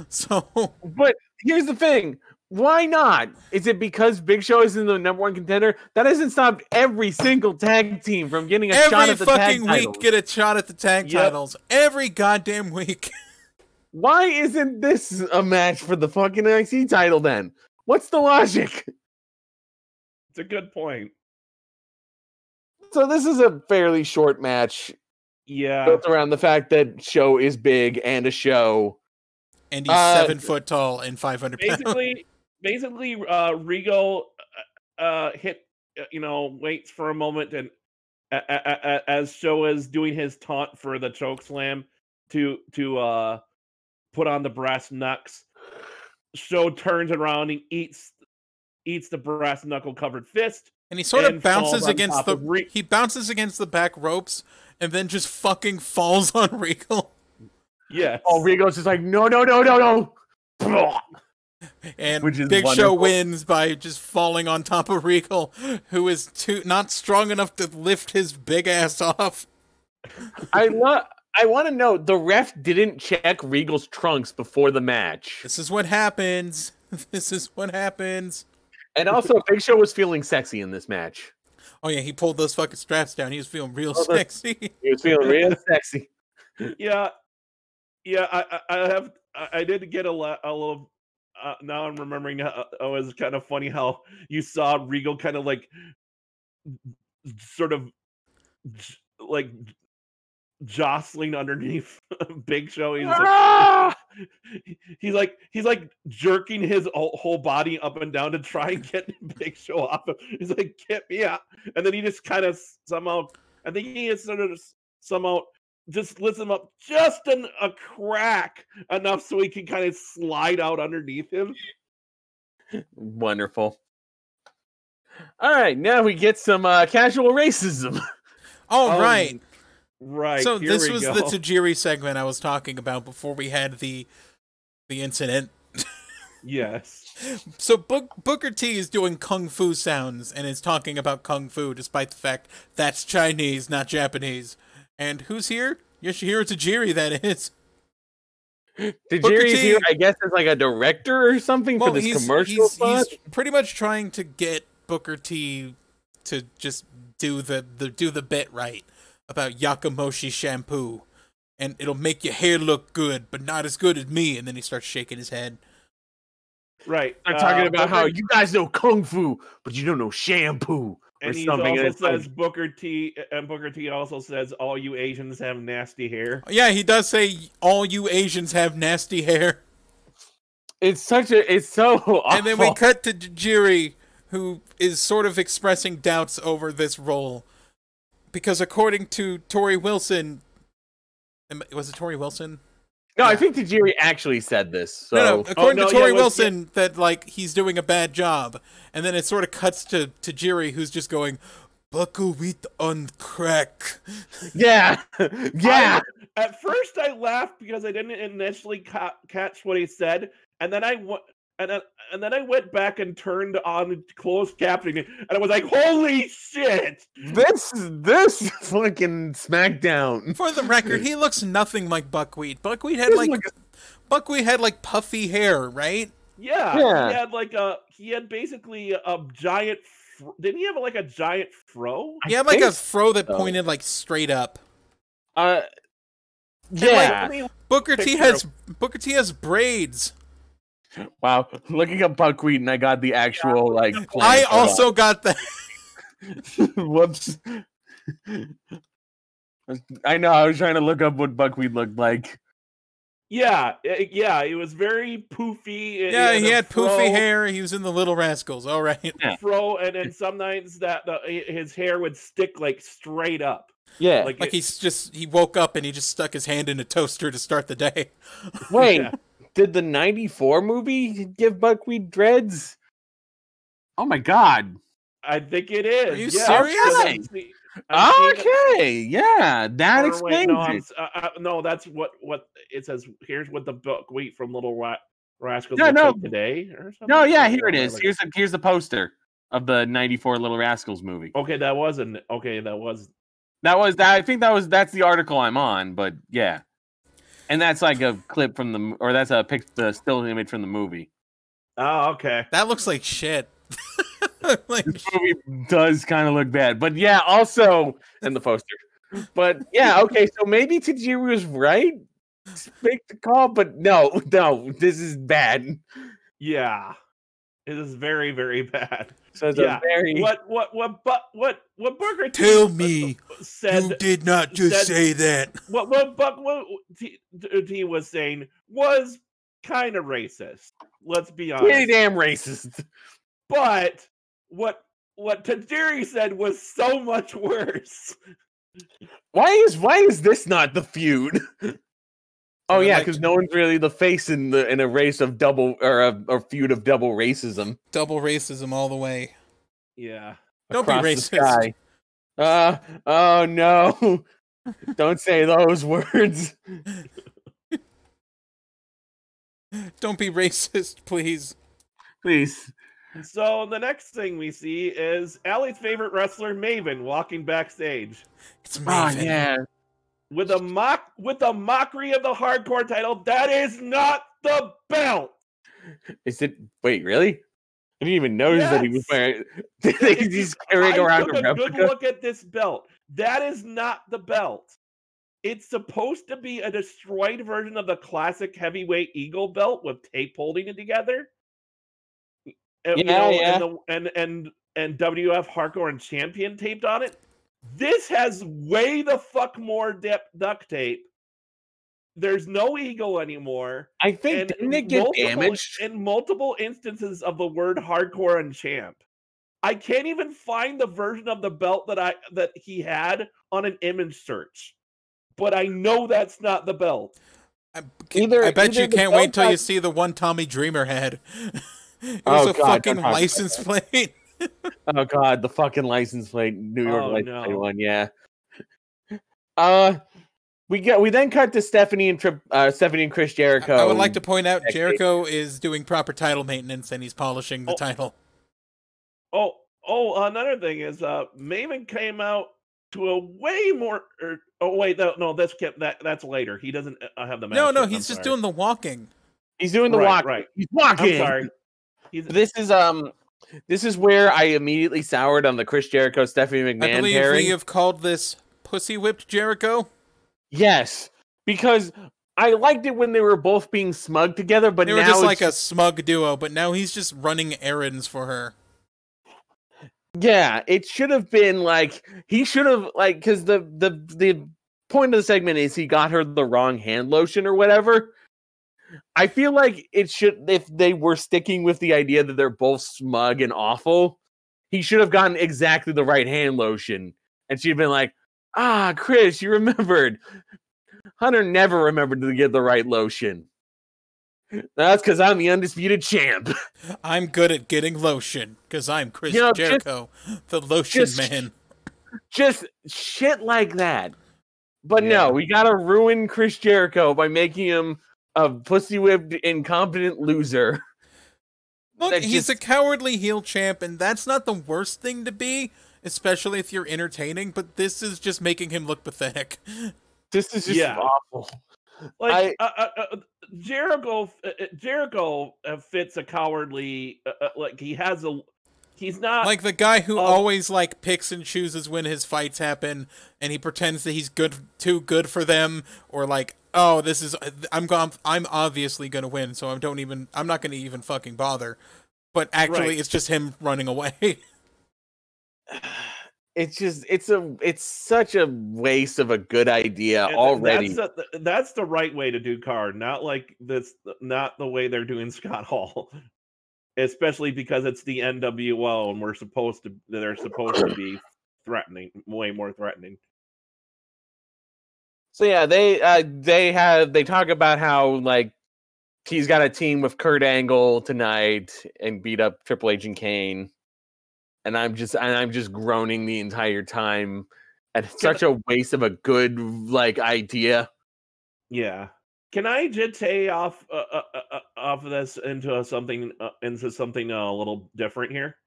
Speaker 1: So
Speaker 2: But here's the thing. Why not? Is it because Big Show isn't the number one contender? That hasn't stopped every single tag team from getting a shot
Speaker 1: every
Speaker 2: at the tag
Speaker 1: fucking
Speaker 2: titles.
Speaker 1: week, get a shot at the tag
Speaker 3: Yep.
Speaker 1: titles. Every goddamn week.
Speaker 2: Why isn't this a match for the fucking IC title then? What's the logic?
Speaker 3: It's a good point.
Speaker 2: So this is a fairly short match
Speaker 3: Yeah.
Speaker 2: built around the fact that Show is big and a show.
Speaker 1: And he's
Speaker 2: Uh,
Speaker 1: seven foot tall and five hundred pounds.
Speaker 3: Basically, basically, uh, Regal uh, uh, hit, uh, you know, waits for a moment and a- a- a- a- as Show is doing his taunt for the choke slam to to uh, put on the brass knucks, Show turns around and eats eats the brass knuckle covered fist.
Speaker 1: And he sort of
Speaker 3: and falls
Speaker 1: bounces
Speaker 3: on
Speaker 1: against
Speaker 3: top
Speaker 1: the
Speaker 3: of Re-
Speaker 1: he bounces against the back ropes and then just fucking falls on Regal.
Speaker 3: Yes.
Speaker 2: Oh, Rigo's just like, no, no, no, no, no.
Speaker 1: And
Speaker 2: Which is
Speaker 1: Big Show
Speaker 2: wonderful.
Speaker 1: wins by just falling on top of Regal, who is too not strong enough to lift his big ass off.
Speaker 2: I love. I want to know the ref didn't check Regal's trunks before the match,
Speaker 1: This is what happens. This is what happens.
Speaker 2: and also Big Show was feeling sexy in this match.
Speaker 1: Oh yeah, he pulled those fucking straps down. He was feeling real
Speaker 2: Oh, that's-
Speaker 1: sexy.
Speaker 2: He was feeling real sexy.
Speaker 3: yeah yeah i i, I have I, I did get a lot a little uh, now i'm remembering how, oh it's kind of funny how you saw regal kind of like sort of j- like j- jostling underneath big show he's like,
Speaker 2: Ah!
Speaker 3: he's like he's like jerking his whole whole body up and down to try and get big show off him. he's like get me out and then he just kind of somehow i think he is sort of s- somehow just lifts him up just an, a crack enough so he can kind of slide out underneath him.
Speaker 2: Wonderful. All right, now we get some uh, casual racism.
Speaker 1: All right.
Speaker 3: Oh, Right.
Speaker 1: so
Speaker 3: here
Speaker 1: this
Speaker 3: we
Speaker 1: was
Speaker 3: go.
Speaker 1: the Tajiri segment I was talking about before we had the the incident.
Speaker 3: yes.
Speaker 1: So Book, Booker T is doing kung fu sounds and is talking about kung fu despite the fact that's Chinese, not Japanese. And who's here? Yoshihiro Tajiri, that is. Booker
Speaker 2: Tajiri's
Speaker 1: T-
Speaker 2: here, I guess, as like a director or something
Speaker 1: Well,
Speaker 2: for this
Speaker 1: he's,
Speaker 2: commercial.
Speaker 1: he's,
Speaker 2: spot.
Speaker 1: he's pretty much trying to get Booker T to just do the, the do the bit right about Yakamoshi shampoo, and it'll make your hair look good, but not as good as me. And then he starts shaking his head.
Speaker 3: Right.
Speaker 2: They're talking
Speaker 3: uh,
Speaker 2: about how
Speaker 3: Booker-
Speaker 2: you guys know kung fu, but you don't know shampoo or
Speaker 3: and he
Speaker 2: something. and
Speaker 3: also
Speaker 2: it's like,
Speaker 3: says Booker T and Booker T also says all you Asians have nasty hair.
Speaker 1: Yeah, he does say all you Asians have nasty hair.
Speaker 2: it's such a it's so awful.
Speaker 1: And then we cut to Jiri, who is sort of expressing doubts over this role. Because according to Tori Wilson, am- was it Tori Wilson?
Speaker 2: no, I
Speaker 1: yeah.
Speaker 2: think Tajiri actually said this. So
Speaker 1: no, no. According
Speaker 3: Oh, no,
Speaker 1: to Tori
Speaker 3: yeah, it was- yeah.
Speaker 1: Wilson, that like he's doing a bad job, and then it sort of cuts to to Jiri, who's just going buckwheat on crack.
Speaker 2: yeah, yeah.
Speaker 3: At first, I laughed because I didn't initially ca- catch what he said, and then I wa- and then, and then I went back and turned on closed captioning, and I was like, "Holy shit!"
Speaker 2: this this fucking SmackDown.
Speaker 1: For the record, he looks nothing like buckwheat. Buckwheat had
Speaker 2: This
Speaker 1: like
Speaker 2: look-
Speaker 1: buckwheat had like puffy hair, right?
Speaker 3: Yeah,
Speaker 2: Yeah.
Speaker 3: he had like a he had basically a giant. Fr- didn't he have like a giant fro?
Speaker 1: He had like a
Speaker 2: think
Speaker 1: fro that
Speaker 2: so.
Speaker 1: pointed like straight up.
Speaker 2: Uh, yeah.
Speaker 3: Like,
Speaker 1: Booker T
Speaker 3: picture
Speaker 1: has Booker T has braids.
Speaker 2: wow. Looking up buckwheat, and I got the actual like.
Speaker 1: I
Speaker 2: plant. Hold
Speaker 1: also got that.
Speaker 2: on. whoops. I know. I was trying to look up what buckwheat looked like.
Speaker 3: yeah, eh, yeah. It was very poofy. eh,
Speaker 1: Yeah, he
Speaker 3: a
Speaker 1: had poofy
Speaker 3: fro-
Speaker 1: hair. He was in the Little Rascals. All right.
Speaker 3: fro, and then sometimes that the, eh, his hair would stick like straight up.
Speaker 2: Yeah.
Speaker 3: Like,
Speaker 1: Like
Speaker 3: it-
Speaker 1: he's just he woke up and he just stuck his hand in a toaster to start the day.
Speaker 2: Wait,
Speaker 3: Yeah.
Speaker 2: did the 94 movie give Buckwheat dreads? Oh my god.
Speaker 3: I think it is.
Speaker 1: you
Speaker 3: yeah,
Speaker 1: serious?
Speaker 3: because I've seen-
Speaker 2: Ah,
Speaker 3: I've seen it-
Speaker 2: okay. Yeah, that
Speaker 3: or
Speaker 2: explains
Speaker 3: wait, no, I'm
Speaker 2: it.
Speaker 3: s- uh, uh, no, that's what what it says. Here's what the buckwheat from Little Ra- Rascals
Speaker 2: No,
Speaker 3: look
Speaker 2: no.
Speaker 3: like today or something?
Speaker 2: No, yeah, here it
Speaker 3: Or
Speaker 2: is.
Speaker 3: like-
Speaker 2: Here's the here's the poster of the '94 Little Rascals movie.
Speaker 3: okay, that wasn't okay. That was
Speaker 2: That was that. I think that was that's the article I'm on, but yeah, and that's like a clip from the m- or that's a pic, the still image from the movie.
Speaker 3: oh okay.
Speaker 1: That looks like shit. like
Speaker 2: Movie does kind of look bad, but yeah, also and the poster. But yeah, okay, so maybe Tajiri was right. Make the call, but no, no, this is bad.
Speaker 3: Yeah, it is very very bad.
Speaker 2: So it's
Speaker 3: Yeah,
Speaker 2: a very
Speaker 3: What what what but what what Booker T uh,
Speaker 1: Tell me you
Speaker 3: said
Speaker 1: did not just
Speaker 3: said-
Speaker 1: say that.
Speaker 3: what what Buck what T, T was saying was kind of racist. Let's be honest.
Speaker 2: pretty damn racist.
Speaker 3: but what what Tajiri said was so much worse.
Speaker 2: Why is why is this not the feud? Oh
Speaker 1: Kinda
Speaker 2: yeah,
Speaker 1: like-
Speaker 2: because no one's really the face in the in a race of double or a, a feud of double racism.
Speaker 1: Double racism all the way.
Speaker 3: Yeah.
Speaker 1: Don't be
Speaker 2: across the
Speaker 1: racist.
Speaker 2: sky. Uh oh no! Don't say those words.
Speaker 1: Don't be racist, please.
Speaker 2: Please.
Speaker 3: So the next thing we see is Allie's favorite wrestler Maven walking backstage
Speaker 1: It's
Speaker 2: Oh
Speaker 1: Maven.
Speaker 2: yeah.
Speaker 3: with a mock with a mockery of the hardcore title. That is not the belt.
Speaker 2: Is it wait, really? I didn't even notice that he was
Speaker 3: Yes.
Speaker 2: wearing he's just carrying
Speaker 3: I
Speaker 2: around
Speaker 3: took
Speaker 2: a
Speaker 3: a good
Speaker 2: replica.
Speaker 3: look at this belt. That is not the belt. It's supposed to be a destroyed version of the classic heavyweight eagle belt with tape holding it together. And, you
Speaker 2: Yeah,
Speaker 3: know,
Speaker 2: yeah.
Speaker 3: And, the, and and and WF hardcore and champion taped on it. This has way the fuck more dip, duct tape. There's no eagle anymore.
Speaker 2: I think didn't it get
Speaker 3: multiple-
Speaker 2: damaged?
Speaker 3: in multiple instances of the word hardcore and champ. I can't even find the version of the belt that I that he had on an image search. But I know that's not the belt.
Speaker 1: I,
Speaker 2: Either-
Speaker 1: I bet
Speaker 2: either
Speaker 1: you
Speaker 2: the
Speaker 1: can't wait
Speaker 2: belt
Speaker 1: till you
Speaker 2: has-
Speaker 1: see the one Tommy Dreamer had. it
Speaker 2: Oh,
Speaker 1: was a
Speaker 2: God,
Speaker 1: fucking
Speaker 2: don't talk about
Speaker 1: license plate.
Speaker 2: Oh god, the fucking license plate, New York
Speaker 3: Oh,
Speaker 2: license plate
Speaker 3: no.
Speaker 2: one, yeah. Uh we get we then cut to Stephanie and Trip uh Stephanie and Chris Jericho.
Speaker 1: I would like to point out
Speaker 2: Next day.
Speaker 1: Jericho is doing proper title maintenance and he's polishing the
Speaker 3: Oh.
Speaker 1: title.
Speaker 3: Oh, oh, another thing is uh Maven came out to a way more er, oh wait, no, no, that's kept that that's later. He doesn't uh, have the match.
Speaker 1: No, no,
Speaker 3: yet, I'm
Speaker 1: he's just
Speaker 3: sorry.
Speaker 1: doing the walking.
Speaker 2: He's doing the
Speaker 3: Right,
Speaker 2: walk.
Speaker 3: right.
Speaker 2: He's
Speaker 3: I'm
Speaker 2: walking.
Speaker 3: sorry. He's
Speaker 2: This is um this is where I immediately soured on the Chris Jericho Stephanie
Speaker 1: I
Speaker 2: McMahon
Speaker 1: believe
Speaker 2: pairing.
Speaker 1: we have called this Pussy Whipped Jericho.
Speaker 2: Yes, because I liked it when they were both being smug together, but
Speaker 1: they were
Speaker 2: now
Speaker 1: just like
Speaker 2: it's-
Speaker 1: a smug duo, but now he's just running errands for her.
Speaker 2: yeah, it should have been like he should have like because the the the point of the segment is he got her the wrong hand lotion or whatever. I feel like it should if they were sticking with the idea that they're both smug and awful, he should have gotten exactly the right hand lotion, and she'd been like, "Ah, Chris, you remembered." Hunter never remembered to get the right lotion. That's because I'm the undisputed champ.
Speaker 1: I'm good at getting lotion because I'm Chris
Speaker 2: You know, just-
Speaker 1: Jericho, the lotion
Speaker 2: just-
Speaker 1: man.
Speaker 2: just shit like that. But
Speaker 3: Yeah.
Speaker 2: no, we gotta ruin Chris Jericho by making him a pussy whipped, incompetent loser.
Speaker 1: Look,
Speaker 2: that
Speaker 1: he's a
Speaker 2: just-
Speaker 1: cowardly heel champ, and that's not the worst thing to be, especially if you're entertaining. But this is just making him look pathetic.
Speaker 2: This is just
Speaker 3: Yeah.
Speaker 2: awful.
Speaker 3: like uh, uh, uh, Jericho, uh, uh, Jericho uh, fits a cowardly uh, uh, like he has a he's not
Speaker 1: Like the guy who
Speaker 3: Oh.
Speaker 1: always like picks and chooses when his fights happen, and he pretends that he's good, too good for them, or like, oh, this is I'm going, I'm obviously gonna win, so I don't even, I'm not gonna even fucking bother. But actually,
Speaker 3: Right.
Speaker 1: it's just him running away.
Speaker 2: It's just it's a it's such a waste of a good idea
Speaker 3: and th-
Speaker 2: already.
Speaker 3: That's the, that's the right way to do card, not like this, not the way they're doing Scott Hall. Especially because it's the NWO, and we're supposed to they're supposed to be threatening, way more threatening.
Speaker 2: so yeah, they uh they have they talk about how like he's got a team with Kurt Angle tonight and beat up Triple H and Kane. And I'm just and I'm just groaning the entire time at such a waste of a good like idea.
Speaker 3: Yeah. Can I just say off uh, uh, uh, off of this into something uh, into something uh, a little different here.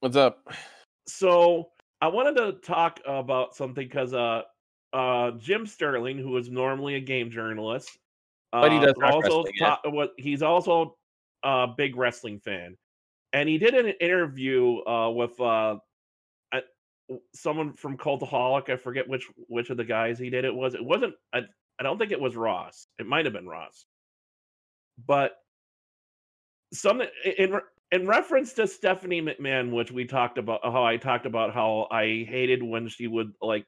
Speaker 2: What's up?
Speaker 3: So I wanted to talk about something because uh, uh, Jim Sterling, who is normally a game journalist, uh,
Speaker 2: But he does talk
Speaker 3: also
Speaker 2: wrestling, yeah.
Speaker 3: ta- what he's also a big wrestling fan, and he did an interview uh, with uh, I- someone from Cultaholic. I forget which which of the guys he did it was. It wasn't. I, I don't think it was Ross. It might have been Ross, but some in in reference to Stephanie McMahon, which we talked about, how I talked about how I hated when she would like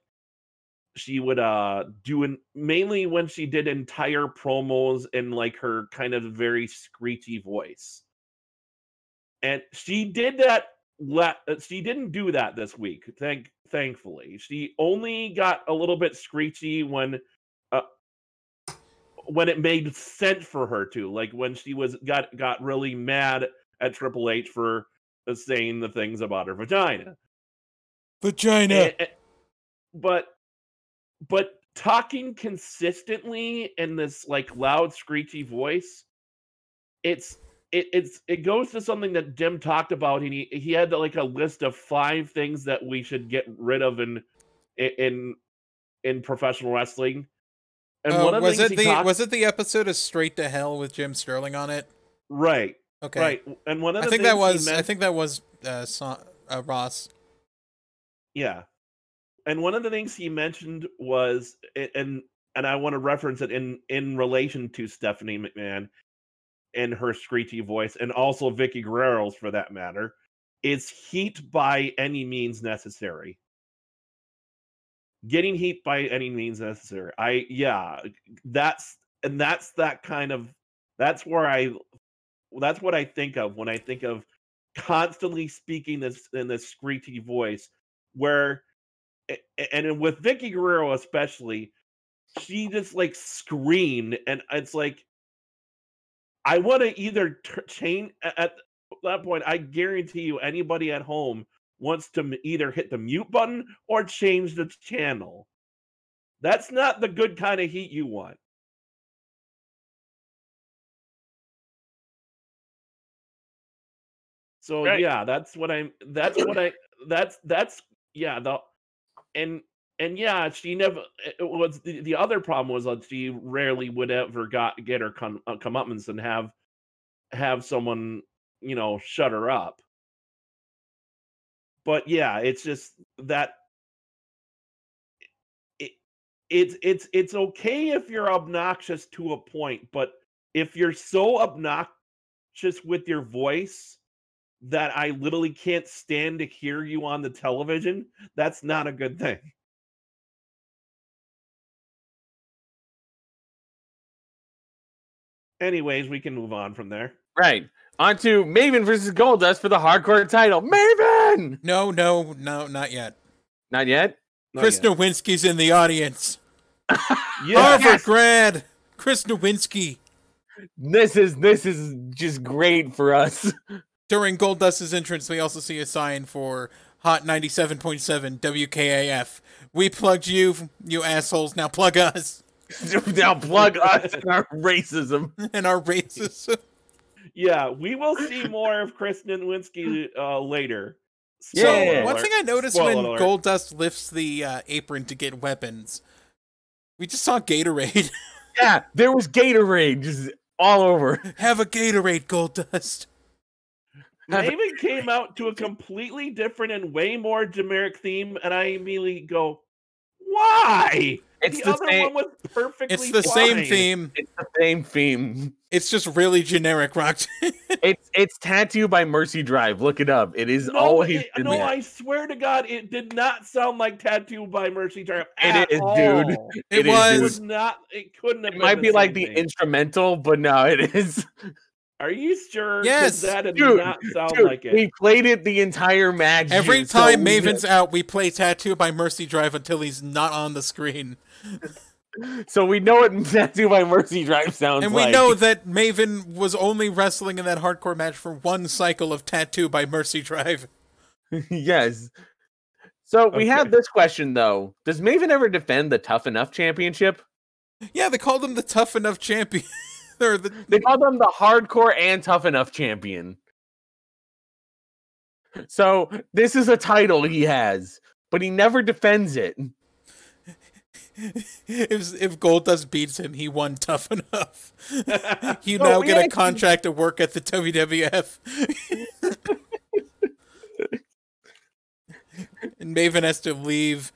Speaker 3: she would uh do an mainly when she did entire promos in like her kind of very screechy voice and she did that la- uh, she didn't do that this week thank thankfully she only got a little bit screechy when uh, when it made sense for her to like when she was got got really mad at triple h for uh, saying the things about her vagina
Speaker 1: Vagina.
Speaker 3: Eh, eh, but but talking consistently in this like loud screechy voice, it's it, it's it goes to something that Jim talked about, and he he had like a list of five things that we should get rid of in in in professional wrestling. And
Speaker 1: Uh,
Speaker 3: one of
Speaker 1: was it
Speaker 3: things he
Speaker 1: the
Speaker 3: talked-
Speaker 1: was it the episode of Straight to Hell with Jim Sterling on it?
Speaker 3: right,
Speaker 1: Okay,
Speaker 3: right, and one of
Speaker 1: I
Speaker 3: the
Speaker 1: think that
Speaker 3: things he
Speaker 1: was I
Speaker 3: meant-
Speaker 1: think that was uh, so, uh Ross.
Speaker 3: Yeah. And one of the things he mentioned was a- and and I want to reference it in in relation to Stephanie McMahon and her screechy voice and also Vicky Guerrero's for that matter, is heat by any means necessary. Getting heat by any means necessary. I yeah, that's and that's that kind of that's where I that's what I think of when I think of constantly speaking this in this screechy voice where a- a- and then with Vicky Guerrero especially, she just like screamed, and it's like I want to either t- change a- at that point. I guarantee you, anybody at home wants to m- either hit the mute button or change the channel. That's not the good kind of heat you want. So
Speaker 2: Right.
Speaker 3: yeah, that's what I'm. That's what I. That's that's yeah. The and and yeah, she never. It it was the, the other problem was that she rarely would ever got get her come uh, comeuppance and have have someone you know shut her up. But yeah, it's just that it, it's it's it's okay if you're obnoxious to a point, but if you're so obnoxious with your voice that I literally can't stand to hear you on the television, that's not a good thing. Anyways, we can move on from there.
Speaker 2: Right. On to Maven versus Goldust for the hardcore title. Maven!
Speaker 1: No, no, no, not yet.
Speaker 2: Not yet.
Speaker 3: Not
Speaker 1: Chris
Speaker 3: yet.
Speaker 1: Nowinski's in the audience.
Speaker 3: Yeah,
Speaker 1: Harvard grad, Chris Nowinski.
Speaker 2: This is this is just great for us.
Speaker 1: During Goldust's entrance, we also see a sign for Hot 97.7 WKAF. We plugged you, you assholes. Now plug us
Speaker 2: now plug us in our racism.
Speaker 1: and our racism.
Speaker 3: yeah, we will see more of Chris Nowinski uh, later. uh,
Speaker 2: Yeah.
Speaker 1: So, one thing I noticed
Speaker 3: Spoiler
Speaker 1: when
Speaker 3: alert.
Speaker 1: Goldust lifts the uh, apron to get weapons, we just saw Gatorade.
Speaker 2: Yeah, there was Gatorade just all over.
Speaker 1: Have a Gatorade, Goldust.
Speaker 2: Have-
Speaker 3: Maven came out to a completely different and way more generic theme, and I immediately go, "Why?"
Speaker 2: It's
Speaker 3: the,
Speaker 2: the
Speaker 3: other
Speaker 2: same-
Speaker 3: one was perfectly.
Speaker 1: It's the same
Speaker 3: fine.
Speaker 1: theme.
Speaker 2: It's the same theme.
Speaker 1: It's just really generic rock.
Speaker 2: It's it's tattoo by Mercy Drive. Look it up. It is
Speaker 3: No,
Speaker 2: always
Speaker 3: it-
Speaker 2: been
Speaker 3: no,
Speaker 2: there.
Speaker 3: I swear to God, it did not sound like "Tattoo" by Mercy Drive.
Speaker 2: It
Speaker 3: at
Speaker 2: is, dude.
Speaker 3: all.
Speaker 1: It
Speaker 2: is,
Speaker 3: It
Speaker 1: was-
Speaker 3: was not. It couldn't have.
Speaker 2: It
Speaker 3: been
Speaker 2: might be like the
Speaker 3: same thing.
Speaker 2: instrumental, but no, it is.
Speaker 3: Are you sure? 'Cause
Speaker 1: Yes.
Speaker 3: that did
Speaker 2: Dude,
Speaker 3: not sound
Speaker 2: Dude,
Speaker 3: like it.
Speaker 2: we played it the entire match.
Speaker 1: Every
Speaker 2: dude, so
Speaker 1: time
Speaker 2: we-
Speaker 1: Maven's out, we play Tattoo by Mercy Drive until he's not on the screen.
Speaker 2: so we know what Tattoo by Mercy Drive sounds
Speaker 1: And we
Speaker 2: like.
Speaker 1: know that Maven was only wrestling in that hardcore match for one cycle of Tattoo by Mercy Drive.
Speaker 2: yes. So we have
Speaker 3: Okay.
Speaker 2: this question though: Does Maven ever defend the Tough Enough Championship?
Speaker 1: Yeah, they called him the tough enough champion. They're the
Speaker 2: They call them the hardcore and tough enough champion. So this is a title he has, but he never defends it.
Speaker 1: if if Goldust beats him, he won tough enough. you
Speaker 2: No,
Speaker 1: now
Speaker 2: we
Speaker 1: get
Speaker 2: actually-
Speaker 1: a contract to work at the WWF. and Maven has to leave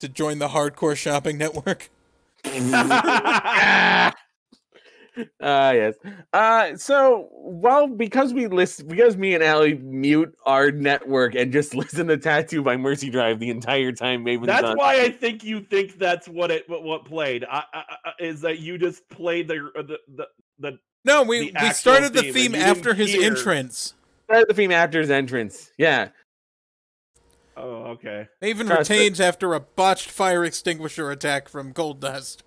Speaker 1: to join the Hardcore Shopping Network.
Speaker 2: ah yes. Uh so well because we list because me and Allie mute our network and just listen to Tattoo by Mercy Drive the entire time Maven's
Speaker 3: That's
Speaker 2: on.
Speaker 3: why I think you think that's what it what, what played. I, I, I- is that you just played the uh, the the, the
Speaker 1: No, we,
Speaker 3: The
Speaker 1: we
Speaker 3: actual
Speaker 1: started the
Speaker 3: theme, and
Speaker 1: theme
Speaker 3: you didn't
Speaker 1: after his
Speaker 3: hear-
Speaker 1: entrance.
Speaker 2: Start the theme after his entrance. Yeah.
Speaker 3: oh okay.
Speaker 1: Maven
Speaker 2: Trust it.
Speaker 1: retains after a botched fire extinguisher attack from Goldust.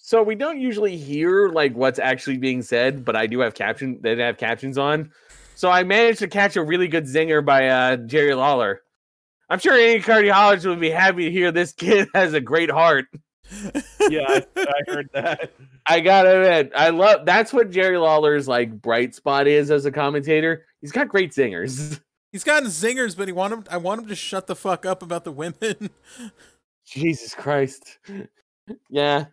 Speaker 2: So we don't usually hear like what's actually being said, but I do have caption. They have captions on, so I managed to catch a really good zinger by uh, Jerry Lawler. I'm sure any cardiologist would be happy to hear this kid has a great heart.
Speaker 3: Yeah, I, I heard that.
Speaker 2: I gotta admit, I love that's what Jerry Lawler's like bright spot is as a commentator. He's got great zingers.
Speaker 1: He's gotten zingers, but he want him. I want him to shut the fuck up about the women.
Speaker 2: Jesus Christ. Yeah.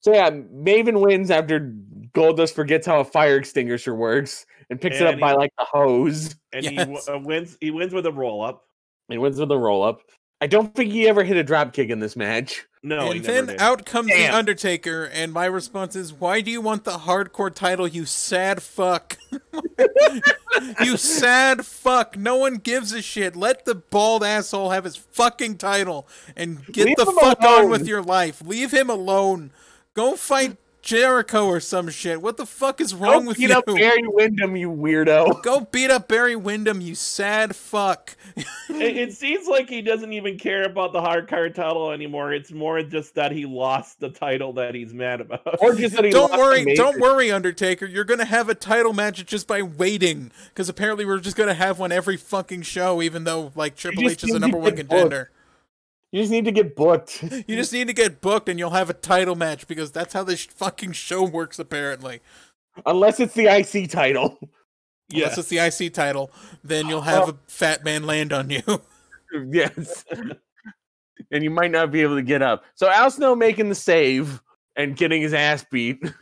Speaker 2: So yeah, Maven wins after Goldust forgets how a fire extinguisher works and picks it up
Speaker 3: And
Speaker 2: by
Speaker 3: he-
Speaker 2: like the hose.
Speaker 3: And he w-
Speaker 1: Yes.
Speaker 3: uh, wins. He wins with a roll up.
Speaker 2: He wins with a roll up. I don't think he ever hit a drop kick in this match.
Speaker 3: No, he
Speaker 1: and
Speaker 3: never
Speaker 1: then
Speaker 3: did.
Speaker 1: out comes
Speaker 2: Damn.
Speaker 1: the Undertaker, and my response is, "Why do you want the hardcore title, you sad fuck? you sad fuck! No one gives a shit. Let the bald asshole have his fucking title and get
Speaker 2: Leave
Speaker 1: the
Speaker 2: him
Speaker 1: fuck on
Speaker 2: alone.
Speaker 1: with your life. Leave him alone. Go fight Jericho or some shit. What the fuck is wrong
Speaker 2: Don't
Speaker 1: with
Speaker 2: beat
Speaker 1: you?"
Speaker 2: up Barry Windham, you weirdo.
Speaker 1: Go beat up Barry Windham, you sad fuck.
Speaker 3: it, it seems like he doesn't even care about the hard card title anymore. It's more just that he lost the title that he's mad about.
Speaker 2: Or just that he
Speaker 1: don't
Speaker 2: lost to
Speaker 1: worry,
Speaker 2: Maven.
Speaker 1: don't worry, Undertaker. You're gonna have a title match just by waiting, because apparently we're just gonna have one every fucking show, even though like Triple
Speaker 2: just
Speaker 1: H is the
Speaker 2: need to
Speaker 1: number one
Speaker 2: get booked.
Speaker 1: contender.
Speaker 2: You just need to get booked.
Speaker 1: You just need to get booked, and you'll have a title match because that's how this sh- fucking show works. Apparently,
Speaker 2: Unless it's the IC title.
Speaker 1: unless
Speaker 3: yes,
Speaker 1: it's the IC title, then
Speaker 2: Uh,
Speaker 1: you'll have a fat man land on you.
Speaker 2: yes. and you might not be able to get up. So Al Snow making the save and getting his ass beat.
Speaker 1: Uh,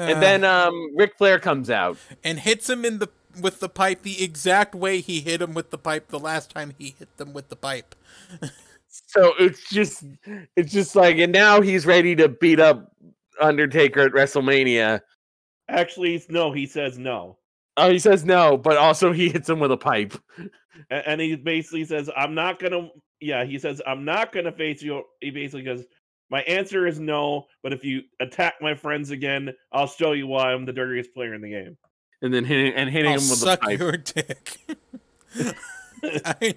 Speaker 2: And then um Ric Flair comes out.
Speaker 1: and hits him in the with the pipe the exact way he hit him with the pipe the last time he hit them with the pipe.
Speaker 2: So it's just it's just like and now he's ready to beat up Undertaker at WrestleMania.
Speaker 3: actually, it's- no. He says no,
Speaker 2: Oh, he says no, but also he hits him with a pipe.
Speaker 3: A- and, he basically says, "I'm not gonna." Yeah, he says, "I'm not gonna face you." He basically goes, "My answer is no, but if you attack my friends again, I'll show you why I'm the dirtiest player in the game."
Speaker 2: and then hitting and hitting
Speaker 1: I'll
Speaker 2: him with
Speaker 1: suck
Speaker 2: a pipe.
Speaker 1: your dick. I,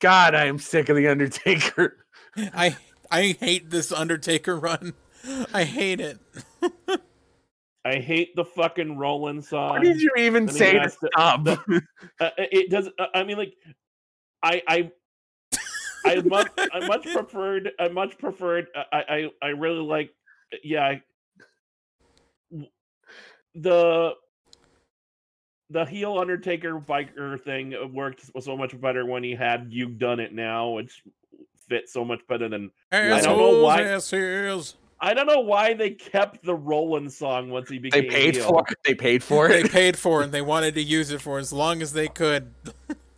Speaker 2: God, I am sick of the Undertaker.
Speaker 1: I I hate this Undertaker run. I hate it.
Speaker 3: I hate the fucking Roland song.
Speaker 2: What did you even
Speaker 3: then he
Speaker 2: say to
Speaker 3: has to-
Speaker 2: stop?
Speaker 3: uh, it- it does uh, i mean like i i i much i much preferred i much preferred uh, i i i really like uh, yeah I, w- the the heel undertaker biker thing uh, worked so much better when he had you done it now which fit so much better than
Speaker 2: I don't
Speaker 3: know why-
Speaker 1: Assholes,
Speaker 3: i don't know why they kept the roland song once he
Speaker 2: They
Speaker 3: became
Speaker 2: paid
Speaker 3: heel.
Speaker 2: for it. They paid for
Speaker 1: They
Speaker 2: it.
Speaker 1: paid for it and they wanted to use it for as long as they could.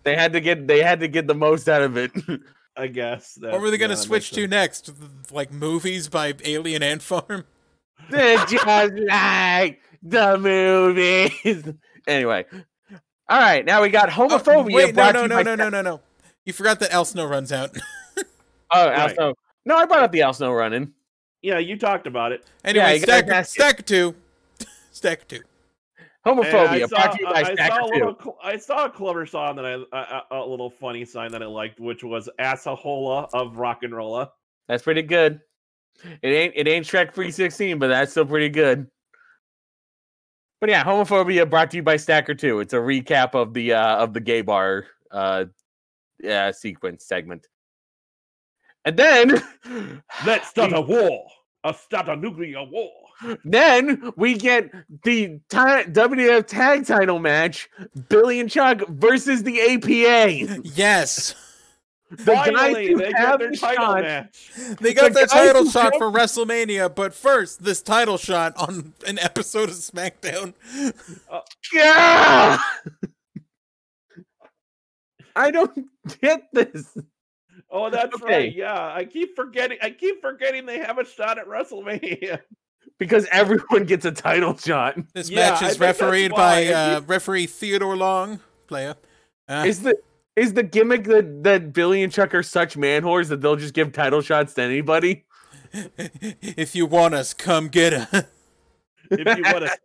Speaker 2: They had to get. They had to get the most out of it.
Speaker 3: i guess that,
Speaker 1: what were they going
Speaker 3: yeah,
Speaker 1: to
Speaker 3: that
Speaker 1: switch
Speaker 3: makes
Speaker 1: to
Speaker 3: sense.
Speaker 1: next? Like movies by Alien Ant Farm?
Speaker 2: They're just like the movies. Anyway, all right. Now we got
Speaker 1: Oh,
Speaker 2: homophobia.
Speaker 1: wait, no,
Speaker 2: brought
Speaker 1: no,
Speaker 2: to you
Speaker 1: no,
Speaker 2: by-
Speaker 1: no, no, no, no. You forgot that El Snow runs out.
Speaker 2: Oh, Al
Speaker 3: Right.
Speaker 2: Snow. No, I brought up the Al Snow running.
Speaker 3: yeah you talked about it
Speaker 1: anyway,
Speaker 2: you gotta
Speaker 1: stack,
Speaker 2: ask it.
Speaker 1: stack two. stack two.
Speaker 3: And I
Speaker 2: Homophobia.
Speaker 3: saw-
Speaker 2: Brought to you
Speaker 3: I-
Speaker 2: by
Speaker 3: I
Speaker 2: Stacker
Speaker 3: saw a
Speaker 2: Two.
Speaker 3: little cl- I saw a clever song that I a- a, a little funny sign that I liked, which was "Assahola of Rock and Rolla."
Speaker 2: That's pretty good. It ain't it ain't Shrek 316, but that's still pretty good. But yeah, homophobia brought to you by Stacker 2. It's a recap of the uh of the gay bar uh yeah sequence segment. And then
Speaker 3: Let's start a war. Let's start a nuclear war.
Speaker 2: Then we get the ti- WWF tag title match Billy and Chuck versus the APA.
Speaker 1: Yes.
Speaker 2: The guys
Speaker 3: Finally,
Speaker 2: who
Speaker 3: they
Speaker 2: have
Speaker 3: got their
Speaker 2: the
Speaker 3: title
Speaker 2: shot-
Speaker 3: match.
Speaker 1: They got
Speaker 2: The
Speaker 1: their
Speaker 2: guys
Speaker 1: title
Speaker 2: who
Speaker 1: shot
Speaker 2: broke-
Speaker 1: for WrestleMania, but first, this title shot on an episode of SmackDown.
Speaker 2: Yeah! I don't get this.
Speaker 3: Oh, that's
Speaker 2: Okay.
Speaker 3: right. Yeah, I keep forgetting. I keep forgetting they have a shot at WrestleMania.
Speaker 2: Because everyone gets a title shot.
Speaker 1: This match
Speaker 3: Yeah, I
Speaker 1: is
Speaker 3: think that's
Speaker 1: refereed
Speaker 3: why.
Speaker 1: by uh, referee Theodore Long. Player. Uh,
Speaker 2: Is the is the gimmick that, that Billy and Chuck are such man whores that they'll just give title shots to anybody?
Speaker 1: if you want us, come get us.
Speaker 3: If you want to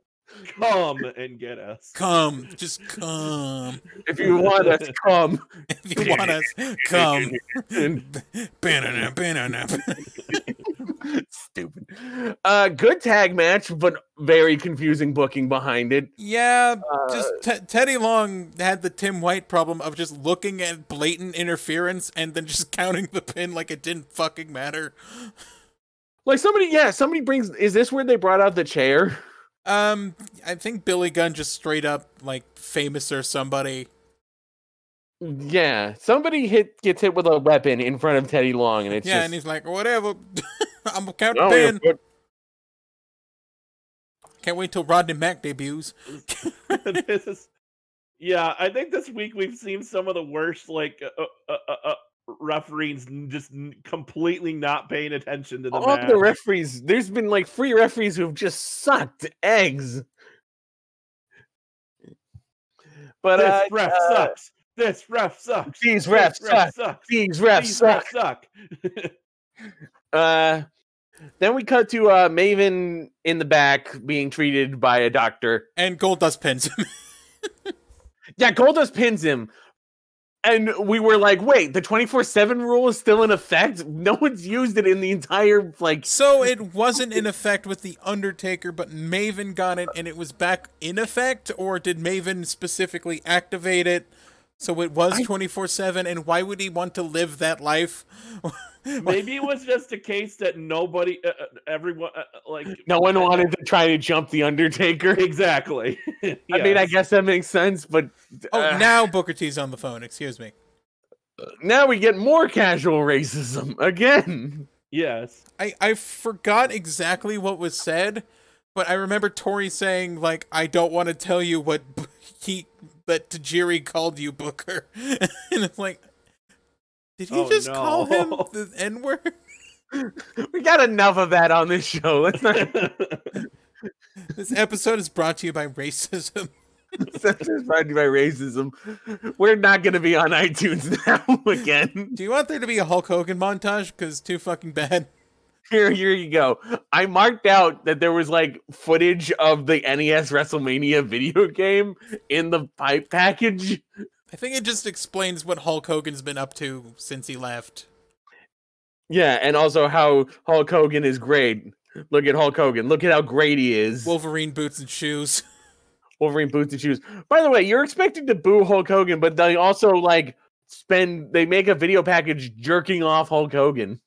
Speaker 3: come and get us,
Speaker 1: Come. Just come.
Speaker 2: If you want us, come.
Speaker 1: If you want us, come. Banana, banana.
Speaker 2: Stupid. Uh, good tag match, but very confusing booking behind it.
Speaker 1: yeah, just
Speaker 3: Uh,
Speaker 1: Te- Teddy Long had the Tim White problem of just looking at blatant interference and then just counting the pin like it didn't fucking matter.
Speaker 2: Like somebody, yeah, somebody brings. Is this where they brought out the chair?
Speaker 1: Um, I think Billy Gunn just straight up like famous or somebody.
Speaker 2: Yeah, somebody hit gets hit with a weapon in front of Teddy Long, and it's
Speaker 1: yeah,
Speaker 2: just,
Speaker 1: and he's like, whatever. I'm gonna count
Speaker 2: "No,
Speaker 1: the
Speaker 2: we're
Speaker 1: pin.
Speaker 2: put-
Speaker 1: Can't wait till Rodney Mack debuts.
Speaker 3: this is. Yeah, I think this week we've seen some of the worst, like uh, uh, uh, uh, referees n- just n- completely not paying attention to the
Speaker 2: all
Speaker 3: match.
Speaker 2: the referees. There's been like three referees who've just sucked eggs. But
Speaker 3: this
Speaker 2: uh,
Speaker 3: ref
Speaker 2: uh,
Speaker 3: sucks. This ref sucks.
Speaker 2: these
Speaker 3: This
Speaker 2: refs suck.
Speaker 3: ref sucks.
Speaker 2: These refs
Speaker 3: These
Speaker 2: suck.
Speaker 3: refs suck.
Speaker 2: Uh, then we cut to uh, Maven in the back being treated by a doctor.
Speaker 1: And Gold Dust pins him.
Speaker 2: Yeah, Goldust pins him. And we were like, wait, the 24 7 rule is still in effect? No one's used it in the entire, like,
Speaker 1: so it wasn't in effect with the Undertaker, but Maven got it, and it was back in effect. Or did Maven specifically activate it? So it was
Speaker 2: I-
Speaker 1: 24 7, and why would he want to live that life? Oh,
Speaker 3: Maybe it was just a case that nobody, uh, uh, everyone, uh, uh, like
Speaker 2: no one wanted to try to jump The Undertaker.
Speaker 3: exactly.
Speaker 2: I mean, I
Speaker 3: Yes.
Speaker 2: guess that makes sense, but
Speaker 1: oh,
Speaker 2: uh,
Speaker 1: now Booker T's on the phone. Excuse me.
Speaker 2: now we get more casual racism again.
Speaker 3: yes.
Speaker 1: I, I forgot exactly what was said, but I remember Tori saying like I don't want to tell you what b- he that Tajiri called you Booker, and it's like, did he
Speaker 3: Oh,
Speaker 1: just call him
Speaker 3: no.
Speaker 1: the N word?
Speaker 2: We got enough of that on this show. Let's not
Speaker 1: this episode is brought to you by racism.
Speaker 2: censored by racism. We're not going to be on iTunes now again.
Speaker 1: Do you want there to be a Hulk Hogan montage? Cause too fucking bad.
Speaker 2: Here, here you go. I marked out that there was like footage of the NES WrestleMania video game in the pipe package.
Speaker 1: I think it just explains what Hulk Hogan's been up to since he left.
Speaker 2: Yeah, and also how Hulk Hogan is great. Look at Hulk Hogan. Look at how great he is.
Speaker 1: Wolverine boots and shoes.
Speaker 2: Wolverine boots and shoes. By the way, you're expected to boo Hulk Hogan, but they also like spend. They make a video package jerking off Hulk Hogan.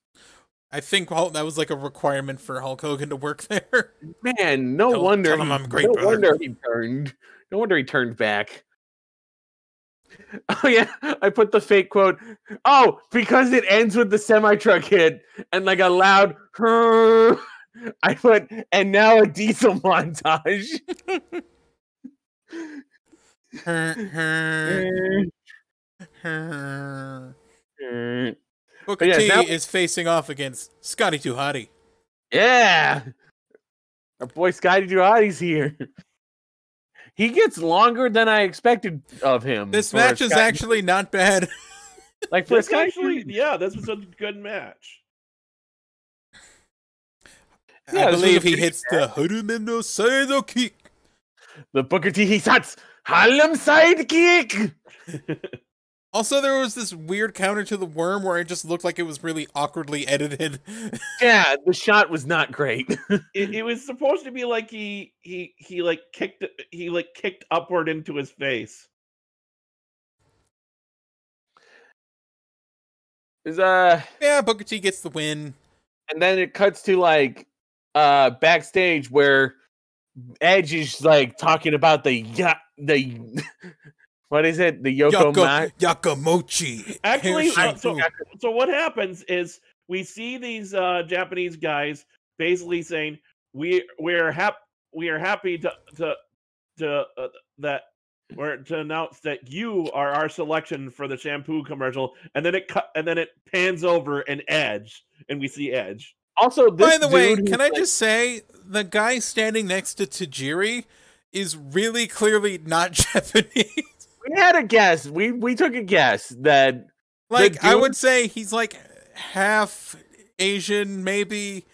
Speaker 1: I think Hulk, that was like a requirement for Hulk Hogan to work there.
Speaker 2: Man, no
Speaker 1: Tell-
Speaker 2: wonder.
Speaker 1: tell him I'm great,
Speaker 2: no
Speaker 1: brother.
Speaker 2: wonder he turned. No wonder he turned back. Oh yeah, I put the fake quote. Oh, because it ends with the semi truck hit and like a loud. I put and now a diesel montage.
Speaker 1: Her, her, her. Uh-huh. Booker
Speaker 2: yeah,
Speaker 1: T
Speaker 2: now-
Speaker 1: is facing off against Scotty Too Hottie.
Speaker 2: Yeah. Our boy Scotty Duati's here. He gets longer than I expected of him.
Speaker 1: This
Speaker 2: Mm, for a
Speaker 1: match is
Speaker 2: Scotty-
Speaker 1: actually not bad.
Speaker 2: like for a
Speaker 3: This
Speaker 2: Scotty
Speaker 3: actually,
Speaker 2: Duati-
Speaker 3: yeah, this was a good match.
Speaker 2: Yeah,
Speaker 1: I
Speaker 2: this was a
Speaker 1: believe he
Speaker 2: pretty
Speaker 1: hits the Harumen no Saido kick.
Speaker 2: the Booker T he sats Harlem sidekick.
Speaker 1: Also, there was this weird counter to the worm where it just looked like it was really awkwardly edited.
Speaker 2: Yeah, the shot was not great.
Speaker 3: It, it was supposed to be like he he he like kicked he like kicked upward into his face.
Speaker 2: Is uh uh,
Speaker 1: yeah, Booker T gets the win.
Speaker 2: and then it cuts to like uh backstage where Edge is like talking about the ya- the what is it? The Yoko Ma-
Speaker 1: Yaka, Yakamochi.
Speaker 3: Actually,
Speaker 1: hair
Speaker 3: uh, so-
Speaker 1: shampoo.
Speaker 3: So what happens is we see these uh, Japanese guys basically saying we we're hap- we are happy to to to uh, that or to announce that you are our selection for the shampoo commercial, and then it cut and then it pans over an edge, and we see Edge.
Speaker 2: Also,
Speaker 1: By
Speaker 2: this
Speaker 1: the way,
Speaker 2: dude
Speaker 1: can
Speaker 2: who's,
Speaker 1: I just say the guy standing next to Tajiri is really clearly not Japanese.
Speaker 2: like- we had a guess. We we took a guess that
Speaker 1: like I
Speaker 2: dude-
Speaker 1: would say he's like half Asian, maybe.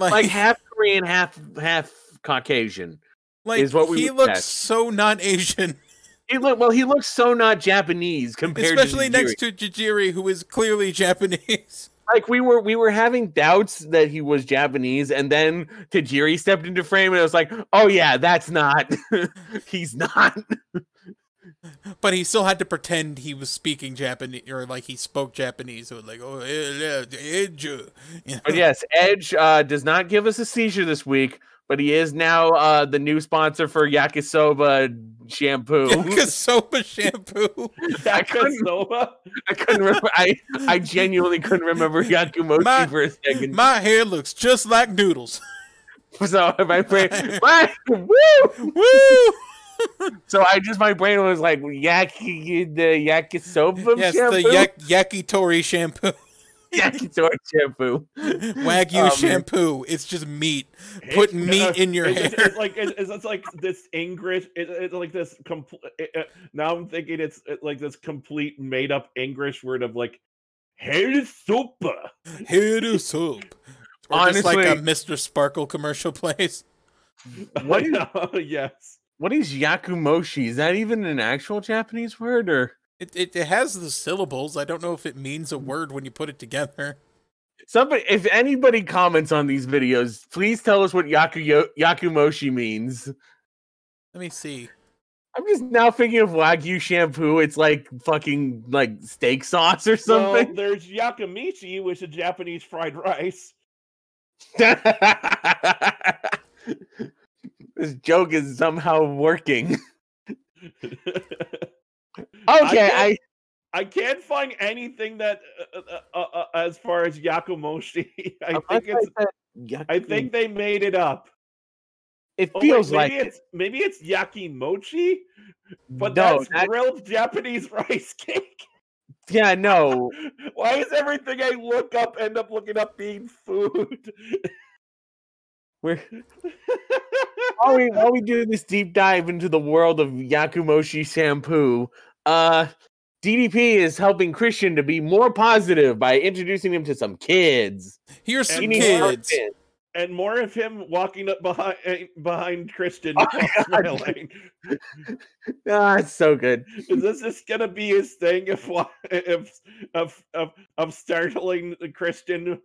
Speaker 1: Like,
Speaker 2: like half Korean, half half Caucasian.
Speaker 1: like,
Speaker 2: is what we
Speaker 1: he
Speaker 2: would
Speaker 1: looks
Speaker 2: guess.
Speaker 1: so not Asian,
Speaker 2: He look well. He looks so not Japanese compared,
Speaker 1: especially
Speaker 2: to
Speaker 1: next to Tajiri, who is clearly Japanese.
Speaker 2: like we were we were having doubts that he was Japanese, and then Tajiri stepped into frame, and I was like, oh yeah, that's not. he's not.
Speaker 1: But he still had to pretend he was speaking Japanese or like he spoke Japanese. So like, oh, eh, eh, eh, eh, you know?
Speaker 2: But yes, Edge uh, does not give us a seizure this week, but he is now uh, the new sponsor for Yakisoba shampoo.
Speaker 1: Yakisoba shampoo.
Speaker 2: I couldn't-
Speaker 3: Nova.
Speaker 2: I couldn't remember. I, I genuinely couldn't remember Yakumochi
Speaker 1: My-
Speaker 2: for a second.
Speaker 1: My hair looks just like noodles.
Speaker 2: so my brain, my, woo!
Speaker 1: Woo!
Speaker 2: So I just my brain was like Yaki the Yakisoba
Speaker 1: yes,
Speaker 2: shampoo.
Speaker 1: the yak- yakitori shampoo,
Speaker 2: Yakitori shampoo.
Speaker 1: wagyu
Speaker 2: man.
Speaker 1: shampoo. It's just meat. Put meat in your
Speaker 3: it's, it's-
Speaker 1: hair.
Speaker 3: it's like it's, it's- it's like this English. It, it's like this complete. Now I'm thinking it's, it's like this complete made up English word of like hair super.
Speaker 1: Hair to soup. Or just like a
Speaker 2: Honestly-
Speaker 1: Mr. Sparkle commercial place.
Speaker 2: What is
Speaker 3: yes.
Speaker 2: what is Yakumoshi? Is that even an actual Japanese word or
Speaker 1: It, it it has the syllables. I don't know if it means a word when you put it together.
Speaker 2: somebody? If anybody comments on these videos, please tell us what Yaku Yakumoshi means.
Speaker 1: Let me see.
Speaker 2: I'm just now thinking of wagyu shampoo. It's like fucking like steak sauce or something.
Speaker 3: Well, there's yakimichi, which is Japanese fried rice.
Speaker 2: this joke is somehow working.
Speaker 3: okay,
Speaker 2: Okay, I,
Speaker 3: I can't find anything that uh, uh, uh, uh, as far as yakumoshi. I
Speaker 2: I,
Speaker 3: think it's. I think they made it up.
Speaker 2: it
Speaker 3: Oh, wait,
Speaker 2: feels like
Speaker 3: maybe
Speaker 2: it.
Speaker 3: it's maybe it's yakimochi. But
Speaker 2: no,
Speaker 3: that's
Speaker 2: that-
Speaker 3: grilled Japanese rice cake.
Speaker 2: yeah, no.
Speaker 3: Why is everything I look up end up looking up being food?
Speaker 2: We're while we while we do this deep dive into the world of Yakumoshi shampoo. Uh, DDP is helping Christian to be more positive by introducing him to some kids.
Speaker 1: Here's some
Speaker 3: And
Speaker 2: He needs more
Speaker 1: kids.
Speaker 2: kids.
Speaker 3: and more of him walking up behind eh, behind Christian
Speaker 2: Oh
Speaker 3: while
Speaker 2: my God.
Speaker 3: smiling.
Speaker 2: Ah, it's so good.
Speaker 3: Is this just gonna be his thing? If wa- if of of of startling the Christian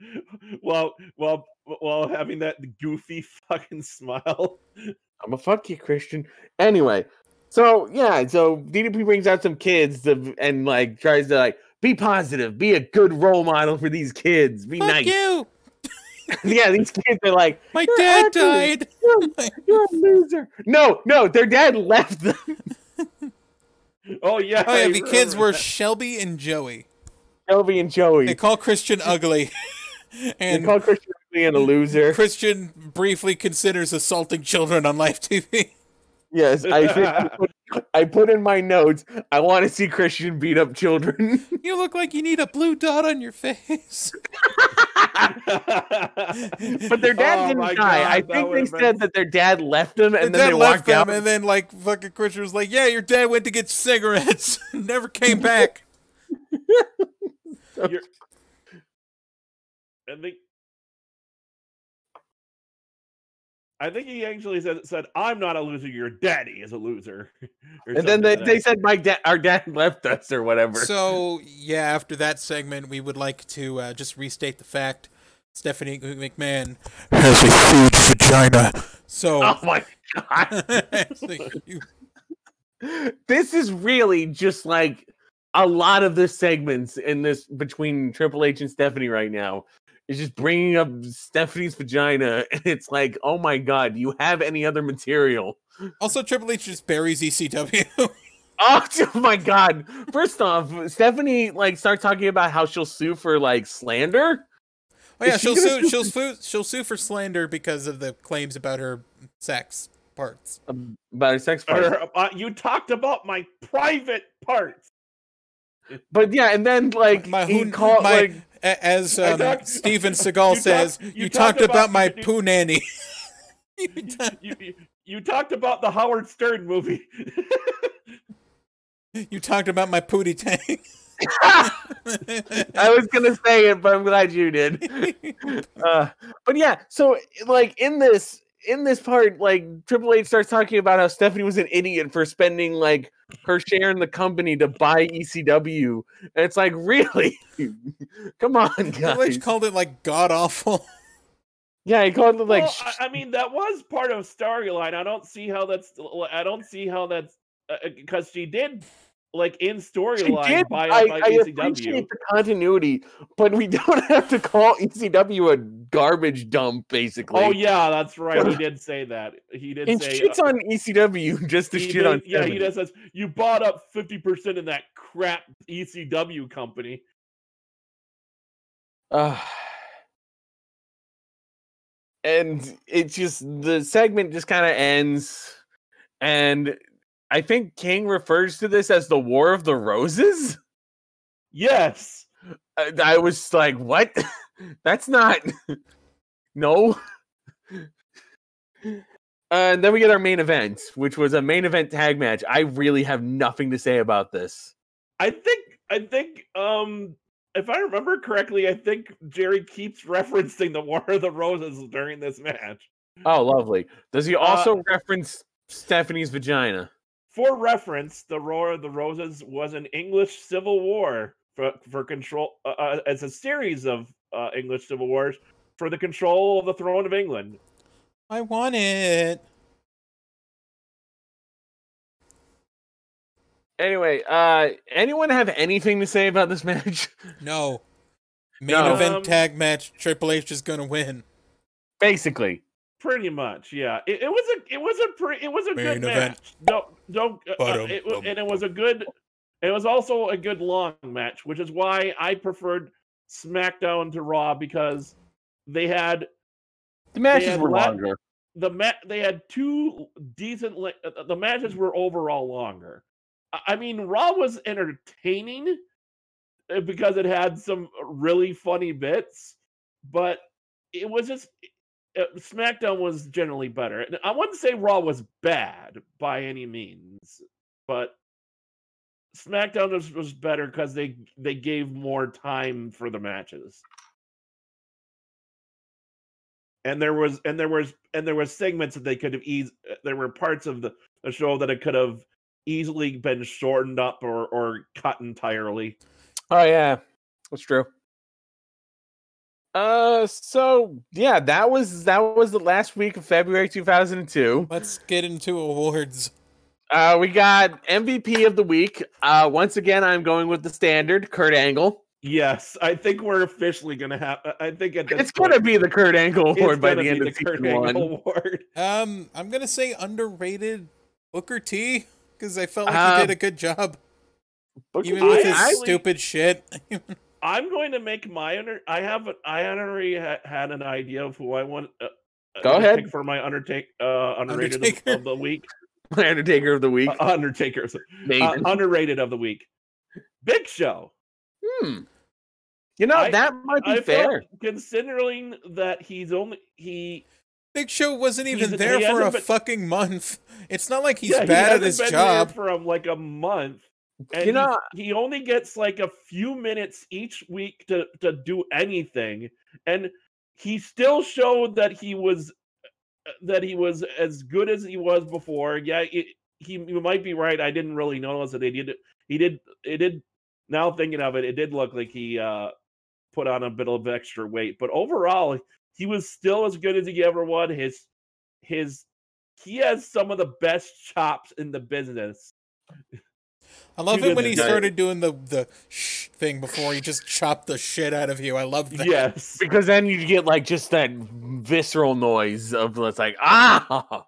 Speaker 3: while while while having that goofy fucking smile.
Speaker 2: I'm a fuck you, Christian. Anyway, so yeah, so DDP brings out some kids to, and like tries to like be positive, be a good role model for these kids, be
Speaker 1: Fuck
Speaker 2: nice.
Speaker 1: you!
Speaker 2: yeah, these kids are like,
Speaker 1: My
Speaker 2: You're
Speaker 1: dad
Speaker 2: ugly.
Speaker 1: died.
Speaker 2: you're, you're a loser. No, no, their dad left them.
Speaker 3: Oh yeah.
Speaker 1: Oh
Speaker 3: I
Speaker 1: yeah, the kids
Speaker 3: remember
Speaker 1: were
Speaker 3: that.
Speaker 1: Shelby and Joey.
Speaker 2: Shelby and Joey.
Speaker 1: They
Speaker 2: They,
Speaker 1: call Christian ugly, and
Speaker 2: call Christian ugly and a loser.
Speaker 1: Christian briefly considers assaulting children on live TV.
Speaker 2: Yes, I think I put, I put in my notes. I want to see Christian beat up children.
Speaker 1: You look like you need a blue dot on your face.
Speaker 2: but their dad
Speaker 3: Oh my
Speaker 2: didn't die. I
Speaker 3: God, that
Speaker 2: think they
Speaker 3: would've been-
Speaker 2: said that their dad left them and
Speaker 1: The
Speaker 2: then
Speaker 1: dad
Speaker 2: they
Speaker 1: left
Speaker 2: walked
Speaker 1: them,
Speaker 2: out.
Speaker 1: and then like fucking Christian was like, "Yeah, your dad went to get cigarettes, and never came back."
Speaker 3: I think I think he actually said said I'm not a loser. Your daddy is a loser. or
Speaker 2: and then they,
Speaker 3: something
Speaker 2: they
Speaker 3: like that.
Speaker 2: said my dad our dad left us or whatever
Speaker 1: so yeah, after that segment, we would like to uh, just restate the fact: Stephanie McMahon has a huge vagina. So.
Speaker 2: oh my god
Speaker 1: So you-
Speaker 2: this is really just like a lot of the segments in this between triple h and stephanie right now is just bringing up Stephanie's vagina, and it's like, oh my god, do you have any other material?
Speaker 1: Also, Triple H just buries E ECW.
Speaker 2: Oh, my god! First off, Stephanie like start talking about how she'll sue for like slander.
Speaker 1: oh yeah,
Speaker 2: Is
Speaker 1: she'll
Speaker 2: she gonna
Speaker 1: sue, she'll sue she'll sue for slander because of the claims about her sex parts.
Speaker 2: Um, about her sex part.
Speaker 3: Or, uh, you talked about my private parts.
Speaker 2: But yeah, and then like
Speaker 1: My
Speaker 2: he
Speaker 1: hoon-
Speaker 2: called
Speaker 1: my-
Speaker 2: like
Speaker 1: A- As
Speaker 3: I
Speaker 1: um,
Speaker 3: talked-
Speaker 1: Steven Seagal
Speaker 3: You
Speaker 1: says,
Speaker 3: talked-
Speaker 1: you,
Speaker 3: you
Speaker 1: talked,
Speaker 3: talked
Speaker 1: about
Speaker 3: about-
Speaker 1: my
Speaker 3: you-
Speaker 1: poo nanny. You ta-
Speaker 3: You, you, you talked about the Howard Stern movie.
Speaker 1: You talked about my pooty tank.
Speaker 2: I was gonna say it, but I'm glad you did. Uh, but yeah, so like in this in this part, like Triple H starts talking about how Stephanie was an idiot for spending like her share in the company to buy ECW, and it's like really, come on,
Speaker 1: Triple
Speaker 2: guys.
Speaker 1: H called it like god awful.
Speaker 2: yeah, he called it like
Speaker 3: well, I, I mean, that was part of storyline. I don't see how that's. I don't see how that's because she did like in
Speaker 2: She
Speaker 3: storyline
Speaker 2: did.
Speaker 3: by,
Speaker 2: I,
Speaker 3: by E
Speaker 2: I
Speaker 3: ECW.
Speaker 2: appreciate the continuity, but we don't have to call ECW a garbage dump, basically.
Speaker 3: Oh yeah, that's right. He did say that. He did
Speaker 2: He
Speaker 3: say. uh,
Speaker 2: shits on ECW just to
Speaker 3: he
Speaker 2: shit
Speaker 3: did-
Speaker 2: on.
Speaker 3: yeah, he
Speaker 2: Stephanie.
Speaker 3: does. Says, you bought up fifty percent in that crap ECW company.
Speaker 2: Uh, and it just the segment just kind of ends, and I think King refers to this as the War of the Roses.
Speaker 3: Yes.
Speaker 2: I, I was like, what? That's not. no. and then we get our main event, which was a main event tag match. I really have nothing to say about this.
Speaker 3: I think I think um if I remember correctly, I think Jerry keeps referencing the War of the Roses during this match.
Speaker 2: Oh, lovely. Does he
Speaker 3: Uh,
Speaker 2: also reference Stephanie's vagina?
Speaker 3: For reference, the War of the Roses was an English civil war for for control uh, uh, as a series of uh, English civil wars for the control of the throne of England.
Speaker 1: I want it.
Speaker 2: Anyway, uh anyone have anything to say about this match?
Speaker 1: No. Main
Speaker 2: No.
Speaker 1: event
Speaker 3: Um,
Speaker 1: tag match. Triple H is gonna win.
Speaker 2: Basically.
Speaker 3: Pretty much, yeah. It, it was a it was a pretty it was a good
Speaker 1: Main event. um,
Speaker 3: match. Don't don't uh, uh,
Speaker 1: Ba-dum,
Speaker 3: it, wa-
Speaker 1: bum,
Speaker 3: and it was a good it was also a good long match, which is why I preferred SmackDown to Raw because they had
Speaker 2: The matches
Speaker 3: had
Speaker 2: were
Speaker 3: la-
Speaker 2: longer.
Speaker 3: the mat they had two decent li- uh, uh, the matches were overall longer. I, I mean Raw was entertaining uh, because it had some really funny bits, but it was just uh, SmackDown was generally better. And I wouldn't say Raw was bad by any means, but SmackDown was, was better because they they gave more time for the matches. And there was and there was and there was segments that they could have eas uh, there were parts of the, the show that it could have easily been shortened up or or cut entirely.
Speaker 2: Oh yeah. That's true. Uh so yeah, that was that was the last week of February 2002.
Speaker 1: Let's get into awards.
Speaker 2: Uh we got MVP of the week. Uh once again I'm going with the standard Kurt Angle.
Speaker 3: Yes, I think we're officially gonna have I I think at this
Speaker 2: It's going to
Speaker 3: point,
Speaker 2: be the Kurt Angle
Speaker 3: it's
Speaker 2: award by
Speaker 3: gonna
Speaker 2: the end
Speaker 3: be
Speaker 2: of
Speaker 3: the Kurt
Speaker 2: season
Speaker 3: Angle
Speaker 2: one.
Speaker 3: award.
Speaker 1: Um, I'm gonna say underrated Booker T because I felt like
Speaker 2: Uh,
Speaker 1: he did a good job,
Speaker 2: Booker
Speaker 1: even
Speaker 2: T,
Speaker 1: with
Speaker 3: I
Speaker 1: his
Speaker 2: I-
Speaker 3: actually-
Speaker 1: stupid shit.
Speaker 3: I'm going to make my under. I have. a- I already ha- had an idea of who I want. Uh, uh,
Speaker 2: Go
Speaker 3: to
Speaker 2: ahead.
Speaker 3: pick for my undertake uh, underrated of-
Speaker 1: Undertaker.
Speaker 3: Of, the week.
Speaker 2: Undertaker of the week.
Speaker 3: Uh, undertaker. so- Uh,
Speaker 2: Nathan.
Speaker 3: underrated of the week. Big Show.
Speaker 2: Hmm. You know
Speaker 3: I-
Speaker 2: that might be
Speaker 3: I
Speaker 2: fair.
Speaker 3: felt considering that he's only he.
Speaker 1: Big Show wasn't even
Speaker 3: He's-
Speaker 1: there
Speaker 3: he
Speaker 1: for a
Speaker 3: hasn't been-
Speaker 1: fucking month. It's not like he's
Speaker 3: yeah, he
Speaker 1: bad at
Speaker 3: hasn't
Speaker 1: his
Speaker 3: been here
Speaker 1: job.
Speaker 3: for um, like a month. And
Speaker 2: you
Speaker 3: he-
Speaker 2: know,
Speaker 3: he, only gets like a few minutes each week to to do anything, and he still showed that he was uh, that he was as good as he was before. Yeah, it, he you might be right. I didn't really notice that they did. He did. It did. Now thinking of it, it did look like he uh put on a bit of extra weight, but overall, he was still as good as he ever was. His his he has some of the best chops in the business.
Speaker 1: I love
Speaker 3: You
Speaker 1: it when
Speaker 3: did
Speaker 1: he
Speaker 3: the guy-
Speaker 1: started doing the the shh thing before he just chopped the shit out of you. I love that.
Speaker 3: Yes.
Speaker 2: because then you get like just that visceral noise of it's like ah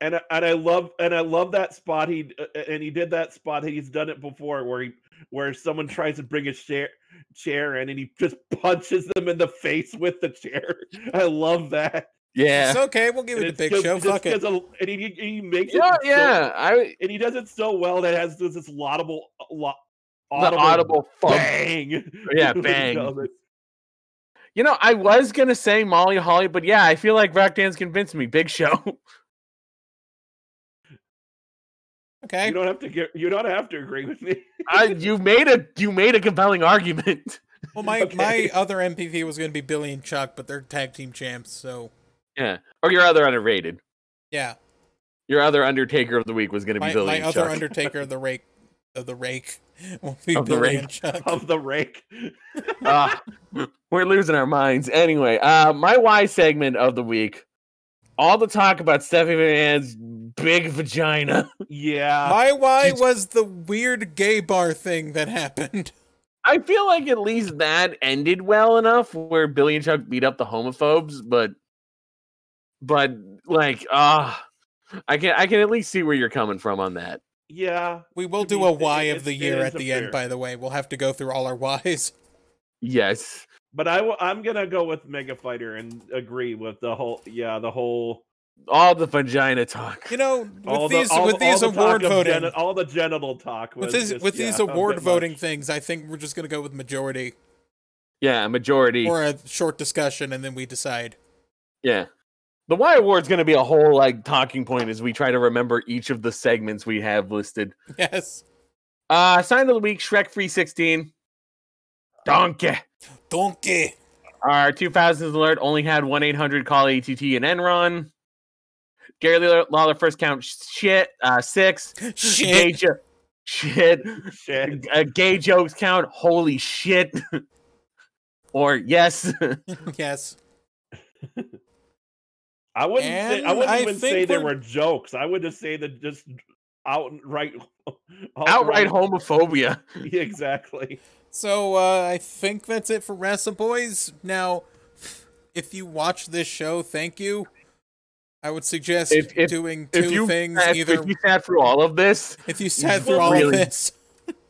Speaker 3: and I- and I love and I love that spot. He uh, and he did that spot. He's done it before, where he where someone tries to bring a chair chair in, and he just punches them in the face with the chair. I love that.
Speaker 2: yeah
Speaker 1: It's okay. We'll give
Speaker 3: And
Speaker 1: it to Big
Speaker 3: it's just-
Speaker 1: Show.
Speaker 3: just
Speaker 1: Fuck it.
Speaker 3: gets a- and he, he he makes it.
Speaker 2: yeah
Speaker 3: so-
Speaker 2: yeah I
Speaker 3: and he does it so well that it has this, this laudable uh, la,
Speaker 2: the audible thump.
Speaker 3: bang.
Speaker 2: Yeah,
Speaker 3: when he
Speaker 2: bang.
Speaker 3: does it.
Speaker 2: You know, I was gonna say Molly Holly, but yeah, I feel like Roxanne's convinced me. Big Show.
Speaker 1: Okay.
Speaker 3: You don't have to get. You don't have to agree with me.
Speaker 2: I, you made a you made a compelling argument.
Speaker 1: Well, my
Speaker 3: Okay.
Speaker 1: my other MPV was going to be Billy and Chuck, but they're tag team champs, so
Speaker 2: Yeah, or your other underrated,
Speaker 1: yeah.
Speaker 2: your other Undertaker of the week was gonna be
Speaker 1: My,
Speaker 2: Billy
Speaker 1: my
Speaker 2: and
Speaker 1: other
Speaker 2: Chuck.
Speaker 1: Undertaker of the rake of the rake will be
Speaker 2: Of the
Speaker 1: Billy
Speaker 2: rake.
Speaker 1: and Chuck.
Speaker 3: Of the rake.
Speaker 2: Ah, we're losing our minds. Anyway, uh, my why segment of the week. All the talk about Stephanie McMahon's big vagina.
Speaker 3: Yeah.
Speaker 1: my why
Speaker 2: did-
Speaker 1: was the weird gay bar thing that happened.
Speaker 2: I feel like at least that ended well enough where Billy and Chuck beat up the homophobes, but but like ah I can I can at least see where you're coming from on that.
Speaker 3: Yeah.
Speaker 1: We will
Speaker 3: I
Speaker 1: do
Speaker 3: mean,
Speaker 1: a
Speaker 3: it-
Speaker 1: why
Speaker 3: it-
Speaker 1: of the
Speaker 3: it
Speaker 1: year
Speaker 3: is
Speaker 1: at the
Speaker 3: unfair.
Speaker 1: end, by the way. We'll have to go through all our whys.
Speaker 2: Yes.
Speaker 3: But I will. I'm gonna go with Mega Fighter and agree with the whole. Yeah, the whole.
Speaker 2: All the vagina talk.
Speaker 1: You know, with
Speaker 3: all
Speaker 1: these
Speaker 3: the, all,
Speaker 1: with
Speaker 3: all
Speaker 1: these
Speaker 3: the talk
Speaker 1: award
Speaker 3: of
Speaker 1: voting,
Speaker 3: geni- all the genital talk. Was
Speaker 1: with these
Speaker 3: just,
Speaker 1: with
Speaker 3: yeah,
Speaker 1: these
Speaker 3: a
Speaker 1: award
Speaker 3: bit
Speaker 1: voting
Speaker 3: much.
Speaker 1: things, I think we're just gonna go with majority
Speaker 2: Yeah, majority.
Speaker 1: or a short discussion, and then we decide.
Speaker 2: Yeah. The Y Award's gonna be a whole like talking point as we try to remember each of the segments we have listed.
Speaker 1: Yes,
Speaker 2: Uh sign of the week, Shrek 316. Donkey.
Speaker 1: donkey.
Speaker 2: Our 2000s alert only had 1 800 call ATT and Enron. Gary Lau- Lawler first count shit, uh, six. Gay
Speaker 1: Shit.
Speaker 2: jo- shit.
Speaker 3: Shit.
Speaker 2: Uh, gay jokes count, holy shit. or yes.
Speaker 1: yes.
Speaker 3: I wouldn't. Say, I
Speaker 1: And
Speaker 3: wouldn't
Speaker 1: I
Speaker 3: even
Speaker 1: think
Speaker 3: say there
Speaker 1: we're-
Speaker 3: were jokes. I would just say that just outright,
Speaker 2: Outright homophobia.
Speaker 3: Yeah, exactly.
Speaker 1: So uh, I think that's it for Wrestle Boys. Now, if you watch this show, thank you. I would suggest
Speaker 2: If- if-
Speaker 1: doing two
Speaker 2: If you,
Speaker 1: things.
Speaker 2: sat,
Speaker 1: either
Speaker 2: if you sat through all of this,
Speaker 1: if you sat
Speaker 2: you
Speaker 1: through all
Speaker 2: really-
Speaker 1: of this,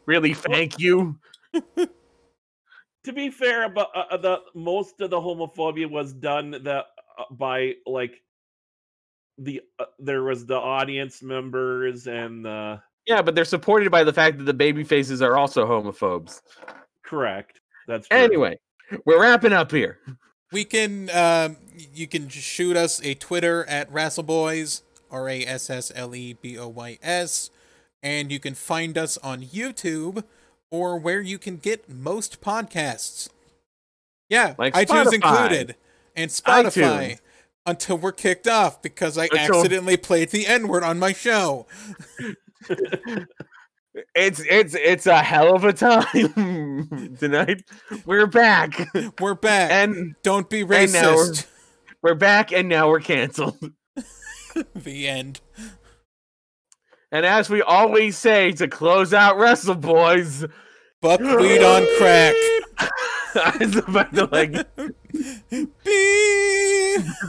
Speaker 2: really thank you.
Speaker 3: To be fair, about uh, uh, the most of the homophobia was done the uh, by like the uh, there was the audience members and the
Speaker 2: Yeah, but they're supported by the fact that the baby faces are also homophobes.
Speaker 3: correct. That's true.
Speaker 2: Anyway, we're wrapping up here.
Speaker 1: we can um, you can just shoot us a Twitter at Wrestle Boys R A S S L E B O Y S, and you can find us on YouTube or where you can get most podcasts. Yeah,
Speaker 2: Like
Speaker 1: iTunes
Speaker 2: Spotify.
Speaker 1: included and Spotify.
Speaker 2: iTunes.
Speaker 1: Until we're kicked off because I
Speaker 2: Until-
Speaker 1: accidentally played the N word on my show.
Speaker 2: It's it's it's a hell of a time tonight. We're back
Speaker 1: We're back.
Speaker 2: and
Speaker 1: Don't be
Speaker 2: and now we're-
Speaker 1: racist.
Speaker 2: we're back and now we're canceled.
Speaker 1: the end.
Speaker 2: And as we always say to close out Wrestle Boys,
Speaker 1: Buckwheat on crack.
Speaker 2: I was about to like
Speaker 1: Beep.